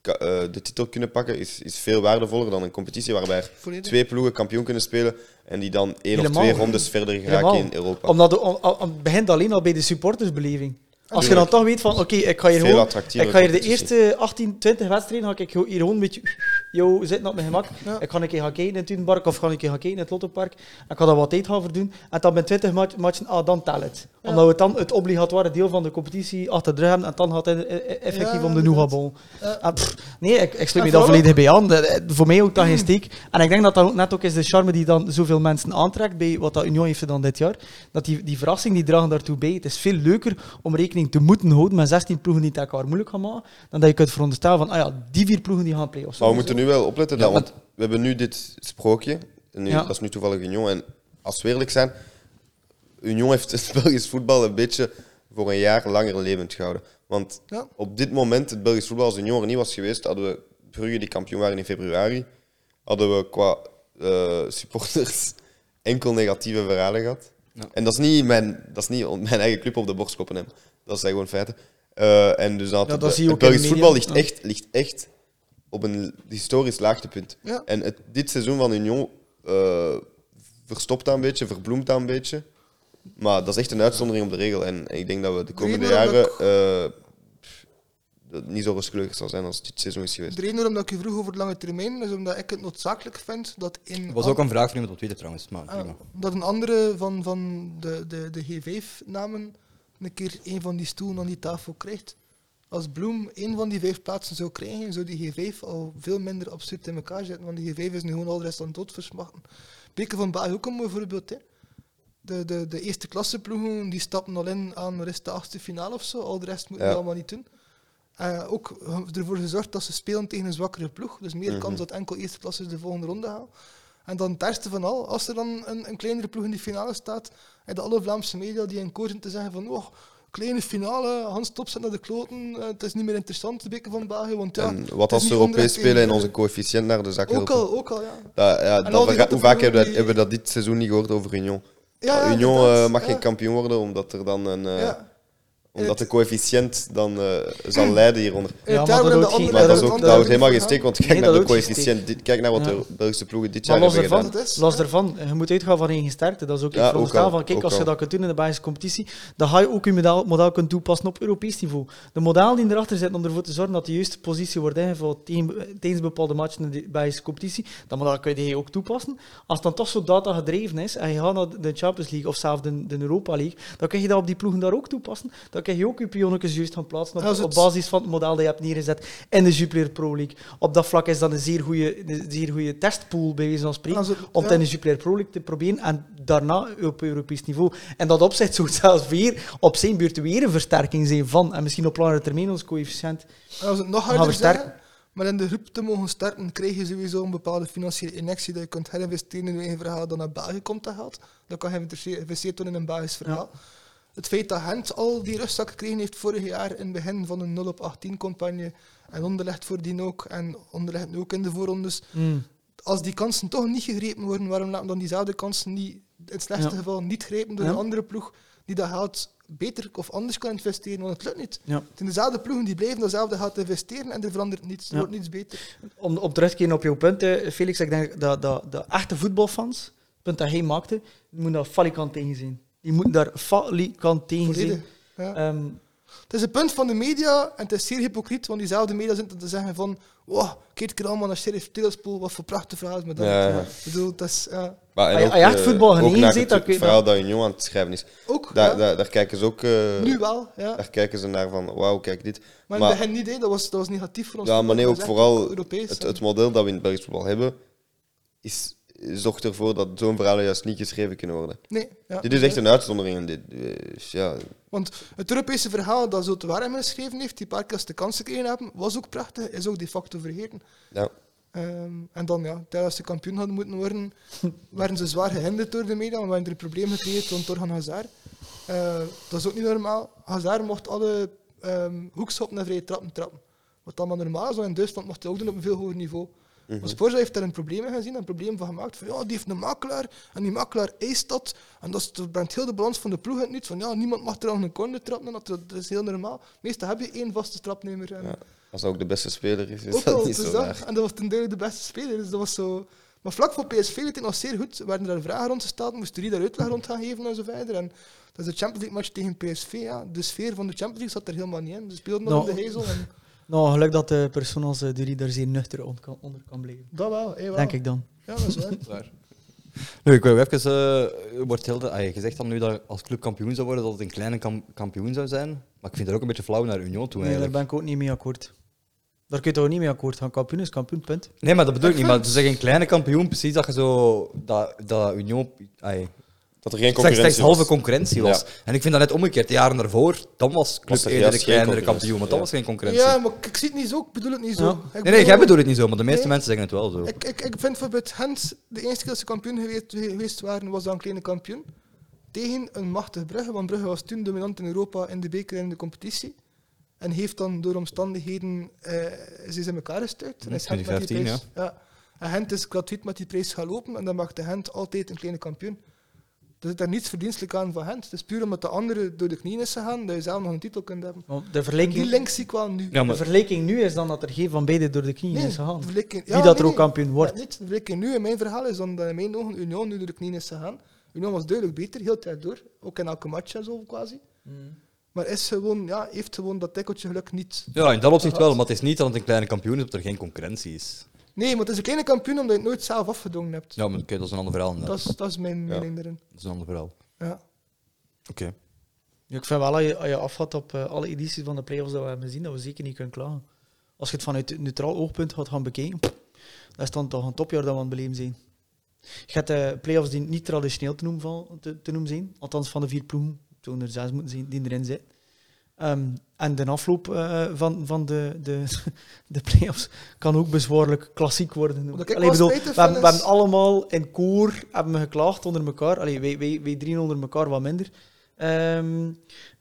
Speaker 4: ka- eh, de titel kunnen pakken, is, is veel waardevoller dan een competitie waarbij er
Speaker 3: Volledig.
Speaker 4: twee ploegen kampioen kunnen spelen en die dan één
Speaker 2: Helemaal.
Speaker 4: of twee rondes verder geraken
Speaker 2: Helemaal.
Speaker 4: in Europa.
Speaker 2: Omdat de- om- om- het begint alleen al bij de supportersbeleving. Als je dan
Speaker 4: Tuurlijk.
Speaker 2: toch weet van, oké, ik ga hier
Speaker 4: Veel
Speaker 2: gewoon...
Speaker 4: attractiever
Speaker 2: Ik ga hier de
Speaker 4: competitie.
Speaker 2: eerste 18, 20 wedstrijden, ga ik hier gewoon een beetje yo, zitten op mijn gemak.
Speaker 3: Ja.
Speaker 2: Ik ga een keer gaan kijken in het Tudenpark of ga een keer gaan kijken in het Lottopark. Ik ga daar wat tijd gaan verdoen. En dan bij 20 ma- matchen, ah, dan tel het. Omdat we dan het obligatoire deel van de competitie achter de rug hebben en dan gaat het e- effectief
Speaker 3: Ja,
Speaker 2: om de
Speaker 3: inderdaad.
Speaker 2: Nougatbol.
Speaker 3: Ja.
Speaker 2: Ah, pff, nee, ik, ik sluit me
Speaker 3: En
Speaker 2: daar
Speaker 3: vooral-
Speaker 2: volledig bij aan. De- de- voor mij ook dat geen steek. En ik denk dat dat ook net ook is de charme die dan zoveel mensen aantrekt bij wat dat Union heeft gedaan dit jaar. Dat die, die verrassing, die dragen daartoe bij. Het is veel leuker om rekening te moeten houden met 16 ploegen die het elkaar moeilijk gaan maken, dan dat je kunt veronderstellen van, ah ja, die vier ploegen die gaan play-offs.
Speaker 4: Maar we moeten nu wel opletten,
Speaker 1: Ja,
Speaker 4: dan,
Speaker 1: maar-
Speaker 4: want we hebben nu dit sprookje. En nu,
Speaker 2: Ja.
Speaker 4: Dat is nu toevallig Union. En als we eerlijk zijn, Union heeft het Belgisch voetbal een beetje voor een jaar langer levend gehouden. Want
Speaker 3: Ja.
Speaker 4: op dit moment, het Belgisch voetbal als Union er niet was geweest, hadden we Brugge die kampioen waren in februari, hadden we qua eh, supporters enkel negatieve verhalen gehad.
Speaker 1: Ja.
Speaker 4: En dat is niet, mijn, dat is niet on- mijn eigen club op de borst kloppen. hè. Dat zijn gewoon feiten. Eh, en dus dat
Speaker 2: Ja, dat
Speaker 4: het-
Speaker 2: zie je
Speaker 4: het
Speaker 2: ook in de
Speaker 4: Belgisch
Speaker 2: media.
Speaker 4: voetbal ligt
Speaker 2: Ja.
Speaker 4: echt, ligt echt op een historisch laagtepunt.
Speaker 3: Ja.
Speaker 4: En het, dit seizoen van Union eh, verstopt dat een beetje, verbloemt dat een beetje. Maar dat is echt een uitzondering op de regel. En ik denk dat we de komende
Speaker 3: maar
Speaker 4: jaren
Speaker 3: dat-
Speaker 4: eh, pff, dat het niet zo rustgelukkig zal zijn als dit seizoen is geweest.
Speaker 3: De reden waarom ik je vroeg over de lange termijn is omdat ik het noodzakelijk vind dat in.
Speaker 1: Dat was ook een vraag van iemand op Twitter trouwens. Maar
Speaker 3: Ah,
Speaker 1: prima.
Speaker 3: dat een andere van, van de, de, de G5-namen een keer een van die stoelen aan die tafel krijgt. Als Bloem een van die vijf plaatsen zou krijgen, zou die G5 al veel minder absurd in elkaar zitten. Want die G5 is nu gewoon al de rest aan het doodversmachten. Beke van Baag ook een mooi voorbeeld. Hè. De, de, de eerste klasse ploegen die stappen al in aan wat is het, de achtste finale of zo. Al de rest moeten
Speaker 4: Ja.
Speaker 3: we allemaal niet doen. Eh, ook ervoor gezorgd dat ze spelen tegen een zwakkere ploeg. Dus
Speaker 4: Mhm.
Speaker 3: meer kans dat enkel eerste klasse de volgende ronde gaan. En dan het ergste van al, als er dan een, een kleinere ploeg in die finale staat, en de alle Vlaamse media die in koor zijn te zeggen van oh, kleine finale, Hans Top zet naar de kloten, eh, het is niet meer interessant, de beker van België, want ja...
Speaker 4: en
Speaker 3: het
Speaker 4: wat
Speaker 3: is
Speaker 4: als
Speaker 3: niet
Speaker 4: we Europees
Speaker 3: onderaan
Speaker 4: spelen en
Speaker 3: tegen-
Speaker 4: onze coëfficiënt naar de zak
Speaker 3: Ook
Speaker 4: helpen?
Speaker 3: al, ook al, ja.
Speaker 4: Dat- ja,
Speaker 3: die
Speaker 4: dat verga-
Speaker 3: grote
Speaker 4: hoe vaak hebben we, dat,
Speaker 3: ploegen
Speaker 4: hebben we dat dit seizoen niet gehoord over Union?
Speaker 3: Ja, ja,
Speaker 4: Union
Speaker 3: inderdaad,
Speaker 4: eh, mag
Speaker 3: ja.
Speaker 4: geen kampioen worden omdat, er dan een, eh,
Speaker 3: ja.
Speaker 4: omdat
Speaker 3: Het-
Speaker 4: de coëfficiënt dan eh, zal lijden hieronder.
Speaker 3: In
Speaker 2: Ja, maar
Speaker 3: het jaar waarin
Speaker 2: dat
Speaker 3: de
Speaker 2: houdt geen-
Speaker 3: andere-
Speaker 4: Maar dat, is
Speaker 2: dat-
Speaker 4: ook,
Speaker 2: dat-
Speaker 4: dat houdt
Speaker 3: andere
Speaker 4: helemaal geen
Speaker 3: ploegen
Speaker 4: steek,
Speaker 3: gaan.
Speaker 4: want kijk
Speaker 2: Nee,
Speaker 4: naar
Speaker 2: dat
Speaker 4: de
Speaker 2: houdt geen
Speaker 4: coëfficiënt. Dit- Kijk naar wat de
Speaker 2: Ja.
Speaker 4: Belgische ploegen dit
Speaker 2: Maar
Speaker 4: jaar
Speaker 2: los
Speaker 4: hebben
Speaker 2: ervan,
Speaker 4: gedaan.
Speaker 3: gedaan. Dat
Speaker 2: los
Speaker 3: is-
Speaker 2: daarvan, je moet uitgaan van één sterkte. Dat is ook
Speaker 4: Ja,
Speaker 2: ik
Speaker 4: ook
Speaker 2: veronderstel
Speaker 4: al,
Speaker 2: van, kijk,
Speaker 4: ook
Speaker 2: als je
Speaker 4: al.
Speaker 2: dat kunt doen in de Belgische competitie, dan ga je ook je model, model kunnen toepassen op Europees niveau. De model die erachter zit om ervoor te zorgen dat de juiste positie wordt ingevuld tegen- tijdens bepaalde matchen in de Belgische competitie, dat model kun je die ook toepassen. Als het dan toch zo data gedreven is en je gaat naar de Champions League of zelfs de, de Europa League, dan kun je dat op die ploegen daar ook toepassen. Dan kun je ook je pionnetjes juist gaan plaatsen op,
Speaker 3: Als het-
Speaker 2: op basis van het model dat je hebt neergezet in de Jupiler Pro League. Op dat vlak is dat een zeer goede een zeer goede testpool, bij wijze van spreken
Speaker 3: Als het-
Speaker 2: om
Speaker 3: ja.
Speaker 2: het in de Jupiler Pro League te proberen en daarna op Europees niveau. En dat opzet zou zelfs weer op zijn beurt weer een versterking zijn van, en misschien op langere termijn ons coëfficiënt.
Speaker 3: En als we het nog
Speaker 2: Gaan
Speaker 3: harder
Speaker 2: we sterken?
Speaker 3: zeggen, maar in de groep te mogen starten, krijg je sowieso een bepaalde financiële injectie dat je kunt herinvesteren in je eigen verhaal dat naar België komt dat geld. Dan kan je geïnvesteerd worden in een Belgisch verhaal. Het feit dat Gent al die rustzakken gekregen heeft vorig jaar in het begin van een 0 op 18 campagne en onderlegd voordien ook en onderlegd nu ook in de voorrondes. Als die kansen toch niet gegrepen worden, waarom laten we dan diezelfde kansen niet, in het slechtste
Speaker 2: Ja.
Speaker 3: geval niet grepen door
Speaker 2: Ja.
Speaker 3: een andere ploeg die dat geld beter of anders kan investeren, want het lukt niet.
Speaker 2: Ja.
Speaker 3: Het zijn dezelfde ploegen die blijven datzelfde geld investeren en er verandert niets. Er
Speaker 2: Ja.
Speaker 3: wordt niets beter.
Speaker 2: Om op terug te keren op jouw punt, eh, Felix, ik denk dat, dat de echte voetbalfans, het punt dat hij maakte, die moeten daar falikant tegen zijn. Die moeten daar falikant tegen zijn.
Speaker 3: Volledig. Ja.
Speaker 2: Ehm,
Speaker 3: Het is een punt van de media en het is zeer hypocriet, want diezelfde media zitten te zeggen van wow, Kate Kralman naar Sheriff Tiraspol, wat voor prachtig verhaal is met dat.
Speaker 4: Ja.
Speaker 3: Ik bedoel, dat is... ja.
Speaker 4: Maar, en
Speaker 2: Als je-
Speaker 4: ook,
Speaker 2: als je echt
Speaker 4: eh,
Speaker 2: voetbal
Speaker 4: ook
Speaker 2: genegen
Speaker 4: naar
Speaker 2: ziet,
Speaker 4: het-
Speaker 2: dan
Speaker 4: het
Speaker 2: kun je-
Speaker 4: verhaal dat Union aan het schrijven is.
Speaker 3: Ook,
Speaker 4: Daar,
Speaker 3: ja.
Speaker 4: daar, daar kijken ze ook, eh,
Speaker 3: nu wel, ja.
Speaker 4: daar kijken ze naar van, wauw, kijk dit.
Speaker 3: Maar, in het begin niet, hè. dat was, dat was negatief voor ons.
Speaker 4: Ja,
Speaker 3: voetbal.
Speaker 4: maar nee,
Speaker 3: Dat
Speaker 4: ook
Speaker 3: is echt
Speaker 4: vooral
Speaker 3: Europees.
Speaker 4: het, het model dat we in het Belgisch voetbal hebben, is, zorgt ervoor dat zo'n verhaal juist niet geschreven kunnen worden.
Speaker 3: nee, ja.
Speaker 4: Dit is echt een uitzondering. en Dit, eh, ja,
Speaker 3: Want het Europese verhaal dat Zulte Warem geschreven heeft, die paar de kansen gekregen hebben, was ook prachtig, is ook de facto vergeten.
Speaker 4: ja.
Speaker 3: Ehm, en dan, ja, tijdens ze kampioen hadden moeten worden, werden ze zwaar gehinderd door de media, want werden er problemen gecreëerd rond Torgan Hazard. Eh, dat is ook niet normaal. Hazard mocht alle ehm hoekschoppen en vrije trappen trappen. Wat allemaal normaal is, want in Duitsland mocht hij ook doen op een veel hoger niveau. Maar Sporza heeft daar een probleem in gezien, een probleem van gemaakt. Van, ja, die heeft een makelaar, en die makelaar eist dat. En dat, is, dat brengt heel de balans van de ploeg in het niet. Van, ja, niemand mag er aan een corner trappen, en dat, dat is heel normaal. Meestal heb je één vaste trapnemer. En,
Speaker 4: Ja. Als dat ook de beste speler is, is
Speaker 3: ook
Speaker 4: dat
Speaker 3: al,
Speaker 4: niet
Speaker 3: dus
Speaker 4: zo
Speaker 3: dat-
Speaker 4: raar.
Speaker 3: En dat was ten dele de beste speler. Dus dat was zo... Maar vlak voor PSV weet ik nog zeer goed. Werden daar vragen rond gesteld, moest Rie daar uitleg rond gaan geven en zo verder. En dat is de Champions League match tegen PSV. Ja. De sfeer van de Champions League zat er helemaal niet in. Ze speelden nog
Speaker 2: Nou.
Speaker 3: in de hezel. En
Speaker 2: nou, geluk dat de persoon als eh, Duri daar zeer nuchter on- kan- onder kan blijven.
Speaker 3: dat wel, eh, wel.
Speaker 2: Denk ik dan.
Speaker 3: Ja, dat is waar.
Speaker 1: Waar. Nu, ik wil even, eh, er wordt heel de, ah, je zegt dan nu dat als club kampioen zou worden, dat het een kleine kam- kampioen zou zijn. Maar ik vind het ook een beetje flauw naar Union toe
Speaker 2: Nee, daar
Speaker 1: eigenlijk.
Speaker 2: ben ik ook niet mee akkoord. Daar kun je toch niet mee akkoord gaan. Kampioen is kampioen, punt.
Speaker 1: Nee, maar dat bedoel ik niet. Maar ze zeggen een kleine kampioen, precies dat je zo, dat, dat Union, ai,
Speaker 4: Dat er geen
Speaker 1: slechts,
Speaker 4: concurrentie
Speaker 1: slechts
Speaker 4: was.
Speaker 1: halve concurrentie was.
Speaker 4: Ja.
Speaker 1: En ik vind dat net omgekeerd. De jaren daarvoor, dan was
Speaker 4: Was
Speaker 1: club
Speaker 4: er
Speaker 1: eerder de
Speaker 4: juist geen
Speaker 1: kleinere
Speaker 4: concurrentie,
Speaker 1: kampioen, want dat
Speaker 4: ja.
Speaker 1: was geen concurrentie.
Speaker 3: Ja, maar ik, ik zie het niet zo, ik bedoel het niet zo.
Speaker 2: Ja.
Speaker 1: nee,
Speaker 3: Ik
Speaker 1: nee, jij
Speaker 3: bedoel-
Speaker 1: bedoel het niet zo, maar de meeste
Speaker 3: Nee.
Speaker 1: mensen zeggen het wel zo.
Speaker 3: Ik, ik, ik vind bijvoorbeeld Gent, de eerste keer dat ze kampioen geweest, geweest waren, was dan een kleine kampioen. Tegen een machtig Brugge, want Brugge was toen dominant in Europa in de beker en in de competitie. En heeft dan door omstandigheden eh ze in elkaar gestuurd. En is Gent met die
Speaker 1: 2015,
Speaker 3: prijs, ja. En Gent is gratuit met die prijs gaan lopen en dan maakte Gent altijd een kleine kampioen. Er zit daar niets verdienstelijk aan van Gent. Het is puur omdat de andere door de knieën is gegaan, dat je zelf nog een titel kunt hebben.
Speaker 2: Want De
Speaker 3: En die
Speaker 2: vergelijking,
Speaker 3: link zie ik wel nu.
Speaker 1: Ja,
Speaker 2: de
Speaker 1: maar
Speaker 2: vergelijking nu is dan dat er geen van beide door de knieën
Speaker 3: Nee,
Speaker 2: is gegaan.
Speaker 3: de vergelijking-
Speaker 2: Wie
Speaker 3: ja,
Speaker 2: dat er
Speaker 3: nee,
Speaker 2: ook kampioen wordt.
Speaker 3: Ja, niet. De vergelijking nu in mijn verhaal is dan dat in mijn ogen Union nu door de knieën is gegaan. Union was duidelijk beter, heel de tijd door. Ook in elke match en zo quasi.
Speaker 2: Mm.
Speaker 3: Maar is gewoon, ja, heeft gewoon dat tikkeltje geluk niet.
Speaker 1: ja, in dat opzicht wel, maar het is niet dat het een kleine kampioen is, dat er geen concurrentie is.
Speaker 3: Nee, want het is een kleine kampioen omdat je het nooit zelf afgedwongen hebt.
Speaker 1: Ja, maar oké, dat is een ander verhaal. inderdaad.
Speaker 3: Dat, is, dat is mijn
Speaker 4: Ja.
Speaker 3: mening erin.
Speaker 1: Dat is een ander verhaal.
Speaker 3: Ja.
Speaker 1: Oké.
Speaker 2: Ja, ik vind wel, als je, als je afgaat op eh, alle edities van de play-offs dat we hebben gezien, dat we zeker niet kunnen klagen. Als je het vanuit een neutraal oogpunt gaat gaan bekijken, dat is dan toch een topjaar dat we aan het beleven zijn. Je hebt de play-offs die niet traditioneel te noemen, val- te, te noemen zijn, althans van de vier ploegen, het zouden er zes moeten zijn die erin zitten. Ehm, en de afloop eh, van, van de, de, de play-offs kan ook bezwaarlijk klassiek worden genoemd.
Speaker 3: Wat ik
Speaker 2: Allee,
Speaker 3: wel
Speaker 2: bedoel, we,
Speaker 3: spijtig
Speaker 2: hebben,
Speaker 3: vind
Speaker 2: we
Speaker 3: is-
Speaker 2: hebben allemaal in koor hebben we geklaagd onder elkaar. Allee, wij, wij, wij drieën onder elkaar wat minder. Ehm,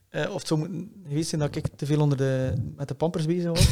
Speaker 2: eh, of het zou moeten geweest zijn dat ik te veel onder de, met de pampers bezig was.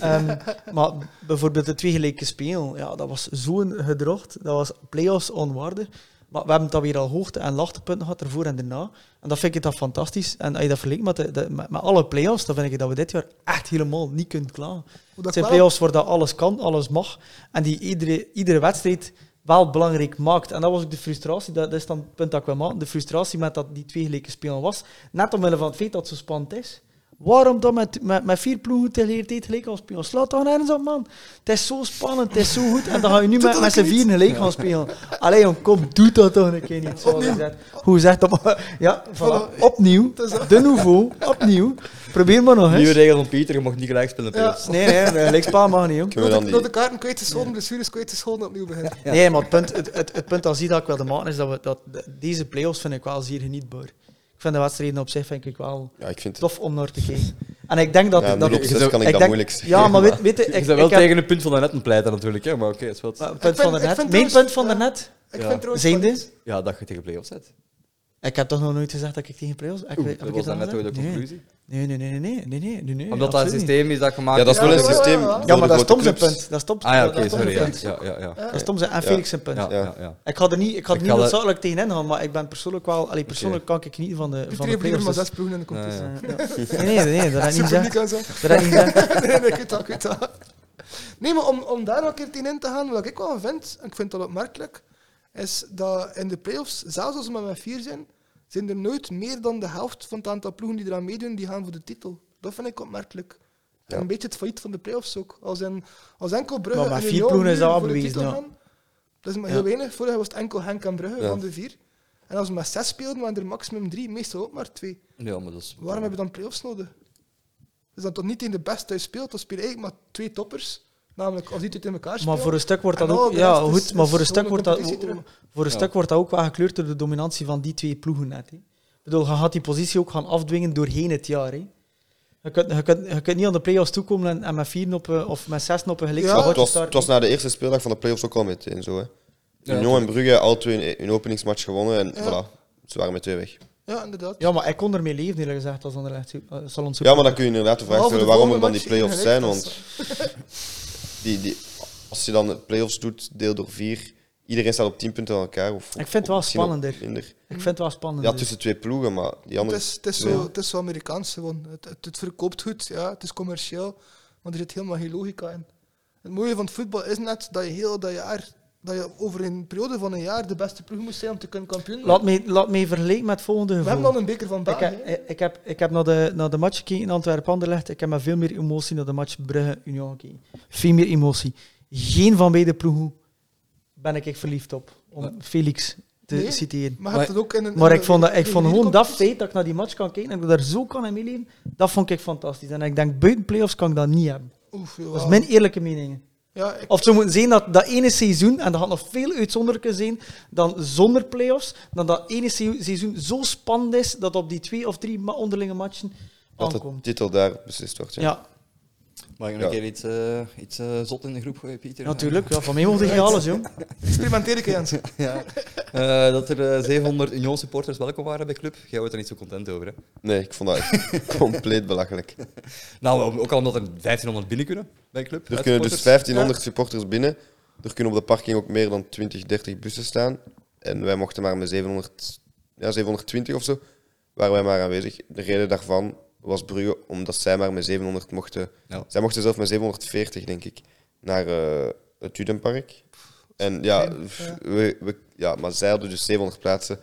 Speaker 2: Ehm, maar bijvoorbeeld de twee gelijke spelen, ja, dat was zo'n gedrocht. Dat was play-offs onwaardig. Maar we hebben dan weer al hoogte- en laagtepunten gehad ervoor en daarna. En dat vind ik dat fantastisch. En als je dat vergelijkt met, de, de- met, met alle play-offs, dan vind ik dat we dit jaar echt helemaal niet kunnen klagen.
Speaker 3: Hoe
Speaker 2: Het
Speaker 3: dat
Speaker 2: zijn
Speaker 3: wel-
Speaker 2: play-offs waar dat alles kan, alles mag. En die iedere, iedere wedstrijd wel belangrijk maakt. En dat was ook de frustratie, dat, dat is dan het punt dat ik wil maken. De frustratie met dat die twee gelijke spelen was. Net omwille van het feit dat het zo spannend is. Waarom dan met, met, met vier ploegen tegelijkertijd gelijk gaan spelen? Slaat toch nergens op, man. Het is zo spannend, het is zo goed. En dan ga je nu met, met z'n vieren gelijk gaan spelen. Allee, jong, kom, doe dat toch een keer niet. Zoals gezegd. Hoe zegt dat? Ja, voilà. opnieuw. De nouveau, opnieuw. Probeer maar nog
Speaker 1: Nieuwe
Speaker 2: eens.
Speaker 1: regel van Pieter, je mag niet gelijk spelen.
Speaker 3: Ja.
Speaker 1: play-offs.
Speaker 2: Nee, nee, gelijkspaal mag niet, jong.
Speaker 4: Kunnen we dan
Speaker 3: Dat de
Speaker 4: die...
Speaker 3: kaarten kwijt is schoon, blessures kwijt is schoon, opnieuw beginnen.
Speaker 2: Nee, maar het punt, het, het, het punt dat, zie dat ik wilde maken is dat, we, dat de- deze play-offs vind ik wel zeer genietbaar. Ik vind de wedstrijden op zich vind ik wel
Speaker 4: Ja, ik vind...
Speaker 2: tof om naar te kijken. En ik denk dat...
Speaker 4: ja,
Speaker 2: dat
Speaker 4: nul op
Speaker 1: je
Speaker 4: zes
Speaker 1: zou-
Speaker 4: kan ik,
Speaker 2: ik
Speaker 4: dat
Speaker 2: denk-
Speaker 4: moeilijk zeggen.
Speaker 2: ja, maar weet, weet je,
Speaker 1: Je
Speaker 2: ik,
Speaker 1: bent wel
Speaker 2: ik heb-
Speaker 1: tegen een punt van daarnet aan het pleiten natuurlijk, hè, maar oké, het is wel...
Speaker 2: maar het
Speaker 3: Ik
Speaker 2: punt
Speaker 3: vind-
Speaker 2: van
Speaker 3: ik
Speaker 2: daarnet,
Speaker 3: vind
Speaker 2: mijn
Speaker 3: trouwens-
Speaker 2: punt van
Speaker 3: ja.
Speaker 2: daarnet,
Speaker 3: Ik
Speaker 1: Ja.
Speaker 3: vind trouwens...
Speaker 2: zijn dit?
Speaker 1: Ja, dat je tegen play-offs zet.
Speaker 2: Ik heb toch nog nooit gezegd dat ik tegen play-offs... Ik,
Speaker 1: Oeh,
Speaker 2: weet-
Speaker 1: dat
Speaker 2: heb ik
Speaker 1: was
Speaker 2: het
Speaker 1: dan net
Speaker 2: al
Speaker 1: ook de
Speaker 2: gezegd? Nee.
Speaker 1: conclusie.
Speaker 2: Nee, nee, nee, nee, nee, nee, nee, nee, nee,
Speaker 1: Omdat dat een
Speaker 2: absoluut
Speaker 1: systeem is dat gemaakt
Speaker 4: Ja, dat is wel
Speaker 3: Ja,
Speaker 4: een
Speaker 3: ja, ja,
Speaker 4: systeem
Speaker 3: ja.
Speaker 4: door
Speaker 2: niet. Ja, maar
Speaker 4: de
Speaker 2: dat is
Speaker 4: grote
Speaker 2: Tom zijn
Speaker 4: clubs.
Speaker 2: punt. Dat is Tom
Speaker 1: Ah ja,
Speaker 2: dat
Speaker 1: oké,
Speaker 2: is Tom
Speaker 1: sorry.
Speaker 2: zijn
Speaker 1: Ja,
Speaker 2: punt.
Speaker 1: ja, ja, ja.
Speaker 2: Dat is Tom zijn en
Speaker 4: Ja.
Speaker 2: Felix zijn punt.
Speaker 1: Ja,
Speaker 4: Ja.
Speaker 1: ja, ja.
Speaker 2: Ik ga er niet, ik ga er
Speaker 1: Ik
Speaker 2: niet
Speaker 1: ga er-
Speaker 2: noodzakelijk tegen ingaan, maar ik ben persoonlijk wel... Allee, persoonlijk kan ik niet van de,
Speaker 3: Pieter
Speaker 2: van de
Speaker 3: heeft liever
Speaker 2: play-offs.
Speaker 3: maar
Speaker 2: dus-
Speaker 3: zes ploegen in de competitie.
Speaker 1: Ja,
Speaker 2: Ja. Nee, nee, nee, dat had ik niet
Speaker 3: Super
Speaker 2: gezegd.
Speaker 3: niet aan zijn.
Speaker 2: Dat had ik niet gezegd.
Speaker 3: nee, nee, ik weet dat, ik weet dat. Nee, maar om, om daar nog een keer tegen in te gaan, wat ik wel vind, en ik vind dat opmerkelijk, is dat in de playoffs, zelfs als we maar met vier zijn, zijn er nooit meer dan de helft van het aantal ploegen die eraan meedoen, die gaan voor de titel. Dat vind ik opmerkelijk. En
Speaker 4: Ja.
Speaker 3: een beetje het failliet van de playoffs ook. Als, in, als enkel Brugge
Speaker 2: Maar met
Speaker 3: en
Speaker 2: vier
Speaker 3: Union
Speaker 2: ploegen is
Speaker 3: nu
Speaker 2: dat
Speaker 3: voor de
Speaker 2: afbewezen,
Speaker 3: titel
Speaker 2: ja.
Speaker 3: gaan, Dat is maar
Speaker 2: Ja.
Speaker 3: heel weinig. Vorig jaar was het enkel Henk en Brugge
Speaker 4: Ja.
Speaker 3: van de vier. En als we met zes speelden, waren er maximum drie, meestal ook maar twee.
Speaker 1: Ja, maar dat is...
Speaker 3: Waarom hebben we dan play-offs nodig? Is dat toch niet in de beste thuis speelt? Dan spelen eigenlijk maar twee toppers. Namelijk, als die het in elkaar spelen.
Speaker 2: Maar voor een stuk wordt dat
Speaker 3: En al
Speaker 2: ook...
Speaker 3: de
Speaker 2: Ja,
Speaker 3: rest is-
Speaker 2: goed, maar
Speaker 3: is
Speaker 2: voor een stuk
Speaker 3: gewoon
Speaker 2: wordt
Speaker 3: een
Speaker 2: dat,
Speaker 3: competitie
Speaker 2: voor een
Speaker 1: Ja.
Speaker 2: stuk wordt dat ook wel gekleurd door de dominantie van die twee ploegen net. Hè. Ik bedoel, je gaat die positie ook gaan afdwingen doorheen het jaar. Hè. Je, kunt, je, kunt, je kunt niet aan de play-offs toekomen en, en met vier op, eh, of met zes op een gelijk
Speaker 3: Ja,
Speaker 4: Maar
Speaker 2: ja,
Speaker 4: het, was, het was na de eerste speeldag van de playoffs ook al meteen zo. Hè.
Speaker 1: Ja,
Speaker 4: Union en Brugge al twee hun- hun openingsmatch gewonnen en
Speaker 3: Ja.
Speaker 4: voilà, ze waren meteen weg.
Speaker 3: Ja, inderdaad.
Speaker 2: Ja, maar ik kon ermee leven, eerlijk gezegd, als Anderlecht Su- eh, Salon
Speaker 4: Ja,
Speaker 2: Super.
Speaker 4: maar dan kun je inderdaad de vraag
Speaker 3: Behalve
Speaker 4: stellen
Speaker 3: de
Speaker 4: waarom er
Speaker 3: volgende
Speaker 4: dan die
Speaker 3: match
Speaker 4: play-offs
Speaker 3: tegen
Speaker 4: zijn.
Speaker 3: Genk,
Speaker 4: Want die, die, als je dan de play-offs doet, deel door vier, iedereen staat op 10 punten aan elkaar. Of,
Speaker 2: Ik vind het wel
Speaker 4: misschien ook
Speaker 2: spannender.
Speaker 4: Minder.
Speaker 2: Ik vind het wel spannend. dus.
Speaker 4: Ja,
Speaker 2: hè.
Speaker 4: tussen twee ploegen, maar die andere.
Speaker 3: Het is, het is
Speaker 4: twee-
Speaker 3: zo, het is zo Amerikaans gewoon. Het, het, het verkoopt goed, ja, het is commercieel, maar er zit helemaal geen logica in. Het mooie van het voetbal is net dat je heel dat jaar, dat je over een periode van een jaar de beste ploeg moet zijn om te kunnen kampioen
Speaker 2: Laat
Speaker 3: worden.
Speaker 2: mij, laat mij vergelijken met het volgende
Speaker 3: We
Speaker 2: gevoel.
Speaker 3: hebben dan een beker van
Speaker 2: Ik
Speaker 3: België.
Speaker 2: heb, ik heb, ik heb naar, de, naar de match gekeken in Antwerpen-Anderlecht. Ik heb met veel meer emotie naar de match Brugge-Union gekeken. Veel meer emotie. Geen van beide ploegen ben ik echt verliefd op. om Felix te
Speaker 3: Nee.
Speaker 2: citeren.
Speaker 3: Maar, je hebt
Speaker 1: Maar-
Speaker 3: het ook in een,
Speaker 2: Maar
Speaker 3: in
Speaker 2: ik
Speaker 3: een-
Speaker 2: vond, dat,
Speaker 3: in
Speaker 2: ik
Speaker 3: een
Speaker 2: vond gewoon dat
Speaker 3: videocompetitie.
Speaker 2: feit dat ik naar die match kan kijken en dat ik daar zo kan in meeleven, dat vond ik fantastisch. En ik denk, buiten playoffs kan ik dat niet hebben.
Speaker 3: Oef,
Speaker 2: Dat is
Speaker 3: ja.
Speaker 2: mijn eerlijke mening.
Speaker 3: Ja, ik-
Speaker 2: Of het zou moeten zijn dat dat ene seizoen, en dat gaat nog veel uitzonderlijker zijn dan zonder playoffs, dan dat ene se- seizoen zo spannend is dat op die twee of drie ma- onderlinge matchen
Speaker 4: Dat de
Speaker 2: aankomt.
Speaker 4: titel daar beslist wordt. Ja.
Speaker 2: Ja,
Speaker 1: Mag ik nog
Speaker 4: Ja.
Speaker 1: een keer iets, eh, iets eh, zot in de groep gooien, Pieter?
Speaker 2: natuurlijk. Ja, van mij mocht je alles, jong.
Speaker 3: experimenteer ik eens.
Speaker 1: ja. Eh, dat er eh, 700 Union supporters welkom waren bij club. Jij wordt er niet zo content over, hè?
Speaker 4: Nee, ik vond dat echt compleet belachelijk.
Speaker 1: Nou, ook al omdat er 1500 binnen kunnen bij club.
Speaker 4: Er
Speaker 1: hè,
Speaker 4: kunnen dus
Speaker 1: supporters.
Speaker 4: 1500 supporters binnen. Er kunnen op de parking ook meer dan 20, 30 bussen staan. En wij mochten maar met 700, ja, 720 of zo, waren wij maar aanwezig. De reden daarvan was Brugge, omdat zij maar met 700 mochten.
Speaker 1: Ja.
Speaker 4: Zij mochten zelf met 740, denk ik, naar eh, het Judenpark. En ja,
Speaker 3: Fijn,
Speaker 4: pff,
Speaker 3: ja.
Speaker 4: we, we- ja, maar zij hadden dus 700 plaatsen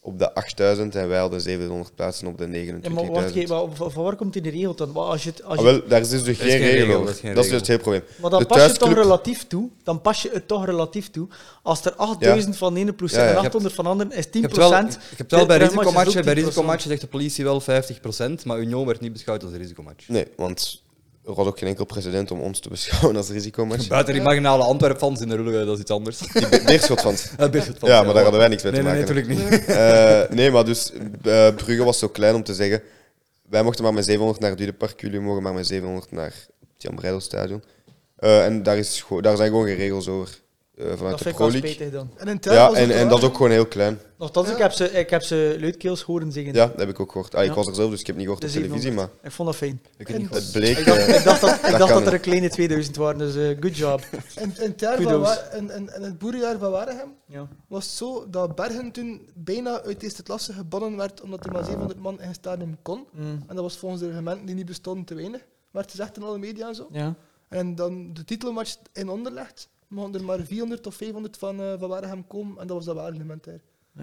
Speaker 4: op de 8000 en wij hadden 700 plaatsen op de 29.000.
Speaker 2: Ja, maar wat, ge- wa- van van waar komt die regel dan? Wat Als je, het- als
Speaker 4: Ah,
Speaker 2: je,
Speaker 4: wel, daar is dus geen,
Speaker 1: geen regel,
Speaker 4: regel
Speaker 1: dat is
Speaker 4: over.
Speaker 1: geen
Speaker 4: Dat
Speaker 1: regel.
Speaker 4: is dus het hele probleem.
Speaker 2: maar dan
Speaker 4: de
Speaker 2: pas je het toch
Speaker 4: thuisclub-
Speaker 2: relatief toe. Dan pas je het toch relatief toe. Als er 8000 van de ene ploeg zijn
Speaker 4: Ja, ja.
Speaker 2: en 800 van de andere, is 10%.
Speaker 1: Ik heb het wel, ik heb het wel bij
Speaker 2: Terugmatch is ook
Speaker 1: risicomatchen. Bij
Speaker 2: 10%.
Speaker 1: risicomatchen zegt de politie wel 50%, maar Union werd niet beschouwd als een risicomatch.
Speaker 4: Nee, want er was ook geen enkel precedent om ons te beschouwen als risicomatch.
Speaker 1: Buiten die marginale Antwerp-fans in de rullen, dat is iets anders.
Speaker 4: Die be- Beerschot-fans.
Speaker 1: Ja, Beerschot-fans,
Speaker 4: Ja, maar daar hadden wij niks mee
Speaker 1: Nee,
Speaker 4: te
Speaker 1: nee,
Speaker 4: maken.
Speaker 1: natuurlijk niet.
Speaker 4: Eh, nee, maar dus eh, Brugge was zo klein om te zeggen... Wij mochten maar met 700 naar het Dudepark, jullie mogen maar met 700 naar het Jan Breidelstadion. Eh, en daar, is, gewoon- daar zijn gewoon geen regels over. eh, vanuit
Speaker 2: Dat
Speaker 4: de
Speaker 2: vind ik wel
Speaker 4: Pro League.
Speaker 2: spijtig dan.
Speaker 3: En in Terp
Speaker 4: Ja,
Speaker 3: was
Speaker 4: en,
Speaker 3: het
Speaker 4: en
Speaker 3: raar.
Speaker 4: dat is ook gewoon heel klein.
Speaker 2: Nochtans, ik heb ze, ik heb ze luidkeels horen zingen.
Speaker 4: Ja, dat heb ik ook gehoord. Ah, ik
Speaker 2: Ja.
Speaker 4: was er zelf, dus ik heb niet gehoord
Speaker 2: De
Speaker 4: op televisie, maar
Speaker 2: 700. Ik vond dat fijn.
Speaker 1: Ik weet niet
Speaker 4: het
Speaker 1: goed.
Speaker 4: bleek...
Speaker 2: Ik dacht,
Speaker 4: eh,
Speaker 2: ik dacht, dat, ik dacht
Speaker 4: kan.
Speaker 2: dat er een kleine 2000 waren, dus eh, good job.
Speaker 3: In, in, Terp van
Speaker 2: Kudos.
Speaker 3: Wa- in, in, in het boerenjaar van Waregem
Speaker 2: Ja.
Speaker 3: was het zo dat Bergen toen bijna uit de eerste klasse gebannen werd omdat er maar 700 man in het stadion kon.
Speaker 2: Mm.
Speaker 3: En dat was volgens de reglementen die niet bestonden te weinig. Werd gezegd in alle media en zo.
Speaker 2: ja.
Speaker 3: En dan de titelmatch in onderlegd. Mochten er maar 400 of 500 van, eh van Waregem komen. En dat was dat wel argumentair.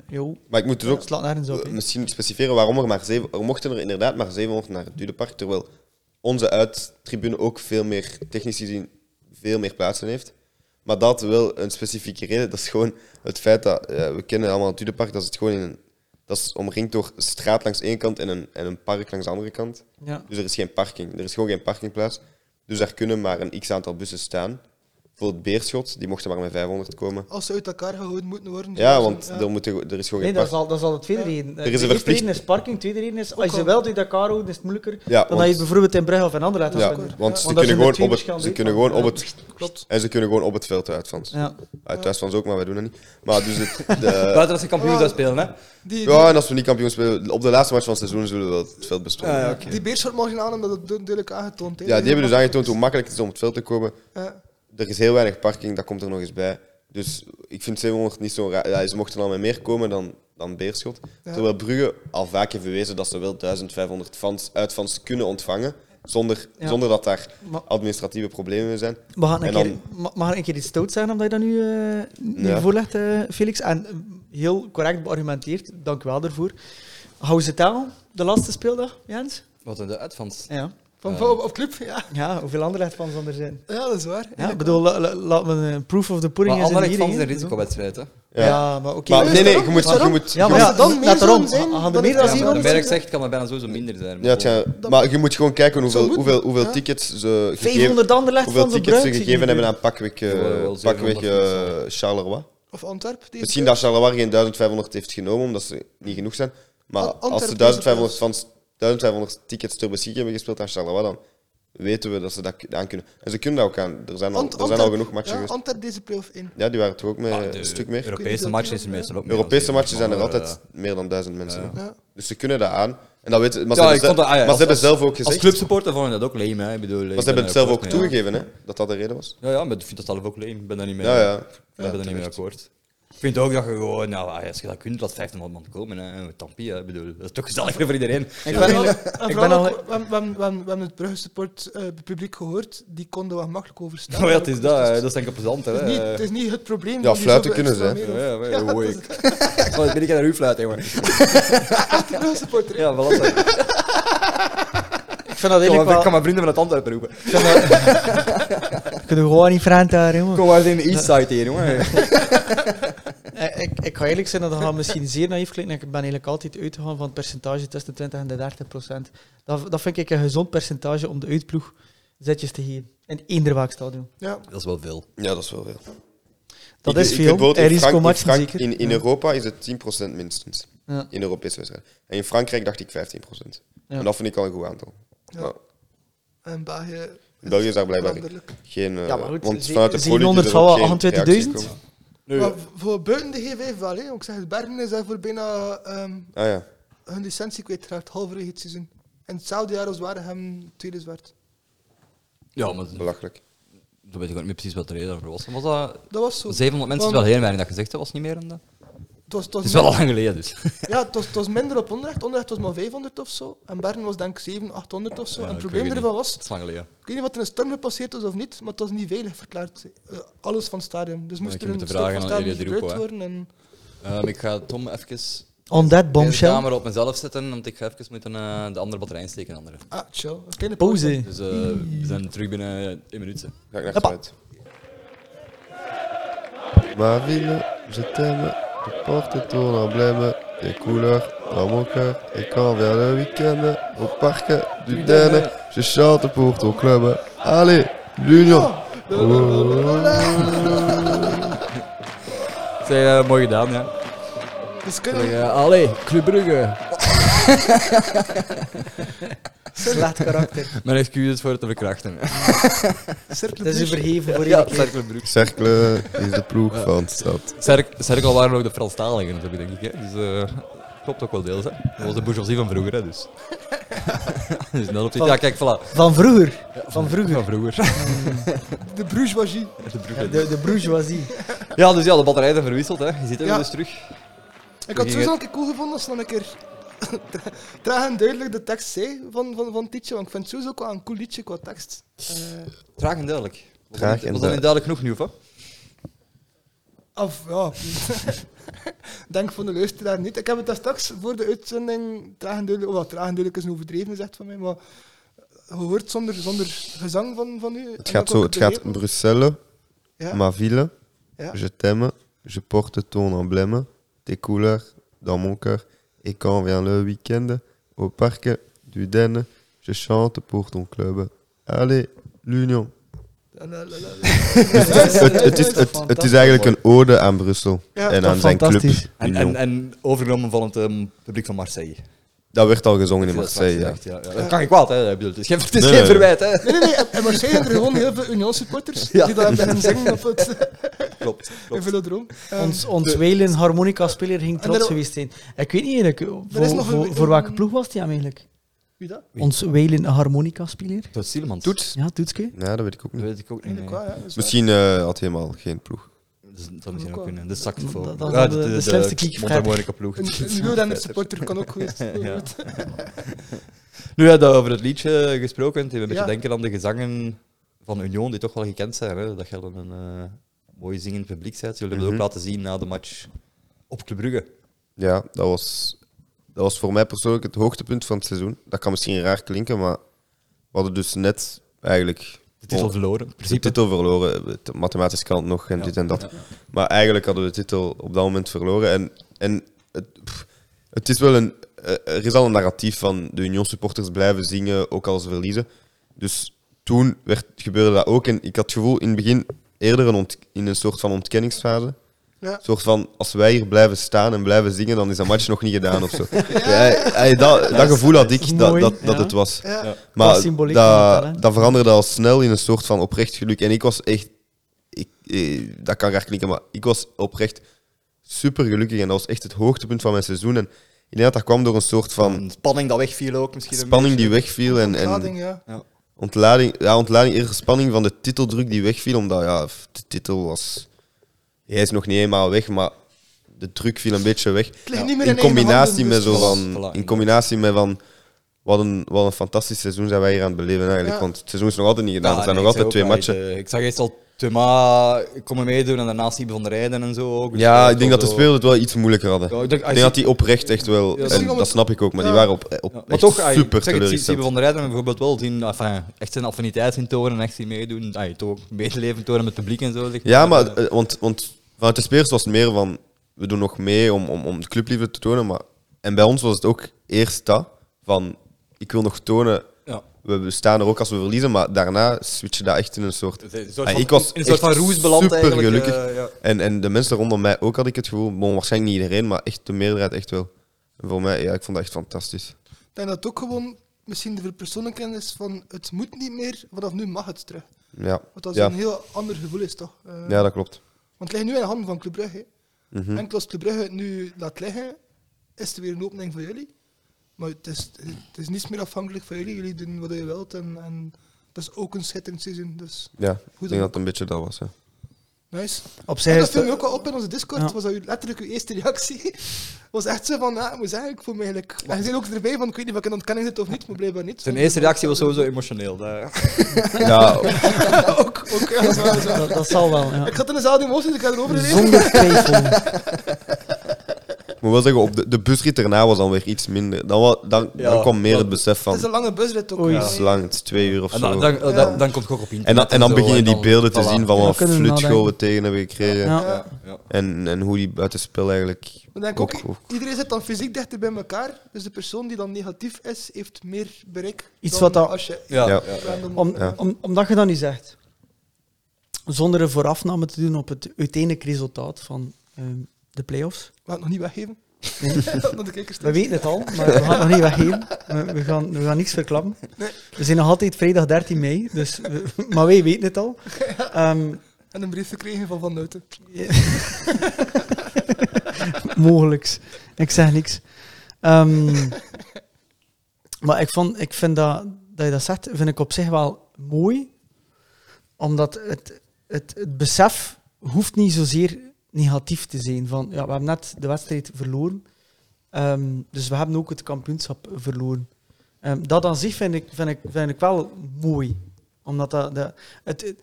Speaker 2: Jo,
Speaker 4: maar ik moet dus ook
Speaker 2: slaat nergens op.
Speaker 4: Eh,
Speaker 2: hè.
Speaker 4: misschien specificeren waarom er maar zeven, er mochten er inderdaad maar 700 naar het Dudepark, terwijl onze uittribune ook veel meer, technisch gezien, veel meer plaatsen heeft. Maar dat wel een specifieke reden, dat is gewoon het feit dat, eh, we kennen allemaal het Dudepark, dat is het gewoon in een, dat is omringd door straat langs één kant en een, en een park langs de andere kant.
Speaker 2: Ja.
Speaker 4: Dus er is geen parking, er is gewoon geen parkingplaats. Dus daar kunnen maar een x-aantal bussen staan. Bijvoorbeeld Beerschot, die mochten maar met 500 komen.
Speaker 3: Als ze uit elkaar gehouden moeten worden.
Speaker 4: Ja,
Speaker 3: zoals-
Speaker 4: want er, moeten, er is gewoon
Speaker 2: Nee,
Speaker 4: geen
Speaker 2: dat is,
Speaker 4: parking.
Speaker 2: al, dat is al de tweede reden. Eh,
Speaker 4: is een
Speaker 2: de eerste
Speaker 4: verplicht-
Speaker 2: reden is parking, de tweede reden is als je
Speaker 3: al.
Speaker 2: wel door elkaar houdt, is het moeilijker
Speaker 4: Ja,
Speaker 2: dan dat
Speaker 4: want-
Speaker 2: je het bijvoorbeeld in Brugge of in Anderlecht
Speaker 4: Ja,
Speaker 2: gaat vinden.
Speaker 4: want ze
Speaker 2: dat
Speaker 4: kunnen
Speaker 2: zijn
Speaker 4: gewoon
Speaker 2: de twee
Speaker 4: op het-
Speaker 2: verschillende
Speaker 4: ze kunnen
Speaker 2: uitgangen.
Speaker 4: gewoon op
Speaker 2: Ja.
Speaker 3: Klopt.
Speaker 4: En ze kunnen gewoon op het veld uitvans.
Speaker 2: Ja.
Speaker 4: Uit thuis van ze ook, maar wij doen dat niet. Maar dus het, de,
Speaker 1: Buiten als ze kampioen zou spelen, hè?
Speaker 3: Die, die,
Speaker 4: ja, en als we niet kampioen spelen, op de laatste match van het seizoen zullen we wel het veld bespreken.
Speaker 1: Ja,
Speaker 3: die Beerschot marginalen, dat het duidelijk aangetoond. hè.
Speaker 4: Ja, die hebben dus aangetoond hoe makkelijk het is om het veld te komen.
Speaker 3: Ja.
Speaker 4: Er is heel weinig parking, dat komt er nog eens bij. Dus ik vind 700 niet zo raar. Ja, ze mochten al met meer komen dan, dan Beerschot.
Speaker 3: Ja.
Speaker 4: Terwijl Brugge al vaak heeft bewezen dat ze wel 1500 fans, uitfans kunnen ontvangen. Zonder,
Speaker 2: Ja.
Speaker 4: zonder dat daar
Speaker 2: Maar-
Speaker 4: administratieve problemen mee zijn.
Speaker 2: We gaan een
Speaker 4: En dan-
Speaker 2: keer, ma- mag ik een keer iets stout zeggen omdat je dat nu, eh, nu
Speaker 4: Ja.
Speaker 2: voorlegt, eh, Felix? En mm, heel correct beargumenteerd, dank u wel daarvoor. Hou ze taal, de laatste speeldag, Jens?
Speaker 1: Wat zijn de uitfans?
Speaker 2: Ja,
Speaker 3: Van van- op, op club, ja.
Speaker 2: ja hoeveel Anderlecht-fans er zijn.
Speaker 3: Ja, dat is waar.
Speaker 2: Ja, ik bedoel, la- la- laat me een proof of the pudding
Speaker 1: Maar
Speaker 2: is in de
Speaker 1: Anderlecht
Speaker 2: eating,
Speaker 1: fans een
Speaker 2: hè.
Speaker 1: risicowedstrijd, hè?
Speaker 2: Ja,
Speaker 4: Ja.
Speaker 2: maar oké.
Speaker 4: Maar nee, nee,
Speaker 3: daarom-
Speaker 4: je moet... Je
Speaker 3: daarom-
Speaker 4: moet
Speaker 2: Ja,
Speaker 4: je
Speaker 2: maar
Speaker 3: Als
Speaker 2: ja,
Speaker 3: er dan meer
Speaker 2: net daarom.
Speaker 3: zouden zijn,
Speaker 2: Gaan er
Speaker 3: dan
Speaker 2: meer
Speaker 3: is
Speaker 2: dan
Speaker 3: het
Speaker 1: Ja,
Speaker 2: zie
Speaker 1: maar de
Speaker 2: je wel
Speaker 3: 700.
Speaker 1: merk zegt, kan maar bijna sowieso minder zijn.
Speaker 4: Ja, tja, maar je moet gewoon kijken hoeveel,
Speaker 3: moeten,
Speaker 4: hoeveel, hoeveel
Speaker 3: ja.
Speaker 4: tickets ze gegeven,
Speaker 2: 500 Anderlecht
Speaker 4: hoeveel
Speaker 2: van de
Speaker 4: tickets ze
Speaker 2: bruid. zie ik
Speaker 4: gegeven
Speaker 2: nu.
Speaker 4: hebben aan pakweg, eh,
Speaker 1: Ja, wel, wel
Speaker 4: pakweg
Speaker 1: 700
Speaker 4: eh, Charleroi.
Speaker 3: Of Antwerp. Die
Speaker 4: Misschien dat Charleroi geen 1500 heeft genomen, omdat ze niet genoeg zijn. Maar
Speaker 3: An- Antwerpen
Speaker 4: als
Speaker 3: is
Speaker 4: ze
Speaker 3: er
Speaker 4: 1500, van, 1500 tickets ter beschikking hebben gespeeld aan Charleroi, dan weten we dat ze dat aan kunnen. En ze kunnen dat ook aan. Er zijn al,
Speaker 3: Ant-
Speaker 4: er zijn al
Speaker 3: Antwerp-
Speaker 4: genoeg matchen
Speaker 3: ja,
Speaker 4: geweest.
Speaker 3: Antwerp deze play-off in.
Speaker 4: Ja, die waren toch ook met
Speaker 2: Ah,
Speaker 4: een stuk meer.
Speaker 1: Europese matchen is er meestal ook meer
Speaker 4: Europese
Speaker 1: dan
Speaker 4: matchen zijn er
Speaker 1: 700,
Speaker 4: altijd meer dan 1000 mensen. hè.
Speaker 3: Ja.
Speaker 4: Dus ze kunnen dat aan. En dat ah weten, maar ze,
Speaker 1: maar
Speaker 4: hebben, ze- maar ze hebben zelf ook gezegd.
Speaker 1: ah Als clubsupporter vond ik dat ook lame, hè? Ik bedoel,
Speaker 4: Maar ze hebben het zelf ook toegegeven, hè? Dat dat de reden was.
Speaker 1: Ja, ja, maar ik vind dat zelf ook leem. Ik ben daar niet mee,
Speaker 4: Ja, ja.
Speaker 1: Ik
Speaker 4: Ja,
Speaker 1: ben daar niet mee
Speaker 4: terecht.
Speaker 1: akkoord. Ik vind ook dat je gewoon, nou, als je dat kunt, laat 1500 man komen. Hè. Tampie, hè. Ik bedoel, dat is toch gezelliger voor iedereen.
Speaker 2: Ik
Speaker 3: En
Speaker 2: ben
Speaker 3: vooral-
Speaker 2: al-
Speaker 3: en
Speaker 2: ik
Speaker 3: vooral
Speaker 2: ben al...
Speaker 3: ook, eh, we, hebben- we hebben- we hebben het Brugge support eh, publiek gehoord, die konden wel makkelijk overstaan.
Speaker 1: Maar ja, het is
Speaker 3: Dus
Speaker 1: dat, hè.
Speaker 3: het
Speaker 1: dat zijn plezant, hè.
Speaker 3: het is niet, het is niet het probleem.
Speaker 4: Ja,
Speaker 3: dat die
Speaker 4: fluiten
Speaker 3: zoveel
Speaker 4: kunnen ze,
Speaker 3: extra
Speaker 1: Ja,
Speaker 3: meer
Speaker 1: ja, ja,
Speaker 3: of- dat
Speaker 1: hoi.
Speaker 3: is
Speaker 1: Ik Oh, ben ik aan uw fluit, jongen.
Speaker 3: echt de Brugge supporter.
Speaker 1: Ja, wel dat. Ik
Speaker 2: Ik vind dat
Speaker 1: kan
Speaker 2: eigenlijk wel...
Speaker 1: mijn vrienden van het Antwerpen roepen.
Speaker 2: Kunnen we gewoon niet vragen daar, jongen.
Speaker 1: Kom maar eens in de East Side hier, jongen.
Speaker 2: Eh, eh, ik, ik ga eerlijk zijn, dat gaat misschien zeer naïef klinken. Ik ben eigenlijk altijd uitgegaan van het percentage tussen de 20 en de 30 procent. Dat, dat vind ik een gezond percentage om de uitploeg zetjes te geven. In eender welk stadion.
Speaker 3: Ja,
Speaker 1: Dat is wel veel.
Speaker 4: Ja, dat is wel veel.
Speaker 2: Dat
Speaker 4: Ik-
Speaker 2: is
Speaker 4: ik
Speaker 2: veel.
Speaker 4: weet bijvoorbeeld
Speaker 2: en
Speaker 4: in Frank- in,
Speaker 2: risicomatchen
Speaker 4: Frank-
Speaker 2: zeker.
Speaker 4: in, in
Speaker 2: Ja.
Speaker 4: Europa is het 10% minstens.
Speaker 2: Ja.
Speaker 4: In Europese wedstrijden. En in Frankrijk dacht ik 15%.
Speaker 2: Ja.
Speaker 4: En dat vind ik al een goed aantal.
Speaker 3: Ja.
Speaker 4: Maar
Speaker 3: en België.
Speaker 4: in België is daar blijkbaar
Speaker 3: Veranderlijk.
Speaker 4: geen... eh,
Speaker 2: Ja, maar goed,
Speaker 4: want
Speaker 2: ze-
Speaker 4: vanuit de
Speaker 2: ze-
Speaker 4: pro-league is er ook
Speaker 2: 128.000?
Speaker 4: geen reactie gekomen.
Speaker 3: Maar voor buiten de GV wel, hè. Ik zeg het, Bergen is daarvoor bijna ehm,
Speaker 4: Ah ja.
Speaker 3: hun licentie kwijtgeraakt, halverwege het seizoen. En hetzelfde jaar als Waregem tweede zwart.
Speaker 1: Ja, maar dan
Speaker 4: Belachelijk.
Speaker 1: weet ik ook niet meer precies wat de reden daarvoor was. Was dat
Speaker 3: Dat was zo.
Speaker 1: 700 mensen? is
Speaker 3: Want-
Speaker 1: wel heel weinig dat gezegd dat was niet meer. dan dat.
Speaker 3: Het was, het
Speaker 1: Het
Speaker 3: was
Speaker 1: is wel al
Speaker 3: min-
Speaker 1: lang geleden, dus.
Speaker 3: ja, het was, het was minder op onrecht. Onrecht was maar 500 of zo. En Bern was denk ik 700, 800 of zo.
Speaker 1: Ja,
Speaker 3: en het
Speaker 1: ik
Speaker 3: probleem
Speaker 1: weet het
Speaker 3: ervan
Speaker 1: niet.
Speaker 3: was,
Speaker 1: Het is lang geleden.
Speaker 3: ik weet niet wat er een storm gepasseerd is of niet, maar het was niet veilig verklaard. Eh, alles van het stadion. Dus moest
Speaker 1: ik
Speaker 3: er
Speaker 1: moet
Speaker 3: een
Speaker 1: de
Speaker 3: stuk van
Speaker 1: vragen
Speaker 3: het
Speaker 1: aan
Speaker 3: stadion
Speaker 1: Elia de Roepo,
Speaker 3: gebruikt worden. En
Speaker 1: Ehm, ik ga Tom even
Speaker 2: On that
Speaker 1: de
Speaker 2: bombshell.
Speaker 1: camera op mezelf zetten, want ik ga even moeten, eh, de andere batterij insteken. Andere.
Speaker 3: Ah, chill. Een kleine pauze.
Speaker 2: Pauze.
Speaker 1: Dus eh, we zijn terug binnen 1 minuut. hè.
Speaker 4: Ga ik naar
Speaker 2: Hoppa.
Speaker 4: het Maar willen, je t'aime, je porte ton emblème, tes couleurs dans mon cœur, et quand vient le week-end, au parc du Daine, je chante pour ton club. Allez, l'Union!
Speaker 1: Zeg, eh, mooi gedaan, ja.
Speaker 3: Dus
Speaker 1: Zeg,
Speaker 3: kunnen we
Speaker 1: eh, allee, Club Brugge.
Speaker 2: Slecht karakter.
Speaker 1: Mijn excuses voor het te verkrachten.
Speaker 2: Dat is u vergeven voor
Speaker 1: Ja,
Speaker 2: iedere keer.
Speaker 1: Cercle Brugge.
Speaker 4: Cercle is de ploeg van de stad.
Speaker 1: Cerc- Cercle waren ook de Franstaligen, dat heb ik, denk ik. Hè. Dus eh, klopt ook wel deels. Hè. Dat was de bourgeoisie van vroeger, hè, dus. dus dat opzicht- Ja, kijk, voilà.
Speaker 2: Van vroeger.
Speaker 1: Ja,
Speaker 2: Van vroeger.
Speaker 1: Van vroeger.
Speaker 3: de Bruges-Wagie.
Speaker 1: De Brugge.
Speaker 2: De, de bourgeoisie.
Speaker 1: Ja, dus ja, de batterijen zijn verwisseld, hè. Je ziet hem
Speaker 3: Ja.
Speaker 1: dus terug.
Speaker 3: Ik had
Speaker 1: Je
Speaker 3: het sowieso een keer cool gevonden als ze dan een keer tra- traag en duidelijk de tekst zei van, van, van het liedje. Want ik vind het sowieso ook wel een cool liedje qua tekst. Eh,
Speaker 1: Traag en duidelijk. Was
Speaker 4: Traag
Speaker 1: dat niet-
Speaker 4: en
Speaker 1: was dat niet duidelijk genoeg, Nieuw, hè?
Speaker 3: Of ja, denk van de luisteraar niet. Ik heb het daar straks voor de uitzending traag en duidelijk, oh, wat traag en duidelijk is een overdreven zegt van mij, maar gehoord zonder, zonder gezang van, van u.
Speaker 4: Het gaat zo, het gaat Bruxelles,
Speaker 3: Ja.
Speaker 4: ma ville,
Speaker 3: Ja.
Speaker 4: je t'aime, je porte ton emblème, tes couleurs dans mon cœur, et quand vient le week-end, au parc du Den, je chante pour ton club. Allez, l'Union. Het, het, is, het, het is eigenlijk een ode aan Brussel
Speaker 3: Ja,
Speaker 4: en
Speaker 2: dat
Speaker 4: aan zijn club.
Speaker 2: fantastisch.
Speaker 1: En, en,
Speaker 4: Union.
Speaker 1: en overgenomen van het ehm, publiek van Marseille.
Speaker 4: Dat werd al gezongen in
Speaker 1: Dat is wat
Speaker 4: Marseille.
Speaker 1: je
Speaker 4: Ja.
Speaker 1: zegt, ja, ja. Dat kan ik kwaad, hè. Ik bedoel, Het is geen, het is
Speaker 4: Nee,
Speaker 1: geen
Speaker 4: nee.
Speaker 1: verwijt, hè.
Speaker 3: Nee, nee, nee. En en waarschijnlijk zijn er gewoon heel veel Union-supporters
Speaker 1: Ja.
Speaker 3: die dat hebben gaan zingen op het
Speaker 1: Klopt.
Speaker 3: in
Speaker 1: klopt.
Speaker 3: Velodroom. Eh,
Speaker 2: Ons, ons Welen harmonica-speler ging
Speaker 3: En
Speaker 2: trots
Speaker 3: er-
Speaker 2: geweest zijn. Ik weet niet eigenlijk, voor,
Speaker 3: is nog een-
Speaker 2: voor, voor welke ploeg was die eigenlijk?
Speaker 3: Wie dat?
Speaker 2: Ons Welen harmonica-speler?
Speaker 1: Tot Sielemans. Toets?
Speaker 2: Ja, Toetske?
Speaker 4: ja, dat weet ik ook
Speaker 1: Dat
Speaker 4: niet.
Speaker 1: weet ik ook niet.
Speaker 3: Eigenlijk
Speaker 1: nee.
Speaker 3: wel, ja. dat is waar.
Speaker 4: Misschien eh, had hij helemaal geen ploeg.
Speaker 1: Dat is- dat zou misschien ook
Speaker 3: Ook wel.
Speaker 1: kunnen. De saxofoon.
Speaker 2: Dat- dat is de- de slimste kick verder.
Speaker 1: ploeg.
Speaker 3: Een, een wielrenner-supporter kan ook geweest zijn.
Speaker 1: Ja. Nu ja, dat over het liedje gesproken, het deed me een beetje
Speaker 3: Ja.
Speaker 1: denken aan de gezangen van Union, die toch wel gekend zijn. Hè? Dat je wel een eh, mooi zingend publiek bent. Jullie hebben het
Speaker 4: Mhm.
Speaker 1: ook laten zien na de match op Club Brugge.
Speaker 4: Ja, dat was, dat was voor mij persoonlijk het hoogtepunt van het seizoen. Dat kan misschien raar klinken, maar we hadden dus net eigenlijk
Speaker 1: De titel verloren, in
Speaker 4: de
Speaker 1: principe.
Speaker 4: titel verloren. Het Mathematisch kan het nog en
Speaker 1: Ja.
Speaker 4: dit en dat.
Speaker 1: Ja.
Speaker 4: Maar eigenlijk hadden we de titel op dat moment verloren. En, en het, pff, het is wel een, eh, er is al een narratief van de Union supporters blijven zingen, ook als ze verliezen. Dus toen werd, gebeurde dat ook. En ik had het gevoel in het begin eerder een ont- in een soort van ontkenningsfase.
Speaker 3: Ja.
Speaker 4: Een soort van, als wij hier blijven staan en blijven zingen, dan is dat match nog niet gedaan of zo. Ja, ja, dat, dat gevoel had ik, dat,
Speaker 2: Mooi,
Speaker 4: dat, dat
Speaker 2: ja.
Speaker 4: het was.
Speaker 3: Ja.
Speaker 4: Maar
Speaker 2: Qua symboliek van het wel, hè?
Speaker 4: dat, dat veranderde al snel in een soort van oprecht geluk. En ik was echt, ik, eh, dat kan raar klinken, maar ik was oprecht super gelukkig. En dat was echt het hoogtepunt van mijn seizoen. En ik denk dat dat kwam door een soort van
Speaker 1: Een spanning dat wegviel ook misschien. een
Speaker 4: spanning die
Speaker 1: beetje.
Speaker 4: wegviel. En,
Speaker 3: Lading,
Speaker 4: en
Speaker 3: ja.
Speaker 4: ontlading, ja, ontlading, eerder spanning van de titeldruk die wegviel. Omdat ja, de titel was, hij is nog niet helemaal weg, maar de druk viel een beetje weg
Speaker 3: Het ligt niet meer
Speaker 4: in
Speaker 3: in eigen
Speaker 4: combinatie
Speaker 3: handen,
Speaker 4: met
Speaker 3: dus
Speaker 4: zo
Speaker 1: voilà,
Speaker 4: van,
Speaker 1: voilà,
Speaker 4: in combinatie met van wat een, wat een fantastisch seizoen zijn wij hier aan het beleven eigenlijk.
Speaker 3: Ja.
Speaker 4: Want het seizoen is nog altijd niet gedaan.
Speaker 1: Ja,
Speaker 4: er zijn
Speaker 1: nee,
Speaker 4: nog
Speaker 1: ik zei
Speaker 4: altijd twee
Speaker 1: ook,
Speaker 4: matchen.
Speaker 1: allee, de- ik zag eerst al Thuma komen meedoen en daarna Siebe van der Rijden en zo. ook. Dus
Speaker 4: ja,
Speaker 1: was
Speaker 4: ik denk
Speaker 1: wel
Speaker 4: dat de
Speaker 1: zo-
Speaker 4: spelers het wel iets moeilijker hadden.
Speaker 1: Ja,
Speaker 4: ik
Speaker 1: ik
Speaker 4: denk,
Speaker 1: denk- als
Speaker 4: dat
Speaker 1: je-
Speaker 4: die oprecht echt wel.
Speaker 1: Ja,
Speaker 4: en
Speaker 3: misschien
Speaker 4: dat
Speaker 3: omdat-
Speaker 4: snap ik ook, maar die
Speaker 3: Ja.
Speaker 4: waren op, op
Speaker 1: Ja, maar
Speaker 4: echt
Speaker 1: toch, ai,
Speaker 4: super
Speaker 1: ik zeg het, Siebe
Speaker 4: teleurgesteld.
Speaker 1: van der Rijden hebben we bijvoorbeeld wel zien, enfin, echt zijn affiniteit zien tonen, echt zien meedoen, ai, toch medeleven tonen met het publiek en zo. Zeg
Speaker 4: Ja, maar
Speaker 1: Eh,
Speaker 4: eh, want, want vanuit de spelers was het meer van we doen nog mee om, om, om de clubliefde te tonen. Maar, en bij ons was het ook eerst dat, van ik wil nog tonen,
Speaker 1: Ja.
Speaker 4: we we staan er ook als we verliezen, maar daarna switch je dat echt in een soort...
Speaker 1: Het is Een soort
Speaker 4: Ah,
Speaker 1: van,
Speaker 4: ik was
Speaker 1: in een soort van
Speaker 4: echt
Speaker 1: roes beland eigenlijk.
Speaker 4: supergelukkig.
Speaker 1: eh, ja.
Speaker 4: En, en de mensen rondom mij ook had ik het gevoel, bon, waarschijnlijk niet iedereen, maar echt de meerderheid echt wel. En voor mij, ja, ik vond dat echt fantastisch.
Speaker 3: Ik denk dat het ook gewoon misschien de verpersoonlijking is van het moet niet meer, vanaf nu mag het terug.
Speaker 4: Ja,
Speaker 3: Want dat is
Speaker 4: ja.
Speaker 3: een heel ander gevoel is toch? Eh,
Speaker 4: ja dat klopt.
Speaker 3: Want het ligt nu in de handen van Club Brugge.
Speaker 4: Mhm.
Speaker 3: Enkel als Club Brugge het nu laat liggen, is er weer een opening voor jullie. Maar het is, het is niets meer afhankelijk van jullie. Jullie doen wat je wilt en, en dat is ook een schitterend seizoen. Dus
Speaker 4: Ja, ik
Speaker 3: dan
Speaker 4: denk dat
Speaker 3: ook.
Speaker 4: het een beetje dat was. Hè.
Speaker 3: nice.
Speaker 2: Op
Speaker 3: En
Speaker 2: zich
Speaker 3: dat
Speaker 2: is
Speaker 3: viel me
Speaker 2: het-
Speaker 3: ook al op in onze Discord.
Speaker 2: Ja.
Speaker 3: Was dat uw- letterlijk uw eerste reactie? was echt zo van, ja, ik moet zeggen, ik voel me eigenlijk... En je bent ook erbij van, ik weet niet of ik in ontkenning zit of niet, maar blijkbaar niet.
Speaker 1: Zijn eerste reactie was sowieso emotioneel. daar.
Speaker 4: Ja,
Speaker 3: ook, ook, ja, dat is waar, dat is waar.
Speaker 2: dat, dat zal wel. Ja.
Speaker 3: Ik had in dezelfde emoties, ik ga erover lezen.
Speaker 2: Zonder twijfel.
Speaker 4: ik moet wel zeggen, op de, de busrit daarna was dan weer iets minder. Dan, wa- dan, dan
Speaker 1: Ja,
Speaker 4: kwam meer
Speaker 1: dat-
Speaker 4: het besef
Speaker 3: Het
Speaker 4: van,
Speaker 3: is een lange busrit ook.
Speaker 2: Oei.
Speaker 4: het is lang, het is twee uur of
Speaker 1: En
Speaker 4: zo.
Speaker 1: dan, dan, dan,
Speaker 3: Ja.
Speaker 1: dan komt het ook op internet.
Speaker 4: En dan, en dan
Speaker 1: zo,
Speaker 4: begin je
Speaker 1: en
Speaker 4: die
Speaker 1: dan-
Speaker 4: beelden te
Speaker 1: voilà.
Speaker 4: zien van
Speaker 2: Ja,
Speaker 4: wat
Speaker 2: dan kunnen we
Speaker 4: flutschool we
Speaker 2: nadenken.
Speaker 4: tegen hebben gekregen.
Speaker 2: Ja.
Speaker 1: Ja, ja.
Speaker 4: En, en hoe die buitenspel eigenlijk...
Speaker 3: Dan denk ik
Speaker 4: ook,
Speaker 3: ook, iedereen zit dan fysiek dichter bij elkaar. Dus de persoon die dan negatief is, heeft meer bereik.
Speaker 2: Iets
Speaker 3: dan
Speaker 2: wat dat-
Speaker 3: als je
Speaker 1: Ja,
Speaker 4: Ja.
Speaker 1: ja.
Speaker 3: random-
Speaker 2: Om,
Speaker 4: Ja.
Speaker 2: om, omdat je dat nu zegt, zonder een voorafname te doen op het uiteindelijk resultaat van ehm, de play-offs.
Speaker 3: We gaan het nog niet weggeven. Want de kijkers
Speaker 2: We weten het al, maar we gaan het nog niet weggeven. We, we gaan, we gaan niks verklappen. We zijn nog altijd vrijdag 13 mei, dus we- maar wij weten het al. Ehm,
Speaker 3: En een brief gekregen van Van Noten.
Speaker 2: Mogelijks. Ik zeg niks. Ehm, maar ik, vond, ik vind dat, dat je dat zegt, vind ik op zich wel mooi. Omdat het, het, het besef hoeft niet zozeer negatief te zijn. Van, ja, we hebben net de wedstrijd verloren. Ehm, dus we hebben ook het kampioenschap verloren. Ehm, dat aan zich vind ik, vind, ik, vind ik wel mooi. Omdat dat, dat, het,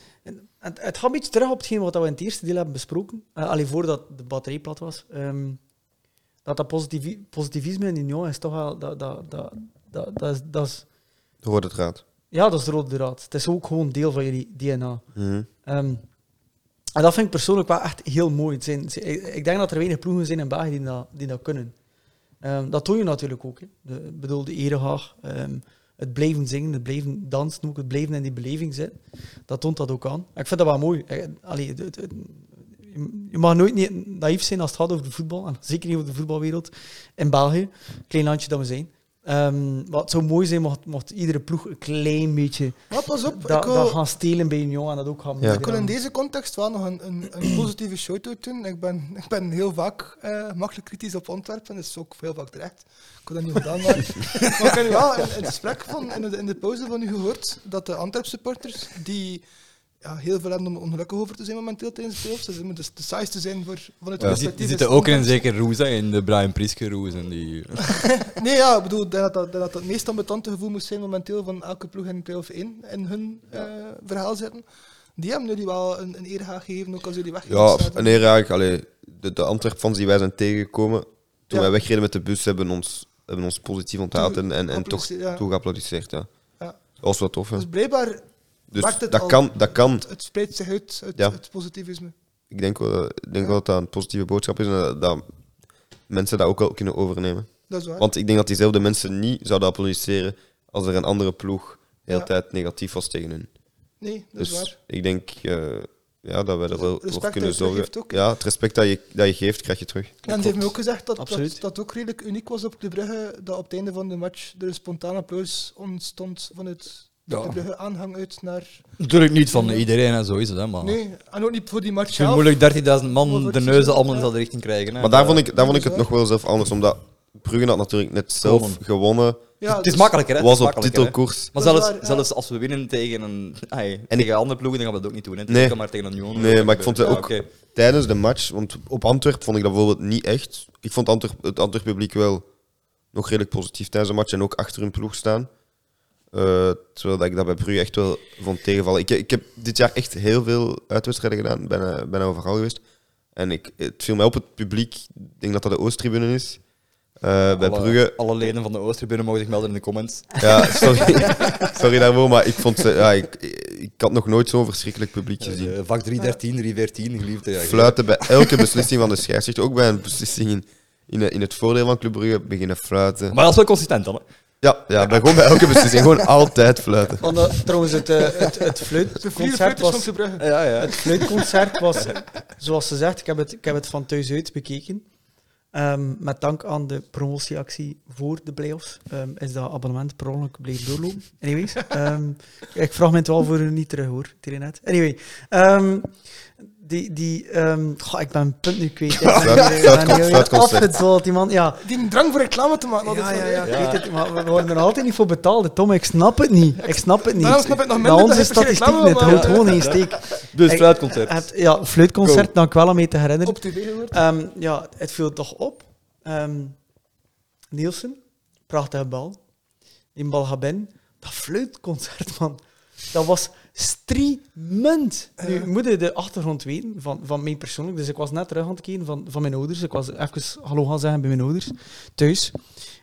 Speaker 2: het, het gaat een beetje terug op hetgeen wat we in het eerste deel hebben besproken. Eh alleen voordat de batterij plat was. Ehm, dat dat positivi- positivisme in Union is toch wel... Dat, dat, dat, dat, dat, is, dat is-
Speaker 4: Hoort het raad.
Speaker 2: ja, dat is de rode draad. Het is ook gewoon deel van jullie DNA.
Speaker 4: Mhm.
Speaker 2: Ehm, en dat vind ik persoonlijk wel echt heel mooi. Het zijn, het zijn- ik, ik denk dat er weinig ploegen zijn in België die dat, die dat kunnen. Ehm, dat toon je natuurlijk ook. hè. De, ik bedoel, de erehaag, ehm, het blijven zingen, het blijven dansen ook, het blijven in die beleving zitten. Dat toont dat ook aan. Ik vind dat wel mooi. Eh, Allee, het- het- het- je- je mag nooit niet naïef zijn als het gaat over de voetbal. En zeker niet over de voetbalwereld in België. Klein landje dat we zijn. Ehm, maar het zou mooi zijn mocht, mocht iedere ploeg een klein beetje
Speaker 3: Maar pas op,
Speaker 2: dat,
Speaker 3: ik wil-
Speaker 2: dat gaan stelen bij Union en dat ook gaan
Speaker 4: Ja.
Speaker 3: Ik wil in
Speaker 2: meedelen.
Speaker 3: deze context wel nog een, een, een positieve shout-out doen. Ik ben, ik ben heel vaak eh, makkelijk kritisch op Antwerpen, dat is ook heel vaak terecht. Ik had dat niet gedaan, maar, maar ik heb nu wel in, in het gesprek van, in, de, in de pauze van u gehoord dat de Antwerp-supporters, die ja, heel veel hebben om ongelukkig over te zijn momenteel tijdens de playoffs, dus het moet dus de saaiste zijn voor, vanuit
Speaker 1: Ja,
Speaker 3: het
Speaker 1: Dus die
Speaker 3: perspectief
Speaker 1: die
Speaker 3: is
Speaker 1: zitten ook in een
Speaker 3: Antwerp-
Speaker 1: zeker roes, hè, in de Brian Priske roes. En die...
Speaker 3: Nee, ja, ik bedoel, ik denk dat dat, ik denk dat dat het meest ambetante gevoel moest zijn momenteel van elke ploeg in play-off 1 in hun eh, verhaal zitten. Die hebben jullie wel een, een eer gegeven, ook als jullie weg
Speaker 4: Ja, en eigenlijk, allee, de, de Antwerp-fans die wij zijn tegengekomen, toen
Speaker 3: Ja.
Speaker 4: wij wegreden met de bus, hebben ons, hebben ons positief onthaald en, en, en toch
Speaker 3: applaudisseer- ja.
Speaker 4: toegeapplaudisseerd. Ja.
Speaker 3: Ja.
Speaker 4: Dat was wel tof. Hè.
Speaker 3: Dus blijkbaar,
Speaker 4: Dus
Speaker 3: maakt het al-
Speaker 4: dat kan, dat kan.
Speaker 3: het, het spreidt zich uit, het,
Speaker 4: Ja.
Speaker 3: het positivisme.
Speaker 4: Ik denk, wel, eh, ik denk wel dat dat een positieve boodschap is en dat, dat mensen dat ook wel kunnen overnemen.
Speaker 3: Dat is waar.
Speaker 4: Want ik denk dat diezelfde mensen niet zouden applaudisseren als er een andere ploeg de hele
Speaker 3: Ja.
Speaker 4: tijd negatief was tegen hun.
Speaker 3: nee, dat is
Speaker 4: Dus
Speaker 3: waar.
Speaker 4: ik denk eh, ja, dat wij er wel
Speaker 3: Respect
Speaker 4: voor
Speaker 3: dat je
Speaker 4: kunnen zorgen.
Speaker 3: teruggeeft ook.
Speaker 4: Ja, het respect dat je, dat je geeft, krijg je terug.
Speaker 3: En ze heeft me ook gezegd dat, dat
Speaker 2: Absoluut.
Speaker 3: dat ook redelijk uniek was op de Brugge, dat op het einde van de match er een spontaan applaus ontstond vanuit
Speaker 1: Ja.
Speaker 3: de Brugge aanhang uit naar...
Speaker 1: Natuurlijk niet van iedereen, en zo is het. Hè,
Speaker 2: Ah.
Speaker 1: maar...
Speaker 3: Nee, en ook niet voor die match
Speaker 1: Het is
Speaker 3: zelf.
Speaker 1: moeilijk 13.000
Speaker 3: Hoe
Speaker 1: man
Speaker 3: wordt
Speaker 1: de
Speaker 3: het
Speaker 1: neuzen
Speaker 3: gezien?
Speaker 1: allemaal in
Speaker 3: Ja.
Speaker 1: dezelfde richting krijgen. Hè.
Speaker 4: Maar daar vond ik, daar vond ik
Speaker 3: dat
Speaker 4: het
Speaker 3: is
Speaker 4: nog wel zelf anders, omdat Brugge had natuurlijk net zelf
Speaker 1: Gewonnen.
Speaker 4: gewonnen,
Speaker 3: Ja,
Speaker 1: Het is
Speaker 3: dus-
Speaker 1: makkelijker, hè? het is
Speaker 4: was op
Speaker 1: makkelijker, hè.
Speaker 4: titelkoers.
Speaker 1: Maar
Speaker 3: Dat is
Speaker 1: zelfs,
Speaker 3: waar, ja.
Speaker 1: zelfs als we winnen tegen een, ai, tegen een andere ploeg, dan gaan we dat ook niet doen. Hè.
Speaker 4: Nee.
Speaker 1: Nee. kan maar tegen een Union.
Speaker 4: Nee, maar ik vond het
Speaker 1: Ja,
Speaker 4: ook
Speaker 1: oké.
Speaker 4: tijdens de match, want op Antwerp vond ik dat bijvoorbeeld niet echt. Ik vond Antwerp, het Antwerp publiek wel nog redelijk positief tijdens de match en ook achter hun ploeg staan. Eh, terwijl dat ik dat bij Brugge echt wel vond tegenvallen. Ik, ik heb dit jaar echt heel veel uitwedstrijden gedaan, bijna, bijna overal geweest. En ik, het viel mij op het publiek, ik denk dat dat de Oosttribune is. Eh, bij
Speaker 1: alle,
Speaker 4: Brugge
Speaker 1: Alle leden van de Oosttribune mogen zich melden in de comments.
Speaker 4: Ja, sorry. sorry daarvoor, maar ik vond ze. Ja, ik, ik had nog nooit zo'n verschrikkelijk publiek gezien.
Speaker 1: Eh, vak 313, River 10, geliefde. Ja,
Speaker 4: fluiten bij elke beslissing van de scheidsrechter. Ook bij een beslissing in, in, in het voordeel van Club Brugge beginnen fluiten.
Speaker 1: Maar dat is wel consistent dan. Hè?
Speaker 4: Ja, ja bij, gewoon bij elke beslissing. Gewoon altijd fluiten.
Speaker 2: Want dat- trouwens, het, eh, het, het
Speaker 3: De vier
Speaker 2: fluitconcert
Speaker 3: fluiters van
Speaker 2: was...
Speaker 3: Club Brugge.
Speaker 1: Ja, ja.
Speaker 2: Het fluitconcert was, zoals ze zegt, ik heb het, ik heb het van thuis uit bekeken. Ehm, met dank aan de promotieactie voor de playoffs ehm, is dat abonnement per ongeluk bleef doorlopen. Anyways, ehm, ik vraag me het wel voor u niet terug hoor, Telenet. Anyway, ehm, die, die, ehm, goh, ik ben een punt nu kwijt. Ik ben
Speaker 4: Fluit-
Speaker 2: hier- ik ben
Speaker 4: fluitcon-
Speaker 2: hier
Speaker 4: fluitconcert.
Speaker 2: afgezwald, die man. Ja,
Speaker 3: Die drang voor reclame te maken. altijd
Speaker 2: ja,
Speaker 3: van,
Speaker 2: ja,
Speaker 3: eh,
Speaker 2: ja, ik weet het, maar we worden er altijd niet voor betaald. hè, Tom, ik snap het niet. Ik snap het niet.
Speaker 3: Daarom snap ik nog
Speaker 2: Na
Speaker 3: minder dat
Speaker 2: onze
Speaker 3: je per se
Speaker 2: statistiek
Speaker 3: reclame
Speaker 2: net
Speaker 3: wil
Speaker 2: houdt
Speaker 3: maken.
Speaker 2: gewoon in steek.
Speaker 1: Dus
Speaker 2: Ik-
Speaker 1: fluitconcert.
Speaker 2: Het, ja, fluitconcert, dank wel om mee te herinneren.
Speaker 3: Op tv gehoord.
Speaker 2: Ehm, ja, het viel toch op. Ehm, Nielsen, prachtige bal. Die bal gaat binnen. Dat fluitconcert, man. Dat was striemend. Nu moet je de achtergrond weten van, van mij persoonlijk. Dus ik was net terug aan het kijken van, van mijn ouders. Ik was even hallo gaan zeggen bij mijn ouders thuis.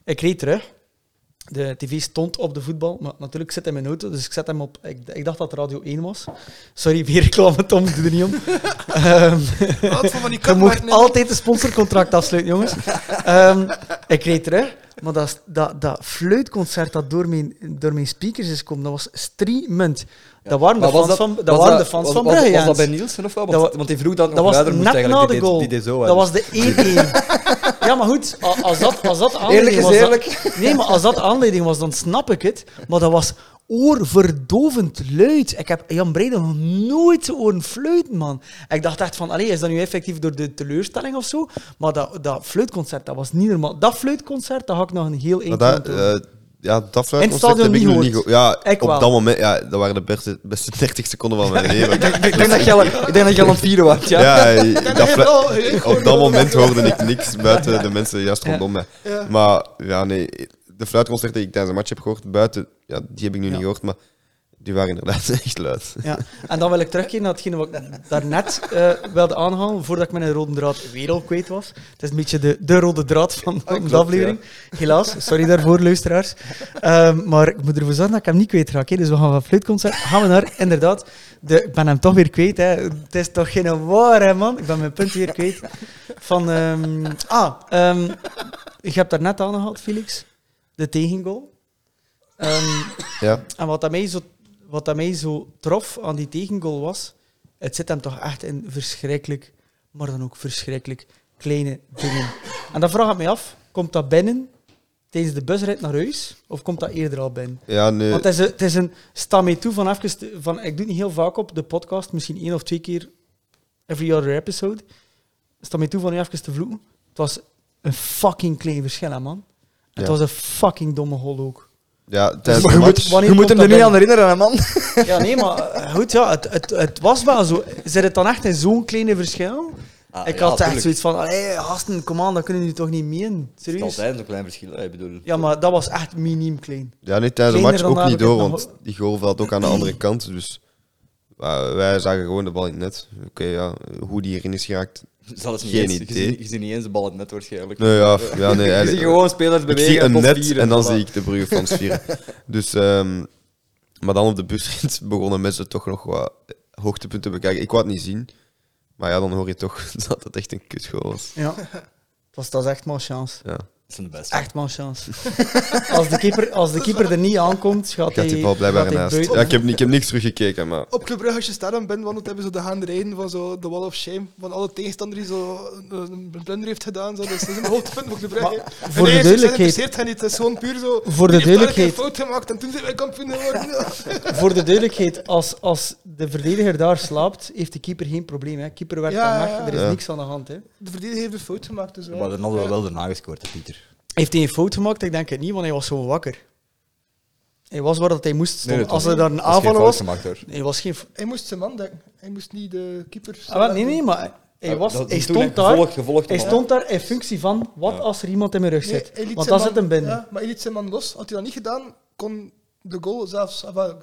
Speaker 2: Ik reed terug. De tv stond op de voetbal, maar natuurlijk zit hij in mijn auto, dus ik zet hem op. Ik, ik dacht dat Radio 1 was. Sorry, weer reclame, Tom, doe er niet om. Ehm,
Speaker 3: Wat van
Speaker 2: je
Speaker 3: die kutmaart
Speaker 2: mocht
Speaker 3: nemen.
Speaker 2: altijd een sponsorcontract afsluiten, jongens. Ehm, ik reed terug, maar dat, dat, dat fluitconcert dat door mijn, door mijn speakers is komen, dat was streamend. Dat waren de
Speaker 1: Maar was dat-
Speaker 2: fans van, dat
Speaker 1: was
Speaker 2: waren de fans
Speaker 1: was-
Speaker 2: van
Speaker 1: was-
Speaker 2: Brugge,
Speaker 1: Was dat
Speaker 2: Jens.
Speaker 1: bij Nielsen of wat?
Speaker 2: Dat
Speaker 1: Want,
Speaker 2: wa-
Speaker 1: want die vroeg dan
Speaker 2: Dat
Speaker 1: of
Speaker 2: was
Speaker 1: luider moest
Speaker 2: net na
Speaker 1: eigenlijk
Speaker 2: de
Speaker 1: die
Speaker 2: goal.
Speaker 1: deed- die deed zo. hè. Dus
Speaker 2: dat was de 1-1. ja, maar goed, a- als dat, als dat aanleiding
Speaker 1: Eerlijk is
Speaker 2: was... dat-
Speaker 1: eerlijk.
Speaker 2: nee, maar als dat aanleiding was, dan snap ik het. Maar dat was oorverdovend luid. Ik heb Jan Breiden nog nooit zo horen fluiten, man. Ik dacht echt van, allee, is dat nu effectief door de teleurstelling of zo? Maar dat, dat fluitconcert, dat was niet normaal. Dat fluitconcert, dat had ik nog een heel
Speaker 4: Maar
Speaker 2: eind
Speaker 4: dat,
Speaker 2: aan
Speaker 4: eh, ja, dat
Speaker 2: In het
Speaker 4: fluitconcert
Speaker 2: stadion
Speaker 4: heb ik
Speaker 2: niet
Speaker 4: nog niet
Speaker 2: gehoord.
Speaker 4: gehoord. Ja,
Speaker 2: Ik
Speaker 4: op
Speaker 2: wel.
Speaker 4: dat moment, ja, dat waren de beste, beste 30 seconden van mijn leven.
Speaker 1: Ik denk dat je al- ik denk dat je al aan het vieren was. Ja.
Speaker 4: Ja, eh, dat
Speaker 3: heeft
Speaker 4: flu-
Speaker 3: wel- heeft
Speaker 4: op dat moment hoorde ik niks buiten de mensen juist rondom mij.
Speaker 3: Ja.
Speaker 4: Maar ja, nee, de fluitconcerten die ik tijdens een match heb gehoord, buiten, ja, die heb ik nu niet gehoord, maar die waren inderdaad echt luid.
Speaker 2: Ja. En dan wil ik terugkeren naar hetgene wat ik daarnet eh wilde aanhalen, voordat ik mijn rode draad weer al kwijt was. Het is een beetje de, de rode draad van, van de
Speaker 4: Ah, klopt,
Speaker 2: aflevering. Helaas, sorry daarvoor, luisteraars. Ehm, maar ik moet ervoor zorgen dat ik hem niet kwijt raak. hè. Dus we gaan van fluitconcert gaan we naar, inderdaad, de, ik ben hem toch weer kwijt. Hè. Het is toch geen waar, hè, man? Ik ben mijn punt weer kwijt. Van, ehm, ah, ehm, je hebt daarnet aangehaald, Felix, de tegengoal. Ehm,
Speaker 4: Ja,
Speaker 2: en wat dat, mij zo, wat dat mij zo trof aan die tegengoal was, het zit hem toch echt in verschrikkelijk, maar dan ook verschrikkelijk kleine dingen. En dan vraag ik mij af, komt dat binnen tijdens de busrit naar huis, of komt dat eerder al binnen?
Speaker 4: ja nee.
Speaker 2: Want het is een, het is een sta mee toe van even, te- van, ik doe het niet heel vaak op de podcast, misschien één of twee keer every other episode. Sta mee toe van nu even te vloeken. Het was een fucking klein verschil, hè, man. Het
Speaker 4: Ja.
Speaker 2: was een fucking domme hol ook.
Speaker 4: Ja, tijdens
Speaker 2: Maar
Speaker 4: de
Speaker 2: je
Speaker 4: match.
Speaker 2: moet-
Speaker 1: Je moet hem er niet
Speaker 2: dat binnen?
Speaker 1: aan herinneren, hè, man.
Speaker 2: Ja, nee, maar eh, goed, ja, het, het, het was wel zo. Zit het dan echt in zo'n kleine verschil? ik had echt zoiets van, hé, gasten, kom aan, dat kunnen jullie toch niet meen?
Speaker 1: Het is
Speaker 2: Serieus?
Speaker 1: altijd zo'n klein verschil. hè, Ik bedoel,
Speaker 2: Ja, maar dat was echt miniem klein.
Speaker 4: Ja, nee, tijdens de
Speaker 2: Geen
Speaker 4: match
Speaker 2: Ronaldo
Speaker 4: ook niet
Speaker 2: kent nog-
Speaker 4: door, want die goal valt ook aan de andere kant. Dus eh, wij zagen gewoon de bal in het net. Oké, ja, hoe die erin is geraakt.
Speaker 1: zal het niet
Speaker 4: Geen
Speaker 1: eens, Je,
Speaker 4: idee.
Speaker 1: ziet, je ziet niet eens de bal in het net waarschijnlijk.
Speaker 4: Nee, ja, f- ja, nee,
Speaker 1: je ziet
Speaker 4: eigenlijk.
Speaker 1: gewoon spelers
Speaker 4: Ik
Speaker 1: bewegen.
Speaker 4: zie een
Speaker 1: pot
Speaker 4: net
Speaker 1: vieren,
Speaker 4: en dan
Speaker 1: voilà.
Speaker 4: zie ik de Brugge fans vieren. Dus, ehm, maar dan op de busrit begonnen mensen toch nog wat hoogtepunten te bekijken. Ik wou het niet zien, maar ja, dan hoor je toch dat het echt een kutgoal was.
Speaker 2: Ja. Het was, dat is echt mal chance.
Speaker 4: Ja,
Speaker 1: Dat zijn de beste.
Speaker 2: Echt mal chance. als, de keeper, als de keeper er niet aankomt, gaat
Speaker 4: ik had
Speaker 2: hij...
Speaker 4: die bal blijkbaar
Speaker 2: gaat hij
Speaker 4: naast.
Speaker 2: buiten.
Speaker 4: Ja, ik, heb, ni- ik heb niks teruggekeken, maar
Speaker 3: Op Club Brugge, als je stadion bent wandelt, hebben ze de gaanderijen van zo de Wall of Shame. Van alle tegenstanders die zo een- een blunder heeft gedaan. Zo. Dus dat is een hoogtepunt van Club Brugge.
Speaker 2: Maar
Speaker 3: En
Speaker 2: voor de
Speaker 3: nee, ze
Speaker 2: duidelijkheid-
Speaker 3: interesseert hen niet. Het is gewoon puur zo.
Speaker 2: Voor de
Speaker 3: die heeft daar een keer
Speaker 2: duidelijkheid-
Speaker 3: fout gemaakt en toen zijn wij kampioen geworden.
Speaker 2: Voor de duidelijkheid, als, als de verdediger daar slaapt, heeft de keeper geen probleem. Hè. Keeper werkt
Speaker 3: Ja,
Speaker 2: aan
Speaker 3: ja,
Speaker 2: weg,
Speaker 3: ja.
Speaker 2: er is
Speaker 4: Ja.
Speaker 2: niks aan de hand. Hè.
Speaker 3: De verdediger heeft een fout gemaakt. Dus
Speaker 1: Maar dan hadden we wel daarna gescoord, hè, Pieter.
Speaker 2: Heeft hij een fout gemaakt? Ik denk het niet, want hij was zo wakker. Hij was waar dat hij moest staan.
Speaker 1: Nee, dat
Speaker 2: Als
Speaker 1: was-
Speaker 2: er daar een
Speaker 1: Dat is geen
Speaker 2: aanval
Speaker 1: fout
Speaker 2: was...
Speaker 1: gemaakt, hoor.
Speaker 2: Nee, was geen... fo-
Speaker 3: Hij moest zijn man denken. Hij moest niet de keeper.
Speaker 2: Ah, wel, nee, nee, maar hij, was, hij stond daar...
Speaker 1: Gevolgd, gevolgd,
Speaker 2: Hij
Speaker 1: man.
Speaker 2: stond daar in functie van, wat als er iemand in mijn rug
Speaker 3: Nee,
Speaker 2: zit?
Speaker 3: hij liet
Speaker 2: Want
Speaker 3: zijn
Speaker 2: dat zit
Speaker 3: man-
Speaker 2: hem binnen.
Speaker 3: Ja, maar hij liet zijn man los. Had hij dat niet gedaan, kon de goal zelfs. enfin,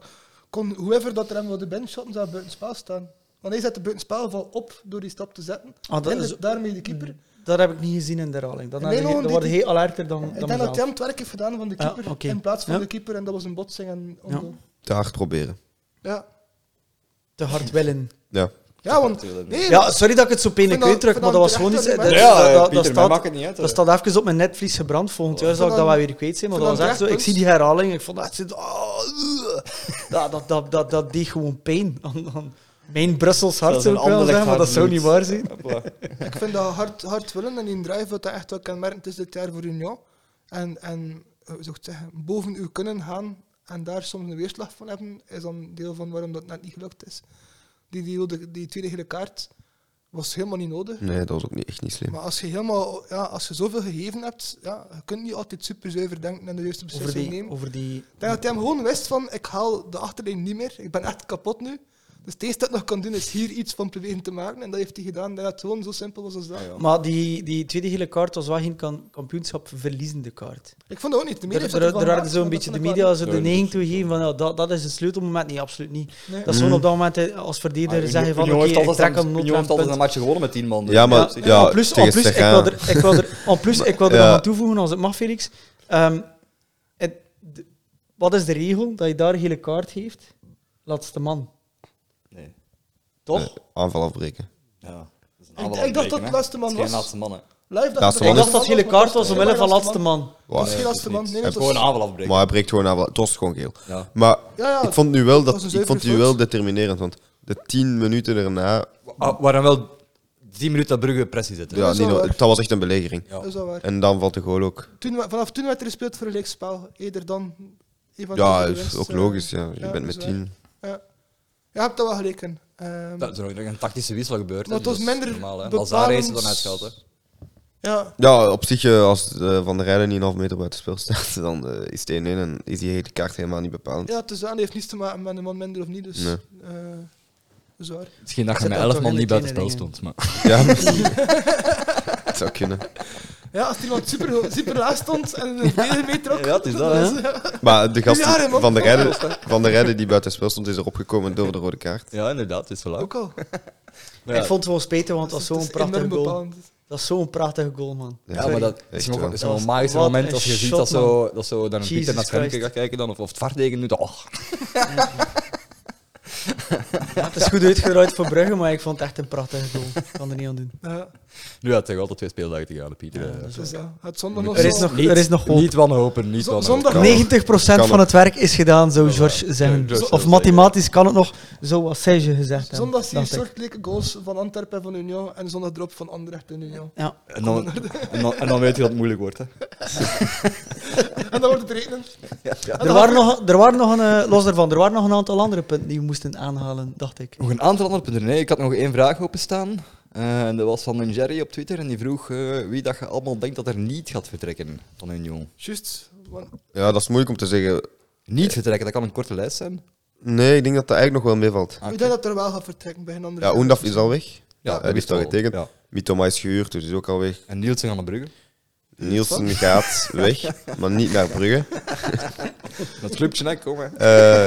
Speaker 3: kon whoever dat er hem wilde binnenshotten, zou buiten spaal staan. Want hij zette buiten spaalval op door die stap te zetten.
Speaker 2: Ah, dat
Speaker 3: en
Speaker 2: is- Hmm,
Speaker 3: dus daarmee de keeper.
Speaker 2: Dat heb ik niet gezien in de herhaling. Dan,
Speaker 3: Nee,
Speaker 2: had hij-
Speaker 3: nee,
Speaker 2: dan
Speaker 3: die-
Speaker 2: word je heel alerter dan,
Speaker 3: ik
Speaker 2: dan
Speaker 3: denk dat
Speaker 2: mezelf.
Speaker 3: hij hem het werk heeft gedaan van de
Speaker 2: Ja,
Speaker 3: keeper.
Speaker 2: oké.
Speaker 3: In plaats van
Speaker 2: Ja.
Speaker 3: de keeper. En dat was een botsing. En
Speaker 2: Ja.
Speaker 3: ongoal.
Speaker 4: te hard proberen.
Speaker 3: ja.
Speaker 2: te hard willen.
Speaker 4: Ja.
Speaker 3: Ja, want...
Speaker 1: Natuurlijk.
Speaker 3: Nee,
Speaker 2: Ja, sorry dat ik het zo
Speaker 3: Vind
Speaker 2: pijnlijk
Speaker 3: dat-
Speaker 2: weet terug,
Speaker 3: vind
Speaker 2: maar dat
Speaker 3: dat
Speaker 2: was gewoon iets... eh,
Speaker 3: terecht,
Speaker 2: Dat,
Speaker 3: hè,
Speaker 1: Ja,
Speaker 3: Ja,
Speaker 2: dat- dat,
Speaker 1: Pieter, mij
Speaker 2: staat,
Speaker 1: maakt het niet uit.
Speaker 2: dat staat even op mijn netvlies gebrand. Volgend jaar zal ik dat wel weer kwijt zijn, maar
Speaker 3: vind
Speaker 2: dat was
Speaker 3: dat
Speaker 2: echt zo. Ik
Speaker 3: terecht,
Speaker 2: zie die herhaling ik vond echt zo... ah, ugh. Ja, dat, dat, dat, dat deed gewoon pijn aan, aan mijn Brussels hart,
Speaker 1: Dat is
Speaker 2: zou
Speaker 1: een
Speaker 2: ik wel
Speaker 1: Anderlecht
Speaker 2: zeggen, maar dat zou niet waar
Speaker 1: hardbloed.
Speaker 2: zijn.
Speaker 1: Hopla.
Speaker 3: Ik vind dat hard, hard willen en die drive, wat dat echt wel kenmerkend is dit jaar voor Union. En, en eh, hoe zou ik het zeggen, boven u kunnen gaan en daar soms een weerslag van hebben, is dan deel van waarom dat net niet gelukt is. Die, die, rode- die tweede gele kaart was helemaal niet nodig.
Speaker 4: Nee, dat was ook niet, echt niet slim.
Speaker 3: Maar als je, helemaal, ja, als je zoveel gegeven hebt, ja, je kunt niet altijd super zuiver denken en de juiste
Speaker 2: Over
Speaker 3: beslissing
Speaker 2: die,
Speaker 3: nemen.
Speaker 2: over die...
Speaker 3: Ik denk dat hij hem gewoon wist van, ik haal de achterlijn niet meer, ik ben echt kapot nu. Dus het enige dat ik nog kan doen is hier iets van proberen te maken. En dat heeft hij gedaan. Ik denk Dat het gewoon zo simpel was als dat.
Speaker 1: Ja, ja.
Speaker 2: Maar die, die tweede gele kaart was wel geen kan, kampioenschap verliezende kaart.
Speaker 3: Ik vond dat ook niet. De
Speaker 2: Er,
Speaker 3: media
Speaker 2: er,
Speaker 3: heeft dat
Speaker 2: er
Speaker 3: ervan
Speaker 2: werden
Speaker 3: gemaakt,
Speaker 2: zo'n
Speaker 3: maar
Speaker 2: beetje de
Speaker 3: dat vond ik
Speaker 2: media zo
Speaker 3: wel-
Speaker 2: de
Speaker 1: Nee,
Speaker 2: neiging toe gegeven van ja, dat, dat is het sleutelmoment. Nee, absoluut niet.
Speaker 3: Nee.
Speaker 2: Dat is gewoon op dat moment eh, als
Speaker 1: Maar
Speaker 2: verdediger
Speaker 1: Union-
Speaker 2: zeggen van
Speaker 1: Union
Speaker 2: oké,
Speaker 1: heeft
Speaker 2: ik
Speaker 1: altijd
Speaker 2: trek
Speaker 1: een-
Speaker 2: hem
Speaker 1: Union heeft altijd een
Speaker 2: noodpunt.
Speaker 1: match gewonnen met 10 man. dus-
Speaker 4: Ja, maar-
Speaker 2: Ja,
Speaker 4: Ja,
Speaker 2: en plus,
Speaker 4: tegen
Speaker 2: en plus, ik
Speaker 4: Serrain.
Speaker 2: wil er, ik wil er, en plus, ik wil er
Speaker 4: Ja.
Speaker 2: nog aan toevoegen als het mag, Felix. Ehm, het- de- wat is de regel dat je daar een gele kaart geeft? Laatste man.
Speaker 1: Nee. Toch?
Speaker 4: Nee, aanval afbreken.
Speaker 1: Ja. Dat is een
Speaker 3: Ik-
Speaker 1: aanval
Speaker 3: ik dacht dat
Speaker 1: afbreken,
Speaker 3: het
Speaker 1: hè.
Speaker 3: laatste man
Speaker 1: Het is geen
Speaker 3: was.
Speaker 1: laatste man, hè.
Speaker 3: Live dacht
Speaker 4: Laatste
Speaker 3: ik
Speaker 2: Ik
Speaker 4: man
Speaker 2: dacht
Speaker 3: dat
Speaker 2: dat het gele kaart was omwille van laatste man.
Speaker 3: Dat is
Speaker 4: Wow.
Speaker 3: geen laatste man.
Speaker 1: niet.
Speaker 3: Nee,
Speaker 1: Hij
Speaker 3: dat
Speaker 1: heeft gewoon
Speaker 3: was-
Speaker 1: een aanval afbreken.
Speaker 4: Maar hij breekt gewoon aan. Het was gewoon geel.
Speaker 1: Ja.
Speaker 4: Maar
Speaker 3: Ja, ja,
Speaker 4: ik vond nu wel
Speaker 3: dat
Speaker 4: dat
Speaker 3: was een
Speaker 4: ik vond nu
Speaker 3: zuivere
Speaker 4: wel
Speaker 3: fout.
Speaker 4: determinerend, want de tien minuten daarna,
Speaker 1: Ah, Waar dan wel 10 minuten dat Brugge pressie zit. hè.
Speaker 4: ja,
Speaker 3: is wel
Speaker 4: Nino,
Speaker 3: waar.
Speaker 4: dat was echt een belegering.
Speaker 1: Ja.
Speaker 3: Dat is wel waar.
Speaker 4: En dan valt de goal ook.
Speaker 3: Toen, we- vanaf toen werd er gespeeld voor een gelijkspel. Eerder dan... eventueel
Speaker 4: Ja,
Speaker 3: de
Speaker 4: dat is
Speaker 3: winst,
Speaker 4: ook
Speaker 3: eh,
Speaker 4: logisch. Ja. Je
Speaker 3: ja,
Speaker 4: bent
Speaker 3: dat
Speaker 4: met
Speaker 3: is waar.
Speaker 4: tien.
Speaker 3: Ja. Je hebt dat wel gelijk in. Ehm,
Speaker 1: Dat is er ook nog een tactische wissel gebeurd. hè,
Speaker 3: Maar het
Speaker 1: dus
Speaker 3: was
Speaker 1: dat is
Speaker 3: minder
Speaker 1: Normaal, hè.
Speaker 3: bepalend-
Speaker 1: Lazare is er dan uitgehaald, hè.
Speaker 3: ja.
Speaker 4: Ja, op zich, eh, als eh, Van der Rijden niet een half meter buiten spel staat, dan eh, is het 1-1 en is die hele kaart helemaal niet bepalend.
Speaker 3: ja, het is aan. Die heeft niets te maken met een man minder of niet. Dus...
Speaker 4: Nee.
Speaker 3: eh, dat is waar.
Speaker 1: Misschien dat
Speaker 2: Ik
Speaker 1: je
Speaker 2: zit
Speaker 1: met
Speaker 2: dan
Speaker 1: 11
Speaker 2: toch
Speaker 1: man
Speaker 2: in
Speaker 1: niet
Speaker 2: de
Speaker 1: buiten spel
Speaker 2: kleine
Speaker 1: stond. Maar.
Speaker 4: Ja, het zou kunnen.
Speaker 3: Ja, als iemand super, super laag stond en een verdediger meetrok...
Speaker 1: Ja, het is dat, hè.
Speaker 3: dan ja.
Speaker 4: Maar de gast
Speaker 3: Ja, hè, man.
Speaker 4: van, der Rijden, van der Rijden die buiten spel stond, is erop gekomen door de rode kaart.
Speaker 1: Ja, inderdaad, het is wel leuk.
Speaker 3: Ook al.
Speaker 1: Maar
Speaker 2: Ik
Speaker 1: ja,
Speaker 2: vond het wel spijtig, want dat is
Speaker 3: Het
Speaker 2: zo'n
Speaker 3: is enorm
Speaker 2: prachtige goal.
Speaker 3: bepalend.
Speaker 2: Dat is zo'n prachtige goal, man.
Speaker 1: ja, maar dat
Speaker 4: Echt
Speaker 1: is nog
Speaker 4: wel.
Speaker 1: dat is nog
Speaker 2: Dat
Speaker 1: een
Speaker 2: was-
Speaker 1: magisch
Speaker 2: wat
Speaker 1: moment
Speaker 2: een
Speaker 1: als je ziet
Speaker 2: shot,
Speaker 1: dat zo, dat zo dan een
Speaker 2: Jesus
Speaker 1: Pieter naar Schermke
Speaker 2: Christ.
Speaker 1: gaat kijken dan, of, of het varteken doet. Oh,
Speaker 2: Ja, het is goed uitgedraaid voor Brugge, maar ik vond het echt een prachtige goal. Ik kan er niet aan doen.
Speaker 3: Ja,
Speaker 1: nu had hij altijd twee speeldagen te gaan, hè, Pieter. eh.
Speaker 3: dus ja. Het zondag nog
Speaker 2: Er is
Speaker 3: zo-
Speaker 2: nog-
Speaker 1: niet,
Speaker 2: er is nog hoop.
Speaker 1: Niet wanhopen, niet
Speaker 3: Zo-
Speaker 1: wanhopen.
Speaker 3: zondag-
Speaker 4: Kan
Speaker 2: 90%
Speaker 4: Kan
Speaker 2: van
Speaker 4: nog.
Speaker 2: het werk is gedaan, zou
Speaker 1: Kan
Speaker 2: George zeggen.
Speaker 1: George
Speaker 2: Zo-
Speaker 1: zou
Speaker 2: Of
Speaker 1: zeggen.
Speaker 2: mathematisch kan het nog, zoals zij je gezegd hebben.
Speaker 3: Zondag zie je
Speaker 2: dacht ik.
Speaker 3: soortgelijke goals van Antwerpen en van Union en zondag erop van Anderlecht en Union.
Speaker 2: Ja.
Speaker 1: En dan, en, dan, en dan weet je dat het moeilijk wordt. Hè.
Speaker 3: En dan wordt het rekenen.
Speaker 2: Er, waren nog, er waren nog een, eh, los daarvan, er waren nog een aantal andere punten die we moesten aanhalen, dacht ik.
Speaker 1: Nog een aantal andere punten. Nee, ik had nog één vraag openstaan. Eh en dat was van een Jerry op Twitter. En die vroeg eh, wie dat je allemaal denkt dat er niet gaat vertrekken van Union.
Speaker 3: Juist. want-
Speaker 4: Ja, dat is moeilijk om te zeggen.
Speaker 1: Niet
Speaker 4: Eh.
Speaker 1: vertrekken, dat kan een korte lijst zijn.
Speaker 4: Nee, ik denk dat dat eigenlijk nog wel meevalt.
Speaker 1: Ah,
Speaker 3: Ik denk dat er wel gaat vertrekken bij een andere.
Speaker 4: Ja, Oendaf is al weg.
Speaker 1: dat
Speaker 4: hij
Speaker 1: wist
Speaker 4: heeft al
Speaker 1: wel.
Speaker 4: getekend.
Speaker 1: Ja.
Speaker 4: Mitoma is gehuurd, dus is ook al weg.
Speaker 1: En Nielsen aan de Brugge.
Speaker 4: Nielsen gaat weg, maar niet naar Brugge.
Speaker 1: Dat clubje, hè, kom hè.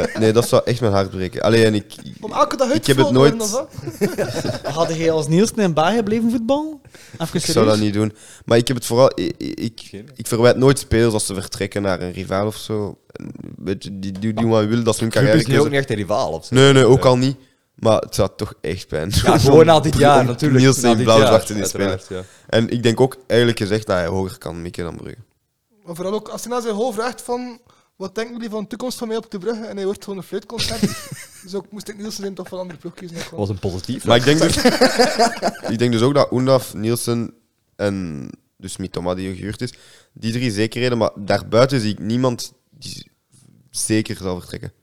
Speaker 4: Eh, nee, dat zou echt mijn hart breken. Alleen en ik.
Speaker 3: Om elke dag uit
Speaker 4: Ik heb het
Speaker 3: worden,
Speaker 4: nooit-
Speaker 3: of wat?
Speaker 2: Hadden jij als Nielsen in Bagen blijven voetbal? Even
Speaker 4: Ik zou dat
Speaker 2: serieus.
Speaker 4: niet doen. Maar ik heb het vooral. Ik, ik,
Speaker 1: Geen.
Speaker 4: ik verwijt nooit spelers als ze vertrekken naar een rivaal of zo. En, Weet je, die die doen wat ze willen, dat is hun
Speaker 1: Ah. Club
Speaker 4: carrière.
Speaker 1: is nu ook niet echt een rivaal of zo.
Speaker 4: Nee, nee, ook al niet. Maar het zou toch echt pijn doen.
Speaker 1: Ja, gewoon na dit jaar natuurlijk.
Speaker 4: Nielsen
Speaker 1: Na
Speaker 4: in
Speaker 1: dit
Speaker 4: blauw
Speaker 1: jaar,
Speaker 4: zwart in die
Speaker 1: uiteraard,
Speaker 4: speler. En ik denk ook eigenlijk gezegd dat hij hoger kan mikken dan Brugge.
Speaker 3: Maar vooral ook als hij naar zijn hoofd vraagt van. Wat denken jullie van de toekomst van mij op de bruggen? En hij wordt gewoon een fluitconcert. dus ook moest ik Nielsen zijn toch van een andere ploeg kiezen.
Speaker 1: Dat was een positief.
Speaker 4: Maar ik denk dus, ik denk dus ook dat Oendaf, Nielsen en dus Mitoma die gehuurd is, die drie zekerheden, maar daarbuiten zie ik niemand die zeker zal vertrekken.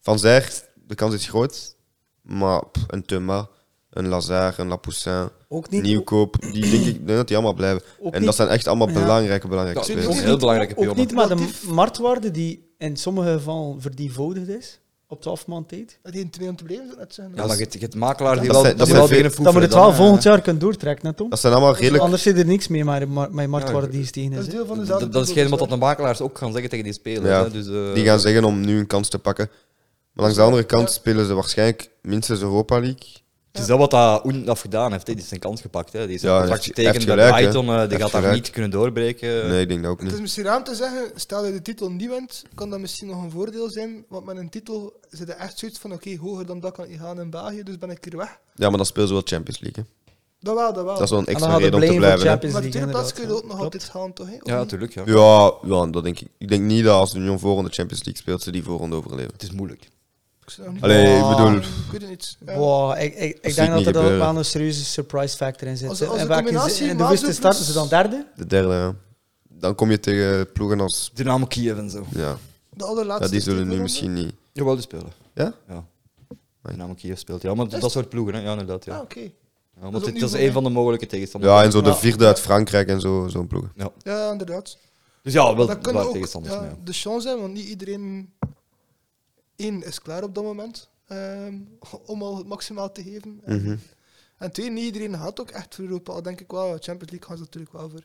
Speaker 4: Van Zijr, de kans is groot, maar pff, een Thuma, een Lazare, een Lapoussin,
Speaker 2: Ook niet.
Speaker 4: Nieuwkoop, die denk ik ik denk dat die allemaal blijven.
Speaker 2: Ook
Speaker 4: en
Speaker 2: niet-
Speaker 4: dat zijn echt allemaal
Speaker 2: ja.
Speaker 4: belangrijke, belangrijke
Speaker 1: dat is
Speaker 4: spelers.
Speaker 1: een heel belangrijke
Speaker 2: Ook niet
Speaker 1: pionnen.
Speaker 2: met de
Speaker 3: Relatief.
Speaker 2: marktwaarde die in sommige gevallen verdienvoudigd is, op 12 maand tijd.
Speaker 3: Dat hij twee om te blijven zou net zijn.
Speaker 1: Ja, maar je hebt- je hebt makelaars die
Speaker 4: Dat
Speaker 1: wel
Speaker 4: zijn- dat
Speaker 1: die
Speaker 4: zijn
Speaker 1: wel
Speaker 4: veel-
Speaker 1: beginnen
Speaker 2: Dan moet
Speaker 1: foeferen
Speaker 2: het wel
Speaker 1: dan,
Speaker 4: eh,
Speaker 1: hè.
Speaker 2: volgend jaar kunnen doortrekken, net Tom.
Speaker 4: Dat zijn allemaal redelijk...
Speaker 2: Anders zit er niks mee maar maar- mijn marktwaarde die is tegen
Speaker 3: dat
Speaker 2: is.
Speaker 3: is
Speaker 2: hè.
Speaker 3: deel van dezelfde.
Speaker 1: Dat, dat is
Speaker 3: ploeg,
Speaker 1: hetgeen wat
Speaker 3: dus,
Speaker 1: de makelaars ook gaan zeggen tegen die spelers.
Speaker 4: Ja,
Speaker 1: hè, dus, eh,
Speaker 4: Die gaan zeggen om nu een kans te pakken. Maar langs de andere kant spelen ze waarschijnlijk minstens Europa League.
Speaker 1: Het is dat wat dat Oen heeft gedaan heeft. hè. Die is zijn kans gepakt. Hè. Die is
Speaker 4: Ja,
Speaker 1: een contract
Speaker 4: heeft- heeft
Speaker 1: getekend bij
Speaker 4: gelijk, hè.
Speaker 1: Brighton. eh, Die
Speaker 4: Heeft
Speaker 1: gaat daar
Speaker 4: gelijk.
Speaker 1: niet kunnen doorbreken.
Speaker 4: Nee, ik denk dat ook
Speaker 3: Het is
Speaker 4: niet.
Speaker 3: misschien raar om te zeggen, stel dat je de titel niet wint, kan dat misschien nog een voordeel zijn, want met een titel zit er echt zoiets van, oké, hoger dan dat kan ik niet gaan in België, dus ben ik hier weg.
Speaker 4: Ja, maar dan speel ze wel Champions League. Hè.
Speaker 3: Dat wel, dat wel.
Speaker 4: Dat is wel een
Speaker 2: En
Speaker 4: extra
Speaker 2: hadden
Speaker 4: reden om te
Speaker 2: blame voor
Speaker 4: blijven. hè.
Speaker 2: Champions
Speaker 3: maar de
Speaker 2: League,
Speaker 3: tweede plaats
Speaker 2: inderdaad,
Speaker 3: kun je ook nog
Speaker 2: ja.
Speaker 3: altijd gaan, toch? hè? Of
Speaker 1: Ja,
Speaker 3: niet?
Speaker 1: natuurlijk. Ja.
Speaker 4: Ja, ja, dat denk ik. Ik denk niet dat als Union voorronde Champions League speelt, ze die voorronde overleven.
Speaker 1: Het is moeilijk.
Speaker 3: Ik zou nog niet-
Speaker 4: Allee, ik
Speaker 2: Ja.
Speaker 4: bedoel...
Speaker 3: Ik weet het niet. Eh, Ja.
Speaker 2: Wow, ik, ik, ik
Speaker 4: niet
Speaker 2: denk dat er dan ook
Speaker 4: gebeuren.
Speaker 2: wel een serieuze surprise factor in zit.
Speaker 3: Als- als
Speaker 2: en
Speaker 3: een
Speaker 2: welke ze-
Speaker 3: combinatie
Speaker 2: in de
Speaker 3: Mazo
Speaker 2: westen
Speaker 3: plus-
Speaker 2: starten ze dan derde?
Speaker 4: De derde, ja. Dan kom je tegen ploegen als...
Speaker 1: Dynamo Kiev en zo.
Speaker 4: Ja,
Speaker 3: De
Speaker 4: ja
Speaker 3: allerlaatste.
Speaker 4: die zullen nu
Speaker 3: titel
Speaker 4: misschien niet...
Speaker 1: Jawel, die spelen.
Speaker 4: Ja?
Speaker 1: Ja. Dynamo Kiev speelt. Ja, maar dat soort ploegen. Hè. Ja, inderdaad.
Speaker 3: dan?
Speaker 1: Ja.
Speaker 3: Ah, oké.
Speaker 1: Ja, want
Speaker 3: dat is
Speaker 1: dit
Speaker 3: ook
Speaker 1: dat
Speaker 3: nieuw,
Speaker 1: is een
Speaker 3: hè.
Speaker 1: van de mogelijke tegenstanders.
Speaker 4: Ja, en zo de
Speaker 3: Ja.
Speaker 4: vierde uit Frankrijk en zo, zo'n ploegen.
Speaker 3: Ja, inderdaad.
Speaker 1: Dus ja, wel
Speaker 3: dat kan
Speaker 1: waar
Speaker 3: ook
Speaker 1: tegenstanders.
Speaker 3: ja,
Speaker 1: maar ja.
Speaker 3: de chance zijn, want niet iedereen... Eén is klaar op dat moment, ehm, om al het maximaal te geven. En-
Speaker 4: Mhm.
Speaker 3: En twee, niet iedereen gaat ook echt voor Europa. Al denk ik wel, Champions League gaan ze natuurlijk wel voor.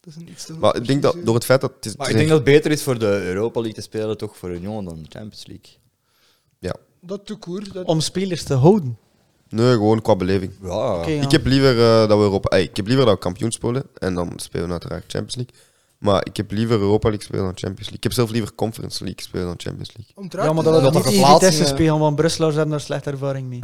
Speaker 3: Dat is een iets te groot
Speaker 4: Maar ik denk dat
Speaker 3: verschil.
Speaker 4: door het feit dat... Het is,
Speaker 1: Maar
Speaker 4: het
Speaker 1: ik
Speaker 4: is
Speaker 1: denk dat het beter is voor de Europa League te spelen, toch voor Union dan de Champions League.
Speaker 3: Dat te koer. Dat...
Speaker 2: Om spelers te houden.
Speaker 4: een- Nee, gewoon qua beleving.
Speaker 1: Ja,
Speaker 2: Oké, ja.
Speaker 4: Ik heb liever eh, dat we Europa... ey, ik heb liever dat we kampioen spelen. En dan spelen we uiteraard Champions League. Maar ik heb liever Europa League spelen dan Champions League. Ik heb zelf liever Conference League spelen dan Champions League.
Speaker 3: Om het raar
Speaker 2: Ja, maar
Speaker 3: te
Speaker 2: dat we
Speaker 1: dat
Speaker 2: dat
Speaker 1: er
Speaker 2: niet in
Speaker 1: verplaatsingen-
Speaker 4: eh,
Speaker 2: Vitesse spelen, want Brusselaars hebben daar slechte ervaring mee.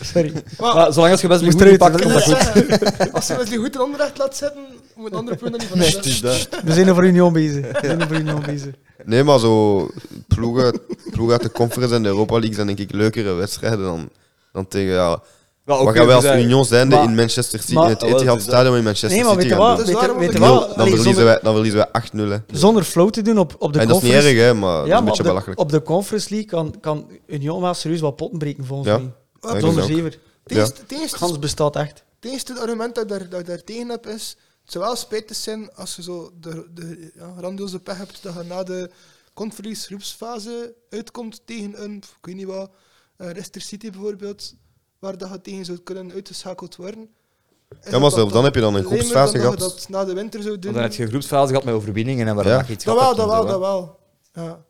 Speaker 2: Sorry.
Speaker 3: Maar-
Speaker 1: Maar zolang als je best
Speaker 2: Moest
Speaker 1: moet
Speaker 2: eruit,
Speaker 1: pakken,
Speaker 2: dat
Speaker 1: komt dat
Speaker 3: Ik wil
Speaker 1: goed.
Speaker 3: zeggen, Als ze Wesley goed eronder echt laat zetten, moet een andere ploeg dan niet van
Speaker 1: Nee,
Speaker 3: hebben.
Speaker 1: het is dat.
Speaker 2: We zijn er voor Union bezig. We zijn er voor Union bezig.
Speaker 4: Nee, maar zo ploegen, ploegen uit de Conference en de Europa League zijn denk ik leukere wedstrijden dan, dan tegen... Ja,
Speaker 1: Wel,
Speaker 4: wat
Speaker 1: oké,
Speaker 4: gaan wij als
Speaker 1: we zijn-
Speaker 4: Union zijnde
Speaker 2: maar-
Speaker 4: in Manchester City,
Speaker 2: maar-
Speaker 4: in het
Speaker 1: Ah, wel,
Speaker 4: Etihad
Speaker 1: dus dat-
Speaker 4: Stadium in Manchester
Speaker 2: Nee, maar weet
Speaker 4: City
Speaker 2: je
Speaker 4: gaan
Speaker 2: wat?
Speaker 3: Dat
Speaker 4: doen?
Speaker 3: is
Speaker 2: Weet je- weet je
Speaker 3: waarom ik-
Speaker 4: Nul,
Speaker 2: wat?
Speaker 4: dan,
Speaker 2: Allee,
Speaker 4: verliezen
Speaker 2: zonder-
Speaker 4: wij, dan verliezen wij 8-0. hè.
Speaker 2: Zonder flow te doen op, op de
Speaker 4: En dat is niet
Speaker 2: conference.
Speaker 4: erg, hè, maar dat
Speaker 2: Ja,
Speaker 4: is een
Speaker 2: maar op
Speaker 4: beetje
Speaker 2: de,
Speaker 4: belachelijk.
Speaker 2: op de Conference League kan, kan Union wel serieus wat potten breken, volgens
Speaker 4: Ja.
Speaker 2: mij.
Speaker 4: Ja, ik
Speaker 2: Zonder
Speaker 4: denk
Speaker 2: zever.
Speaker 3: Het eerste- het eerste-
Speaker 2: Kans bestaat echt.
Speaker 3: Het eerste argument dat ik daar, dat ik daar tegen heb is, het zou wel spijtig zijn als je zo de, de ja, grandioze pech hebt dat je na de conference groepsfase uitkomt tegen een, ik weet niet wat, eh Leicester City bijvoorbeeld, waar dat je tegen zou kunnen uitgeschakeld worden. Is
Speaker 4: maar
Speaker 3: dat
Speaker 4: zelfs dan heb je dan een
Speaker 3: lemer
Speaker 4: groepsfase
Speaker 3: dan dat
Speaker 4: gehad.
Speaker 3: je dat na de winter zou doen.
Speaker 1: Want dan heb je een groepsfase gehad met overwinningen en waar
Speaker 4: Ja.
Speaker 1: mag je iets
Speaker 3: dat
Speaker 1: gehad
Speaker 3: wel,
Speaker 1: hebt
Speaker 3: dat
Speaker 1: en
Speaker 3: wel,
Speaker 1: zo,
Speaker 3: dat
Speaker 1: hè.
Speaker 3: wel. Ja.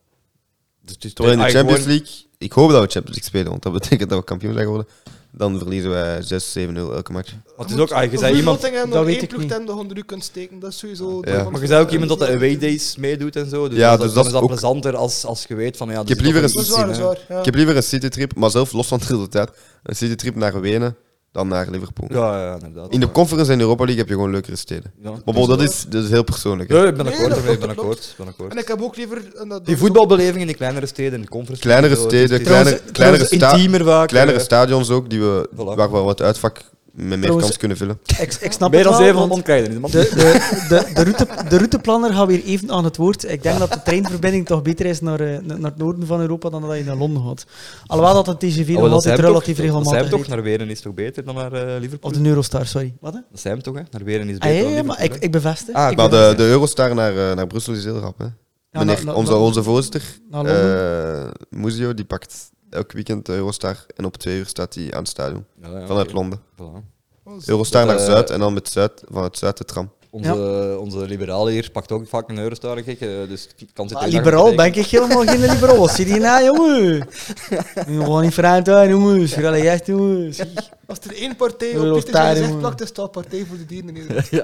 Speaker 1: Dus het is
Speaker 4: Terwijl in de
Speaker 1: eigenlijk
Speaker 4: Champions
Speaker 1: gewoon-
Speaker 4: League, ik hoop dat we Champions League spelen, want dat betekent dat we kampioen zijn geworden. Dan verliezen wij 6-7-0 elke match.
Speaker 1: Maar het is ook eigenlijk, je zei iemand...
Speaker 3: Nottingham
Speaker 2: dat
Speaker 3: nog
Speaker 2: weet
Speaker 3: één
Speaker 2: ik
Speaker 3: ploeg
Speaker 2: niet.
Speaker 3: ten de onder u kunt steken, dat is sowieso...
Speaker 4: Ja.
Speaker 3: dat-
Speaker 1: Maar je zei ook iemand dat de away days meedoet en zo. Dus
Speaker 4: Ja,
Speaker 1: dan is dat,
Speaker 4: dus dat
Speaker 1: dan is
Speaker 4: is
Speaker 1: dat
Speaker 4: ook-
Speaker 1: plezanter als, als je weet van... Ja,
Speaker 4: Ik heb liever
Speaker 3: Dat
Speaker 4: eens-
Speaker 3: is waar, dat is waar. ja.
Speaker 4: Ik heb liever een citytrip, maar zelf los van het resultaat, een citytrip naar Wenen dan naar Liverpool.
Speaker 1: Ja, ja, inderdaad.
Speaker 4: In de Conference en Europa League heb je gewoon leukere steden.
Speaker 1: Ja.
Speaker 4: Maar bon, dat, is, dat is heel persoonlijk. hè.
Speaker 1: Dus Ja, ik ben
Speaker 3: Nee,
Speaker 1: akkoord,
Speaker 3: dat
Speaker 1: daarmee, ik
Speaker 3: klopt,
Speaker 1: ben
Speaker 3: dat
Speaker 1: akkoord. ben akkoord.
Speaker 3: En ik heb ook liever... en dat-
Speaker 1: Die voetbalbeleving in de kleinere steden, in de conference.
Speaker 4: Kleinere
Speaker 1: League en zo, het
Speaker 4: steden,
Speaker 1: is- het is-
Speaker 4: kleiner-
Speaker 1: het is
Speaker 4: kleinere sta-
Speaker 1: Intiemer vaak.
Speaker 4: Kleinere
Speaker 1: eh,
Speaker 4: stadions ook, die we,
Speaker 1: Voilà.
Speaker 4: waar we wat uitvak met meer
Speaker 2: Trouwens-
Speaker 4: kans kunnen vullen.
Speaker 2: Ik, ik snap
Speaker 1: Meer
Speaker 2: het
Speaker 1: dan
Speaker 2: wel,
Speaker 1: 700
Speaker 2: want
Speaker 1: man krijgen. man.
Speaker 2: de, de, de, de, route, de routeplanner gaat weer even aan het woord. Ik denk dat de treinverbinding toch beter is naar, eh, naar het noorden van Europa dan dat je naar Londen gaat. Alhoewel dat een TGV
Speaker 1: Oh,
Speaker 2: nog
Speaker 1: dat
Speaker 2: altijd
Speaker 1: zijn
Speaker 2: relatief
Speaker 1: toch, dat zijn
Speaker 2: regelmatig
Speaker 1: toch
Speaker 2: rijdt.
Speaker 1: naar Wenen is toch beter dan naar eh, Liverpool?
Speaker 2: Of de Eurostar, sorry. Wat? hè?
Speaker 1: Dat zijn hem toch, hè? Naar Weren is
Speaker 2: Ah,
Speaker 1: beter
Speaker 2: ja, ja,
Speaker 1: dan Liverpool,
Speaker 2: maar ik,
Speaker 1: hè?
Speaker 2: ik bevestig.
Speaker 1: Ah,
Speaker 2: ik
Speaker 4: Maar de,
Speaker 2: bevestig.
Speaker 4: de Eurostar naar, eh, naar Brussel is heel rap. Hè.
Speaker 2: Ja,
Speaker 4: Meneer,
Speaker 2: na- na-
Speaker 4: onze,
Speaker 2: na-
Speaker 4: onze voorzitter,
Speaker 2: naar Londen.
Speaker 4: eh, Muzio, die pakt elk weekend de Eurostar en op twee uur staat hij aan het stadion.
Speaker 1: Ja, ja, oké.
Speaker 4: Vanuit Londen.
Speaker 1: Voilà.
Speaker 4: Eurostar
Speaker 1: Dat,
Speaker 4: naar
Speaker 1: eh,
Speaker 4: Zuid en dan met Zuid, vanuit Zuid de tram.
Speaker 1: Onze, onze liberaal hier pakt ook vaak een eurostar, gek. eh, Dus k- kan zitten.
Speaker 2: Ah, liberaal ben ik helemaal geen liberaal. Wat zit hier na, jongen? Gewoon niet vreemd aan, jongens. Vooral echt, jongens.
Speaker 3: Als er één partij
Speaker 2: Wil
Speaker 3: op dit
Speaker 2: daar,
Speaker 3: gezicht
Speaker 2: jongen.
Speaker 3: plakt, is het wel Partij voor de Dieren. in Nederland.
Speaker 1: Ja.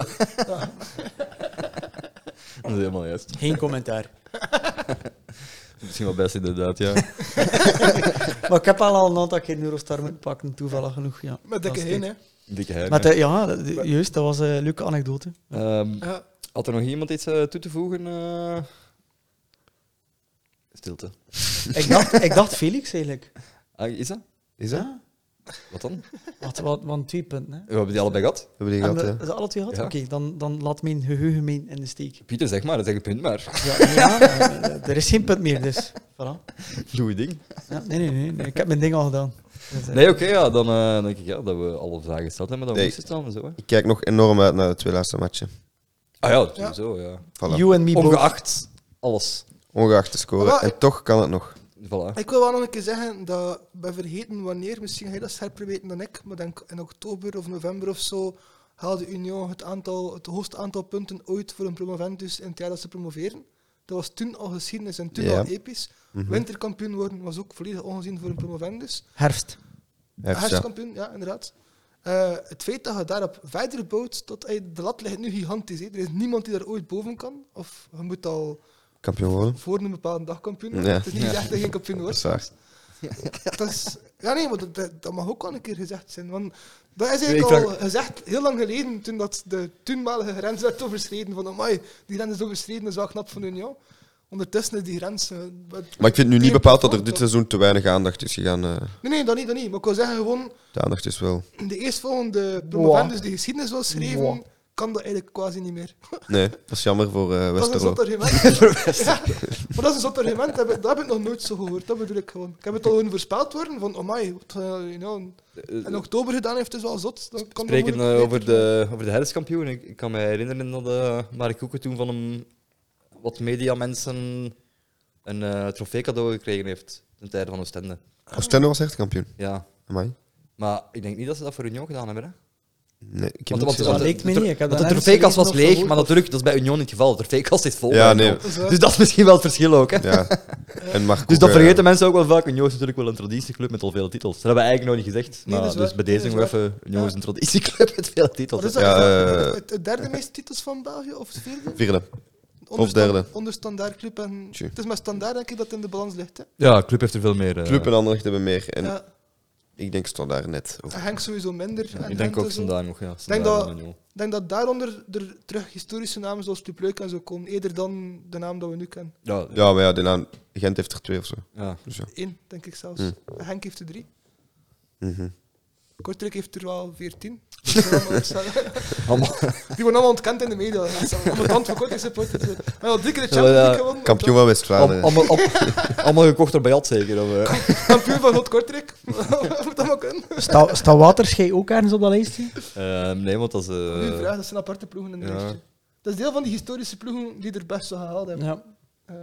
Speaker 1: Dat is helemaal juist.
Speaker 2: Geen commentaar.
Speaker 1: Misschien wel best, inderdaad. Ja.
Speaker 2: Maar ik heb al al een aantal keer een Eurostar moeten pakken, toevallig genoeg. Ja.
Speaker 3: Met dikke
Speaker 2: Dat is
Speaker 3: heen,
Speaker 2: het.
Speaker 3: hè.
Speaker 1: Dikke heim.
Speaker 2: Met de- ja, dat- juist, dat was een leuke anekdote.
Speaker 1: Ehm,
Speaker 3: Ja.
Speaker 1: had er nog iemand iets eh, toe te voegen? eh? Stilte.
Speaker 2: Ik dacht, ik dacht Felix eigenlijk.
Speaker 1: Ah, is dat?
Speaker 4: Is dat?
Speaker 1: Wat dan?
Speaker 2: Wat, wat, want twee punten. Hè.
Speaker 1: We hebben die allebei gehad.
Speaker 4: Hebben die
Speaker 2: En
Speaker 4: gehad,
Speaker 2: de-
Speaker 4: hè?
Speaker 1: eh,
Speaker 2: is dat alle twee gehad?
Speaker 1: Ja.
Speaker 2: Oké, dan, dan laat mijn geheugen mee in de steek.
Speaker 1: Pieter, zeg maar, zeg een punt maar.
Speaker 2: Ja, ja, eh, er is geen punt meer, dus. Voilà.
Speaker 1: Doe je ding.
Speaker 2: Ja, nee, nee, nee, nee, Ik heb mijn ding al gedaan. Dus, eh,
Speaker 1: Nee, oké, ja, dan eh, denk ik ja, dat we alle vragen gesteld hebben, dat we
Speaker 4: Nee.
Speaker 1: moesten staan en zo. Hè.
Speaker 4: Ik kijk nog enorm uit naar de twee laatste matchen.
Speaker 1: Ah ja, sowieso, ja.
Speaker 4: Voilà.
Speaker 2: You and me both.
Speaker 1: Ongeacht alles.
Speaker 4: Ongeacht de score.
Speaker 3: Maar-
Speaker 4: En toch kan het nog.
Speaker 1: Voilà.
Speaker 3: Ik wil wel nog een keer zeggen dat ik ben vergeten wanneer, misschien ga je dat scherper weten dan ik, maar denk in oktober of november of zo haalde Union het, aantal, het hoogste aantal punten ooit voor een promovendus in het jaar dat ze promoveren. Dat was toen al geschiedenis en toen
Speaker 4: Ja.
Speaker 3: al episch. Winterkampioen worden was ook volledig ongezien voor een promovendus.
Speaker 2: Herfst.
Speaker 5: Hertz, ja.
Speaker 3: Herfstkampioen, ja, inderdaad. Eh, het feit dat je daarop verder bouwt, tot eh, de lat ligt nu gigantisch. hè. Er is niemand die daar ooit boven kan. Of je moet al
Speaker 4: Kampioen worden.
Speaker 3: voor een bepaalde dag kampioen worden.
Speaker 4: Ja.
Speaker 3: Het is niet gezegd dat je geen kampioen
Speaker 4: Dat is
Speaker 3: wordt.
Speaker 4: waar.
Speaker 3: Dat is, ja, nee, maar dat, dat- dat mag ook al een keer gezegd zijn. Want dat is
Speaker 1: Ik
Speaker 3: eigenlijk
Speaker 1: vraag-
Speaker 3: al gezegd heel lang geleden, toen dat de toenmalige grens werd overschreden. Van, amai, die grens is overschreden, dat is wel knap van Union. Ondertussen is die grens... eh, wat-
Speaker 4: Maar ik vind nu niet
Speaker 3: Tegen
Speaker 4: bepaald dat er
Speaker 3: Porto.
Speaker 4: dit seizoen te weinig aandacht is gegaan. eh.
Speaker 3: Nee, nee, dat niet, dat niet. Maar ik wil zeggen, gewoon
Speaker 4: de aandacht is wel.
Speaker 3: de eerstvolgende promovendus die geschiedenis wil schrijven,
Speaker 2: Wow.
Speaker 3: kan dat eigenlijk quasi niet meer.
Speaker 4: Nee, dat is jammer voor eh,
Speaker 3: Dat is een
Speaker 4: Westerlo.
Speaker 3: zot argument. Ja, maar dat is een zot argument, dat heb, ik- dat heb ik nog nooit zo gehoord. Dat bedoel ik gewoon. Ik heb het al gewoon voorspeld worden, van amai, wat eh, you know,
Speaker 4: Eh,
Speaker 3: in oktober gedaan heeft, is wel zot. Dat kan
Speaker 1: Spreken eh,
Speaker 3: moeilijk niet.
Speaker 1: over de, over de herfstkampioen. Ik, ik kan me herinneren dat eh Mark Koeken toen van hem wat mediamensen een eh, trofee cadeau gekregen heeft. Ten tijde van Oostende.
Speaker 4: Oostende was echt kampioen.
Speaker 1: Ja.
Speaker 4: Amai.
Speaker 1: Maar ik denk niet dat ze dat voor Union gedaan hebben. Hè?
Speaker 4: Nee,
Speaker 1: Want-
Speaker 4: ik heb niet
Speaker 1: want-
Speaker 4: gezien.
Speaker 1: want
Speaker 2: Dat leek me
Speaker 1: de-
Speaker 2: niet. Ik heb
Speaker 1: want de
Speaker 2: dat ergens
Speaker 1: trofeekast was
Speaker 2: gelezen of
Speaker 1: leeg,
Speaker 2: gehoord
Speaker 1: maar
Speaker 2: of-
Speaker 1: natuurlijk, dat is bij Union niet het geval. De trofeekast is vol.
Speaker 4: Ja,
Speaker 1: bij
Speaker 4: nee.
Speaker 1: Union.
Speaker 3: Dus, eh,
Speaker 1: Dus dat is misschien wel het verschil ook. Hè?
Speaker 4: Ja. En Marco,
Speaker 1: Dus dat
Speaker 4: eh,
Speaker 1: vergeten mensen ook wel vaak. Union is natuurlijk wel een traditieclub met al veel titels. Dat hebben we eigenlijk nog niet gezegd.
Speaker 3: Nee,
Speaker 1: Maar,
Speaker 3: dat is
Speaker 1: dus
Speaker 3: waar.
Speaker 1: bij deze
Speaker 3: Nee,
Speaker 1: nog
Speaker 3: dat is
Speaker 1: even. Union is een traditieclub met veel titels.
Speaker 3: Wat is
Speaker 1: hè.
Speaker 3: dat?
Speaker 4: Ja,
Speaker 3: Is dat
Speaker 4: eh,
Speaker 3: het, het derde meeste titels van België of het vierde?
Speaker 4: Vierde.
Speaker 3: Onderstand-
Speaker 4: derde.
Speaker 3: Onder standaard club en...
Speaker 4: Tjoe.
Speaker 3: Het is maar standaard denk ik dat het in de balans ligt. Hè.
Speaker 1: Ja, club heeft er veel meer. eh,
Speaker 4: Club en Anderlecht hebben meer. En
Speaker 3: Ja,
Speaker 4: ik denk stond daar net. over.
Speaker 3: en Henk sowieso minder. en
Speaker 1: Ik denk
Speaker 3: Gent
Speaker 1: ook
Speaker 3: en zo.
Speaker 1: vandaag nog. Ja,
Speaker 3: denk
Speaker 1: Standaard
Speaker 3: dat-
Speaker 1: en Union.
Speaker 3: Ik denk dat daaronder er terug historische namen zoals Club Leuk en zo komen. Eerder dan de naam dat we nu kennen.
Speaker 1: Ja,
Speaker 4: Ja, maar ja, de naam Gent heeft er twee of zo.
Speaker 1: ja.
Speaker 4: Dus ja.
Speaker 3: Eén, denk ik zelfs.
Speaker 4: Hm.
Speaker 3: Henk heeft er drie.
Speaker 4: Mhm.
Speaker 3: Kortrijk heeft er wel veertien. Die worden
Speaker 1: Allemaal-
Speaker 3: allemaal ontkend in de media. Dat is allemaal Omdat het van Kortrijk supporters zijn. Maar al drie keer de
Speaker 1: Ja,
Speaker 3: Champions
Speaker 1: ja.
Speaker 3: League gewonnen.
Speaker 4: Kampioen van West-Vlaanderen.
Speaker 1: Allemaal- allemaal- allemaal- Allemaal gekocht door Bayat zeker. Of, eh.
Speaker 3: Kampioen van God Kortrijk. Moet dat maar kunnen.
Speaker 2: Sta, sta Waterschei ook ergens op dat lijstje?
Speaker 1: Ehm, nee, want dat is. eh,
Speaker 3: Goeie vraag, dat zijn aparte ploegen in de
Speaker 1: ja.
Speaker 3: lijstje. Dat is deel van die historische ploegen die er best zo gehaald hebben.
Speaker 2: Ja.
Speaker 3: Eh,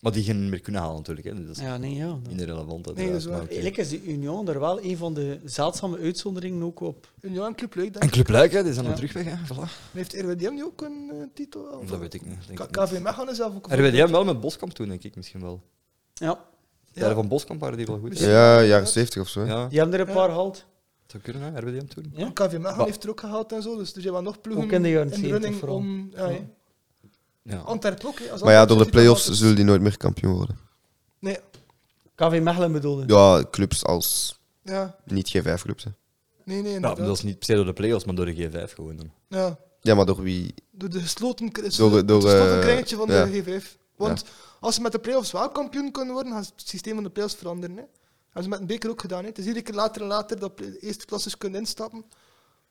Speaker 1: maar die gaan niet meer kunnen halen natuurlijk. Hè. Dus dat is
Speaker 2: Ja, nee, ja. Dat...
Speaker 1: irrelevant.
Speaker 3: Nee, dat is waar.
Speaker 1: eh, maar oké.
Speaker 2: Eigenlijk is de Union er wel een van de zeldzame uitzonderingen ook op.
Speaker 3: Union en Club Leuk, denk
Speaker 1: En
Speaker 3: ik.
Speaker 1: Club Luik, hè, die is aan de
Speaker 2: Ja.
Speaker 1: terugweg. Hè. Voilà.
Speaker 3: Heeft RWDM nu ook een eh, titel? Of-
Speaker 1: Dat weet ik niet. denk
Speaker 3: K-
Speaker 1: ik niet. Ah,
Speaker 3: KV Mechelen is zelf ook... een-
Speaker 1: RWDM wel met Boskamp toen, denk ik misschien wel.
Speaker 2: Ja,
Speaker 1: Ja.
Speaker 3: Ja.
Speaker 1: Van Boskamp waren die wel goed. hè.
Speaker 3: Misschien-
Speaker 4: Ja, jaren 70 of zo. hè.
Speaker 1: Ja,
Speaker 2: die hebben er een
Speaker 3: Ja.
Speaker 2: paar gehad.
Speaker 1: het zou kunnen, hè, RWDM toen.
Speaker 2: Ja.
Speaker 3: KV Mechelen
Speaker 1: Wa-
Speaker 3: heeft er ook gehaald en zo, dus er zijn wel nog ploegen
Speaker 2: Ook in de jaren 70
Speaker 3: running
Speaker 2: vooral.
Speaker 3: om... Ja,
Speaker 2: Ja.
Speaker 3: ja.
Speaker 1: Ja.
Speaker 3: Antwerpen ook, hè. Als
Speaker 4: Maar ja,
Speaker 3: Antwerpen
Speaker 4: door
Speaker 3: zit
Speaker 4: de
Speaker 3: hij
Speaker 4: play-offs
Speaker 3: nog
Speaker 4: zullen die nooit meer kampioen worden.
Speaker 3: altijd- Nee,
Speaker 2: KV Mechelen bedoelde.
Speaker 4: Ja, clubs als
Speaker 3: ja.
Speaker 4: niet G5-clubs.
Speaker 3: Nee, nee,
Speaker 1: Ja, maar
Speaker 3: inderdaad. Ja,
Speaker 1: dat is niet per se door de play-offs, maar door de G5 gewoon. Dan.
Speaker 4: Ja, maar door wie?
Speaker 3: door de gesloten... Door,
Speaker 4: Door-
Speaker 3: door,
Speaker 4: door,
Speaker 3: het gesloten
Speaker 4: eh,
Speaker 3: kringetje van
Speaker 4: ja.
Speaker 3: de G5. Want als ze met de play-offs wel kampioen kunnen worden, gaat het systeem van de play-offs veranderen, hè. Hebben ze met een beker ook gedaan, hè. Het is iedere keer later en later dat de eerste klassers kunnen instappen.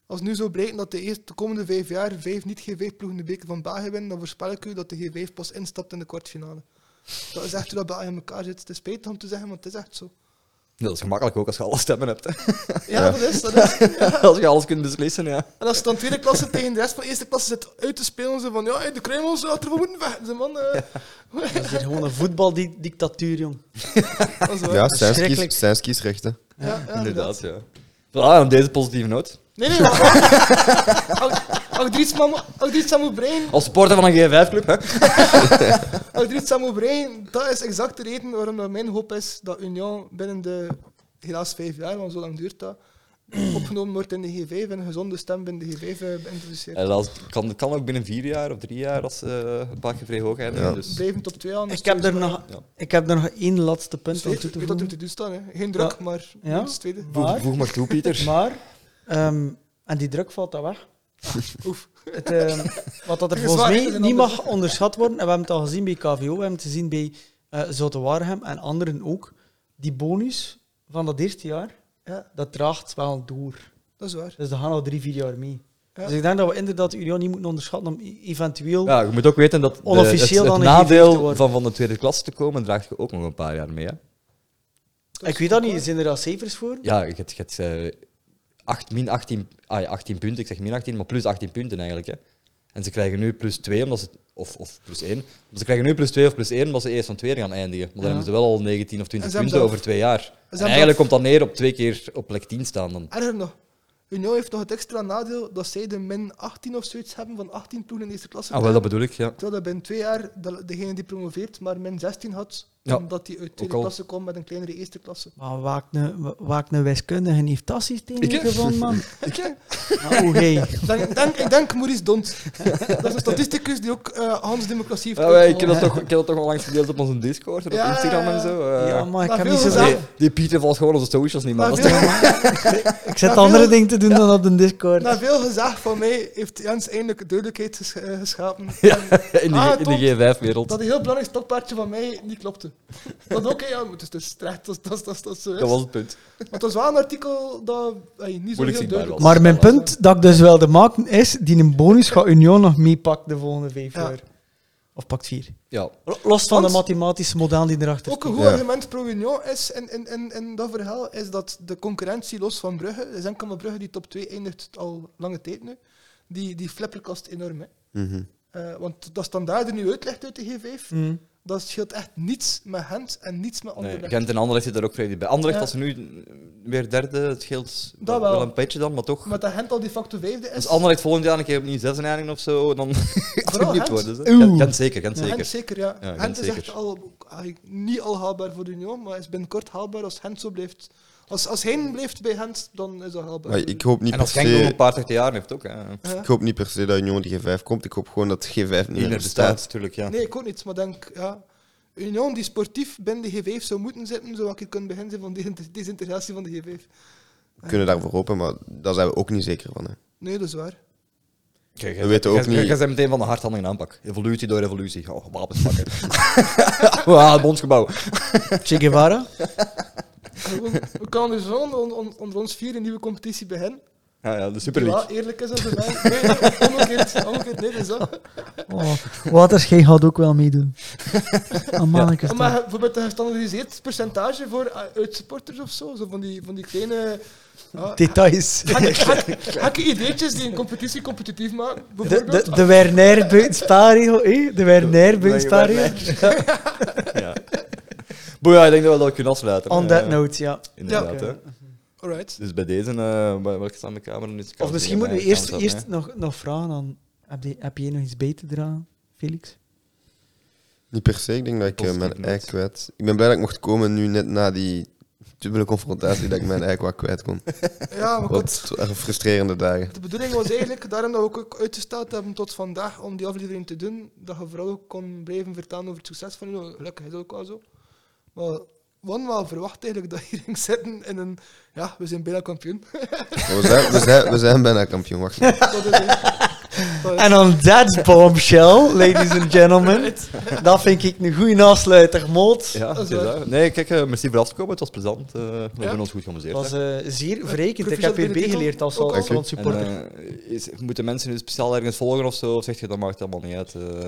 Speaker 3: Als nu zo blijkt dat de, eerste, de komende vijf jaar vijf niet-G5-ploegen de beker van België winnen, dan voorspel ik u dat de G5 pas instapt in de kwartfinale. Dat is echt hoe dat België in elkaar zit. Het is spijtig om te zeggen, want het is echt zo.
Speaker 1: Dat is gemakkelijk ook als je alle stemmen hebt. Hè.
Speaker 3: Ja, dat is, dat is.
Speaker 1: als je alles kunt beslissen, ja.
Speaker 3: En als ze dan tweede klasse tegen de rest van de eerste klasse zit uit te spelen, ze van ja, hey, de Kremel zou er wel moeten vechten, ze man. eh.
Speaker 2: Dat is hier gewoon een voetbaldictatuur, jong.
Speaker 3: Dat is waar.
Speaker 4: Ja,
Speaker 2: Verschrikkelijk.
Speaker 4: Sijnski's Sijnski's rechten.
Speaker 3: Ja, ja,
Speaker 1: Inderdaad, ja. Voilà, op deze positieve noot.
Speaker 3: Nee, nee, maar. Agdriet Samu Brein,
Speaker 1: Als supporter van een G5-club, hè.
Speaker 3: Agdriet Samu Brein, dat is exact de reden waarom dat mijn hoop is dat Union binnen de, helaas vijf jaar, want zo lang duurt dat, opgenomen wordt in de G5 en een gezonde stem binnen de G5 eh, geïntroduceerd.
Speaker 1: En dat kan, kan ook binnen vier jaar of drie jaar als ze een paar keer vrij hoog eindigen.
Speaker 4: Ja.
Speaker 1: Dus.
Speaker 3: Blijvend op twee aan.
Speaker 2: Ik heb, er nog,
Speaker 1: Ja.
Speaker 2: ik heb er nog één laatste punt aan toe
Speaker 3: Weet
Speaker 2: te
Speaker 3: weet dat er te
Speaker 2: voegen.
Speaker 3: doen staan, hè. Geen druk,
Speaker 2: Ja.
Speaker 3: maar
Speaker 2: Ja?
Speaker 3: dat is het tweede.
Speaker 1: Voeg,
Speaker 2: Maar-
Speaker 1: voeg maar toe, Pieter.
Speaker 2: Maar, ehm, en die druk valt dat weg.
Speaker 3: Ah, Oef.
Speaker 2: Het, ehm, wat dat er
Speaker 3: Zwaar,
Speaker 2: volgens
Speaker 3: hè,
Speaker 2: mij
Speaker 3: een
Speaker 2: niet
Speaker 3: ander-
Speaker 2: mag onderschat worden, en we hebben het al gezien bij KVO, we hebben het gezien bij eh Zoute Waregem en anderen ook, die bonus van dat eerste jaar,
Speaker 3: Ja,
Speaker 2: dat draagt wel door.
Speaker 3: dat is waar.
Speaker 2: Dus dat gaan al drie, vier jaar mee.
Speaker 3: Ja.
Speaker 2: Dus ik denk dat we inderdaad de Union niet moeten onderschatten om i- eventueel...
Speaker 1: Ja, je moet ook weten dat de-
Speaker 2: Onofficieel
Speaker 1: het,
Speaker 2: dan
Speaker 1: het
Speaker 2: een G5 te
Speaker 1: nadeel
Speaker 2: worden.
Speaker 1: van van de tweede klasse te komen draagt je ook nog een paar jaar mee. Hè?
Speaker 2: ik weet dat niet, zijn er al cijfers voor?
Speaker 1: Ja, je hebt, je hebt eh, acht- min 18, ah, ja, 18 punten, ik zeg min 18, maar plus 18 punten eigenlijk. Hè? En ze krijgen nu plus 2, omdat ze, of, of plus 1. Maar ze krijgen nu plus 2 of plus 1 omdat ze eerst van 2 gaan eindigen. Maar dan
Speaker 2: Ja.
Speaker 1: hebben ze wel al 19 of
Speaker 3: En
Speaker 1: 20
Speaker 3: ze hebben
Speaker 1: punten
Speaker 3: zelf-
Speaker 1: over twee jaar. En
Speaker 3: hebben
Speaker 1: eigenlijk
Speaker 3: zelf-
Speaker 1: komt dat neer op twee keer op plek 10 staan dan.
Speaker 3: Erger nog, Union heeft nog het extra nadeel dat zij de min 18 of zoiets hebben van 18 ploegen in de eerste klasse.
Speaker 1: Ah, wel, dat Ah, bedoel ik, ja.
Speaker 3: Terwijl dat binnen twee jaar dat degene die promoveert maar min 16 had
Speaker 1: Ja.
Speaker 3: Omdat die uit tweede
Speaker 1: al.
Speaker 3: klasse komt met een kleinere eerste klasse.
Speaker 2: Maar waakt een, waakt een wiskundige heeft dat systeem
Speaker 1: Ik, hè?
Speaker 2: gevonden, man?
Speaker 3: Ik, hè?
Speaker 2: Maar Oeh, Oh, hey.
Speaker 3: Dan- ik denk, ik denk Maurice Dont. Dat is een statisticus die ook eh Hans Democratie heeft.
Speaker 1: Ja, wij- Ah, ik, heb dat
Speaker 3: uitgevonden.
Speaker 1: toch, ik heb dat toch al langs gedeeld op onze Discord, en op
Speaker 3: Ja,
Speaker 1: Instagram en zo. eh.
Speaker 2: Ja, maar ik
Speaker 3: maar
Speaker 2: heb
Speaker 3: veel
Speaker 2: niet zo
Speaker 3: gezegd.
Speaker 1: die, die Pieter valt gewoon onze socials niet, man.
Speaker 3: Maar
Speaker 1: Dat is toch-
Speaker 2: Ik zit
Speaker 3: Ja,
Speaker 2: andere
Speaker 3: veel-
Speaker 2: dingen te doen dan op de
Speaker 3: Na
Speaker 2: Discord.
Speaker 3: veel gezag van mij heeft Jens eindelijk duidelijkheid ges- eh, geschapen.
Speaker 1: in de,
Speaker 3: Ah,
Speaker 1: G- in de G5-wereld.
Speaker 3: Dat een heel belangrijk stokpaardje van mij niet klopte. Dat ook, hè, ja, maar het is dus terecht, dat, dat, dat, dat zo is.
Speaker 1: Dat was het punt.
Speaker 3: Maar het was wel een artikel dat ey, niet zo
Speaker 1: Moeilijk
Speaker 3: heel
Speaker 1: zichtbaar
Speaker 3: duidelijk
Speaker 1: was.
Speaker 2: Maar mijn punt dat ik dus wilde maken is, die een bonus gaat Union nog meepakt de volgende vijf
Speaker 3: Ja.
Speaker 2: jaar. Of pakt vier.
Speaker 1: Ja.
Speaker 3: Oh,
Speaker 2: Los van
Speaker 3: Want-
Speaker 2: de mathematische model die erachter
Speaker 3: Ook
Speaker 2: zit.
Speaker 3: een goed
Speaker 4: Ja.
Speaker 3: argument pro Union is in, in, in, in dat verhaal is dat de concurrentie los van Brugge, is enkel maar Brugge die top 2 eindigt al lange tijd nu, die, die flipperkast enorm. Hè.
Speaker 4: Mhm.
Speaker 3: Eh, want dat standaard er nu uitlegt uit de G5,
Speaker 2: Mm.
Speaker 3: dat scheelt echt niets met Gent en niets met
Speaker 1: Nee,
Speaker 3: Anderlecht.
Speaker 1: Gent en Anderlecht zitten er ook vrij dicht bij. Anderlecht,
Speaker 3: oh, Ja.
Speaker 1: als ze nu mm, weer derde, het scheelt
Speaker 3: Dat wel.
Speaker 1: wel een petje dan, maar toch.
Speaker 3: Maar dat Gent al die factor vijfde is,
Speaker 1: Als Anderlecht volgend jaar een keer opnieuw zes eindigen of zo, dan gaat het
Speaker 3: Vooral
Speaker 1: niet
Speaker 3: Gent.
Speaker 1: worden. zo.
Speaker 2: Oeh.
Speaker 1: Gent, Gent zeker, Gent
Speaker 3: Gent
Speaker 1: zeker.
Speaker 3: zeker, ja.
Speaker 1: Ja,
Speaker 3: Gent
Speaker 1: Gent
Speaker 3: is echt
Speaker 1: zeker.
Speaker 3: al, eigenlijk niet al haalbaar voor Union, maar is binnenkort haalbaar als Gent zo blijft. Als, als Hein blijft bij Gent, dan is dat haalbaar.
Speaker 4: Maar ik hoop niet
Speaker 1: En
Speaker 4: per
Speaker 1: als Genk nog een
Speaker 4: se...
Speaker 1: paar 30 jaar heeft ook. Hè.
Speaker 3: Ja.
Speaker 4: Ik hoop niet per se dat Union de G5 komt. Ik hoop gewoon dat G5 niet
Speaker 1: Niet
Speaker 4: meer
Speaker 1: meer
Speaker 4: bestaat.
Speaker 1: bestaat, natuurlijk. Ja.
Speaker 3: Nee, ik ook niet, maar denk, ja. Union die sportief binnen de G5 zou moeten zitten, zou ik hier kunnen beginnen zijn van de desintegratie van de G5.
Speaker 4: We kunnen daarvoor hopen, maar daar zijn we ook niet zeker van. Hè.
Speaker 3: Nee, dat is waar.
Speaker 1: Kijk,
Speaker 4: We weten ook niet-
Speaker 1: Jij bent meteen van de hardhandige aanpak. Evolutie door evolutie. Oh, wapens pakken. ah, bondsgebouw.
Speaker 2: Che Guevara?
Speaker 3: Gewoon, We kunnen dus zo on- on- on- onder ons vier een nieuwe competitie beginnen.
Speaker 1: Ja, ja, de Super
Speaker 3: Die
Speaker 1: League.
Speaker 3: wel eerlijk is als de naam. Nee, nee, omgekeerd. Omgekeerd, nee, dat is dat.
Speaker 2: Oh, Waters, jij gaat ook wel meedoen. Ah, Amannekes.
Speaker 3: Maar je- bijvoorbeeld een gestandardiseerd percentage voor eh, uitsupporters of zo. Zo van die, van die kleine... ja,
Speaker 2: Details.
Speaker 3: hak- hak- Hakke ideetjes die een competitie competitief maken.
Speaker 2: De,
Speaker 3: Bijvoorbeeld,
Speaker 2: de, de Werner buiten spaarregel, eh? De Werner buiten spaarregel.
Speaker 1: ja. Boeja, ik denk dat we dat kunnen afsluiten.
Speaker 2: On
Speaker 1: hè.
Speaker 2: that note, ja.
Speaker 1: Inderdaad,
Speaker 2: Ja.
Speaker 1: hè.
Speaker 3: alright.
Speaker 1: Dus bij deze, eh, bij- welke staan mijn camera? Nu is het
Speaker 2: Of
Speaker 1: koud,
Speaker 2: misschien
Speaker 1: hè,
Speaker 2: moeten we
Speaker 1: bij-
Speaker 2: eerst,
Speaker 1: staan
Speaker 2: eerst
Speaker 1: hè.
Speaker 2: nog, nog vragen aan... Heb, je, heb jij nog iets bij te dragen, Felix?
Speaker 4: Niet per se, ik denk dat ik eh,
Speaker 1: Positief
Speaker 4: mijn
Speaker 1: net.
Speaker 4: ei kwijt... Ik ben blij dat ik mocht komen nu net na die dubbele confrontatie, dat ik mijn ei wat kwijt kon.
Speaker 3: Ja, maar goed.
Speaker 4: Wat het waren frustrerende dagen.
Speaker 3: De bedoeling was eigenlijk, daarom dat we ook- ook uitgesteld hebben tot vandaag, om die aflevering te doen, dat je vooral ook kon blijven vertellen over het succes van Union. Gelukkig is dat ook wel zo. Maar one wel verwacht eigenlijk dat je ging zitten in een... Ja, we zijn bijna kampioen.
Speaker 4: Maar we, zijn, we, zijn, we zijn bijna kampioen, wacht.
Speaker 3: dat is het. Dat is-
Speaker 2: En on that bombshell, ladies and gentlemen. dat vind ik een goede afsluiter, Moot.
Speaker 1: Ja,
Speaker 3: Dat
Speaker 1: het
Speaker 3: is
Speaker 1: is
Speaker 3: waar.
Speaker 1: dat. Nee, kijk, eh, merci voor af te komen. Het was plezant. eh, we hebben ons goed
Speaker 2: Het
Speaker 1: geamuseerd.
Speaker 2: was
Speaker 1: hè.
Speaker 2: eh, zeer verrekend. Ik heb
Speaker 3: Proficiat bij de
Speaker 2: PB
Speaker 3: titel,
Speaker 2: geleerd als
Speaker 3: ook al.
Speaker 2: Holland
Speaker 1: En,
Speaker 2: supporter.
Speaker 1: eh, is, moeten mensen nu speciaal ergens volgen of zo? Of zeg je, dat maakt allemaal niet uit. eh,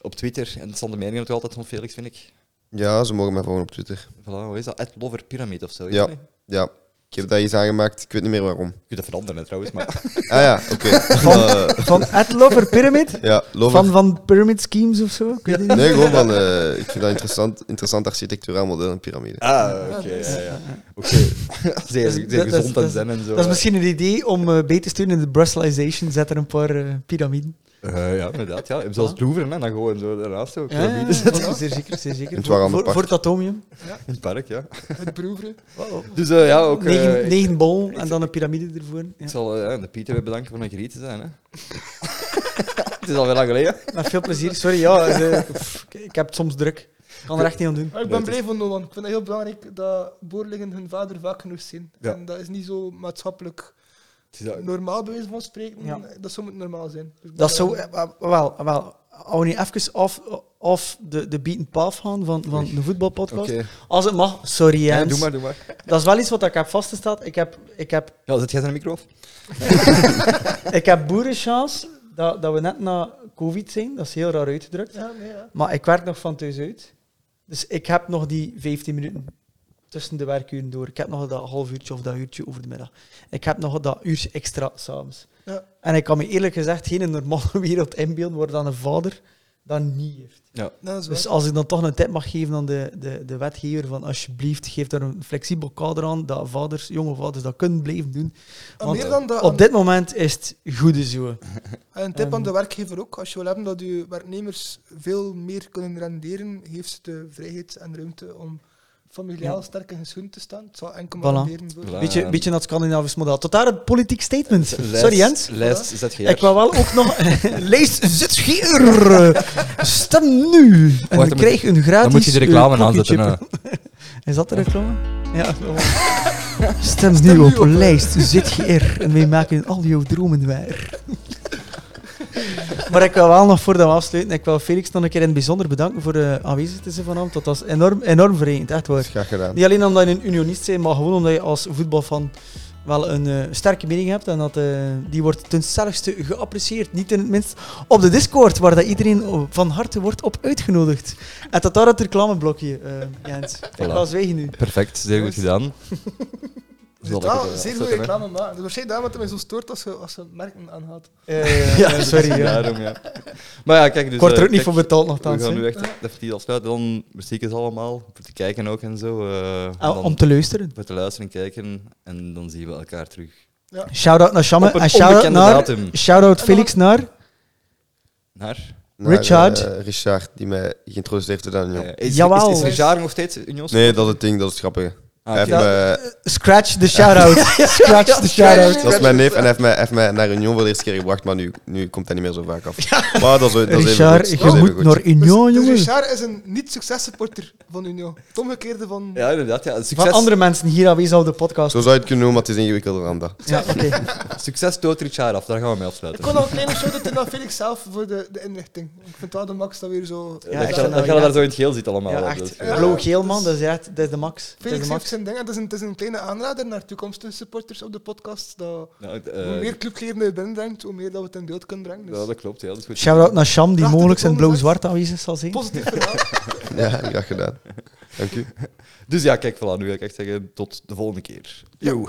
Speaker 1: op Twitter, en het stond de mening altijd van Felix, vind ik.
Speaker 4: Ja, ze mogen mij volgen op Twitter.
Speaker 1: Voilà, hoe oh, is dat? Ed Lover Pyramid of zo. is
Speaker 4: Ja,
Speaker 1: dat niet?
Speaker 4: ja. Ik heb dat iets aangemaakt, ik weet niet meer waarom.
Speaker 1: Je kunt dat veranderen hè, trouwens, maar
Speaker 4: Ah ja, oké. Eh,
Speaker 2: Van Ed Lover Pyramid?
Speaker 4: ja, Lover.
Speaker 2: Van, van Pyramid Schemes of zo? Ik weet het niet.
Speaker 4: Nee, gewoon van... eh, ik vind dat interessant, interessant architecturaal model en piramide.
Speaker 1: Ah, oké. ja, ja. Oké. Zeer,
Speaker 2: Dat is-
Speaker 1: zeer
Speaker 2: dat is-
Speaker 1: gezond en
Speaker 2: is-
Speaker 1: zen en zo.
Speaker 2: Dat is misschien een idee om eh beter te steunen in de Brusselization. Zet er een paar eh, piramiden.
Speaker 1: Eh, ja, inderdaad. Ja. Zoals het Louvre, hè, dan gewoon zo daarnaast zo.
Speaker 2: Ja, ja,
Speaker 1: piramide
Speaker 2: ja, zeer zeker, zeer
Speaker 4: In
Speaker 2: zeker.
Speaker 4: het
Speaker 2: Voor,
Speaker 4: Warhammer
Speaker 2: voor,
Speaker 4: Park.
Speaker 2: voor het atomium.
Speaker 1: in het park, ja.
Speaker 3: Het beroeren.
Speaker 1: Dus eh, ja, ook... eh,
Speaker 2: negen,
Speaker 1: ik-
Speaker 2: negen bol en dan een piramide ervoor. Ja.
Speaker 1: Ik zal eh, de Pieter weer bedanken voor mijn griet te zijn. Hè. het is alweer lang geleden.
Speaker 2: Met veel plezier. Sorry, ja. eh, pff, ik- ik heb het soms druk. Ik kan er echt niet aan doen.
Speaker 3: Maar ik ben blij van Nolan. Ik vind het heel belangrijk dat boerlingen hun vader vaak genoeg zien.
Speaker 1: Ja.
Speaker 3: En dat is niet zo maatschappelijk
Speaker 1: Het is, al-
Speaker 3: normaal, bij wijze van spreken.
Speaker 2: Ja.
Speaker 3: Dat zou moeten normaal zijn. Dus
Speaker 2: Dat
Speaker 3: ik ben-
Speaker 2: is zo, eh, eh, wel, eh, wel. Hou nu even af, af de, de beaten path gaan van, van de voetbalpodcast.
Speaker 1: Oké.
Speaker 2: Als het mag, sorry
Speaker 1: Ja,
Speaker 2: Jens.
Speaker 1: doe maar, doe maar.
Speaker 2: Dat is wel iets wat ik heb vastgesteld. Ik heb, ik heb,
Speaker 1: Ja, zet jij zijn micro af?
Speaker 2: ik heb boerenchance dat, dat we net na COVID zijn. Dat is heel raar uitgedrukt.
Speaker 3: Ja, nee, ja.
Speaker 2: Maar ik werk nog van thuis uit. Dus ik heb nog die 15 minuten tussen de werkuren door. Ik heb nog dat half uurtje of dat uurtje over de middag. Ik heb nog dat uurtje extra s'avonds.
Speaker 3: Ja.
Speaker 2: En ik kan me eerlijk gezegd geen normale wereld inbeelden waar dan een vader dat niet heeft.
Speaker 3: Dat is waar.
Speaker 2: Dus als ik dan toch een tip mag geven aan de, de, de wetgever, van alsjeblieft, geef daar een flexibel kader aan, dat vaders, jonge vaders dat kunnen blijven doen.
Speaker 3: En
Speaker 2: want
Speaker 3: meer dan dat,
Speaker 2: Op dit moment is het goede zo.
Speaker 3: En een tip
Speaker 2: Ehm.
Speaker 3: aan de werkgever ook. Als je wil hebben dat je werknemers veel meer kunnen renderen, geeft ze de vrijheid en ruimte om familiaal
Speaker 2: Ja.
Speaker 3: sterk in hun schoen te staan. Het zal enkel
Speaker 2: Voilà.
Speaker 3: maar renderen voor.
Speaker 2: Beetje, beetje naar het Scandinavisch model. Tot daar het politiek statement.
Speaker 1: Lijst-
Speaker 2: Sorry Jens.
Speaker 1: Lijst ZGR.
Speaker 2: Ik wou wel ook nog... Lees ZGR! Stem nu! En
Speaker 1: Wacht, dan
Speaker 2: krijg een gratis...
Speaker 1: Dan moet je de reclame
Speaker 2: eh,
Speaker 1: aanzetten.
Speaker 2: koffiechippen.
Speaker 1: hè.
Speaker 2: Is dat de reclame? Ja. Stem nu op lijst ZGR en wij maken al jouw dromen waar. Maar ik wil wel nog voordat we afsluiten, ik wil Felix nog een keer in het bijzonder bedanken voor eh, aanwezig te zijn vanavond. Dat was enorm, enorm verenigd, echt waar.
Speaker 4: graag gedaan.
Speaker 2: Niet alleen omdat je een unionist bent, maar gewoon omdat je als voetbalfan wel een eh, sterke mening hebt. En dat, eh, die wordt ten stelligste geapprecieerd. Niet in het minst op de Discord, waar dat iedereen op- van harte wordt op uitgenodigd. En dat daar het reclameblokje, eh Jens. Ik
Speaker 1: Voilà.
Speaker 2: ga zwijgen nu.
Speaker 1: eh. Perfect, zeer goed
Speaker 3: Juist.
Speaker 1: gedaan.
Speaker 3: Dus
Speaker 1: Zal ik
Speaker 3: daar
Speaker 2: Ah,
Speaker 1: het, eh,
Speaker 3: zeer goede
Speaker 1: afzetten, hè?
Speaker 3: reclame maken. Dat is waarschijnlijk daarom dat het mij zo stoort als je, als je merken aanhaalt.
Speaker 2: ja, Eh, sorry. Ja.
Speaker 1: Daarom, ja. Maar ja, kijk, dus...
Speaker 2: Ik word er
Speaker 1: eh,
Speaker 2: ook niet
Speaker 1: kijk,
Speaker 2: voor betaald nogthans.
Speaker 1: We gaan
Speaker 2: hè.
Speaker 1: nu echt effectief afsluiten. Dan muziek is allemaal, voor te kijken ook en zo. eh, en
Speaker 2: Ah,
Speaker 1: dan
Speaker 2: om te luisteren.
Speaker 1: Voor te luisteren en kijken. En dan zien we elkaar terug.
Speaker 2: Shout-out naar Shamme
Speaker 1: Op een
Speaker 2: en shout-out
Speaker 1: onbekende
Speaker 2: naar...
Speaker 1: datum.
Speaker 2: Shout-out Felix naar...
Speaker 1: Naar?
Speaker 2: Richard.
Speaker 4: eh, Richard, die mij geïntroduceerd heeft aan Union.
Speaker 1: Eh, is,
Speaker 2: Jawel.
Speaker 1: Is, is Richard nog steeds Unions?
Speaker 4: Nee, dat is het ding, dat is het grappige.
Speaker 1: Ah,
Speaker 4: Hij
Speaker 1: oké.
Speaker 4: heeft eh, me-
Speaker 2: Scratch de shout-out. Scratch de shout-out.
Speaker 4: dat is mijn neef en hij heeft mij, heeft mij naar Union voor de eerste keer gebracht, maar nu, nu komt hij niet meer zo vaak af. Maar dat is, dat is even
Speaker 2: Richard,
Speaker 4: goed,
Speaker 2: je
Speaker 4: dat is even
Speaker 2: moet
Speaker 4: goed.
Speaker 2: naar Union,
Speaker 3: dus,
Speaker 2: jongen.
Speaker 3: dus Richard is een niet-successupporter van Union. Het omgekeerde van...
Speaker 1: Ja, inderdaad. Ja.
Speaker 2: Van
Speaker 1: Succes,
Speaker 2: andere mensen hier aanwezig op de podcast.
Speaker 4: Zo zou je het kunnen noemen, maar het is ingewikkelder dan dat.
Speaker 2: Ja, oké.
Speaker 1: succes dood Richard af. Daar gaan we mee
Speaker 3: Ik
Speaker 1: afsluiten.
Speaker 3: kon al een kleine show doen naar nou Felix zelf voor de, de inrichting. Ik vind wel de Max dat weer zo...
Speaker 1: Ja,
Speaker 2: ik
Speaker 1: dat
Speaker 2: vind
Speaker 1: gaan dat gaan
Speaker 2: dat
Speaker 1: we daar
Speaker 2: inderdaad-
Speaker 1: zo in het geel zitten allemaal.
Speaker 2: Ja,
Speaker 1: hè,
Speaker 2: echt.
Speaker 1: dus, ja.
Speaker 2: Blauw-geel, man. Dat is, echt, dat is de max. Dat is de
Speaker 3: Felix heeft
Speaker 2: max.
Speaker 3: zijn ding. En dat is een, het is een kleine aanrader naar toekomstige supporters op de podcast. Dat,
Speaker 1: Nou, eh,
Speaker 3: hoe meer clubleden je binnenbrengt, hoe meer dat we het in beeld kunnen brengen. Dus
Speaker 1: ja, dat klopt. Ja, dat is goed.
Speaker 2: Shout-out naar Sham, die
Speaker 3: Prachtige
Speaker 2: mogelijk zijn
Speaker 3: bonus, hè?
Speaker 2: blauw-zwart aanwezig zal zijn.
Speaker 3: positief verhaal.
Speaker 4: Ja, graag gedaan. Dank u.
Speaker 1: Dus ja, kijk, voilà, nu wil ik echt zeggen tot de volgende keer. Yo.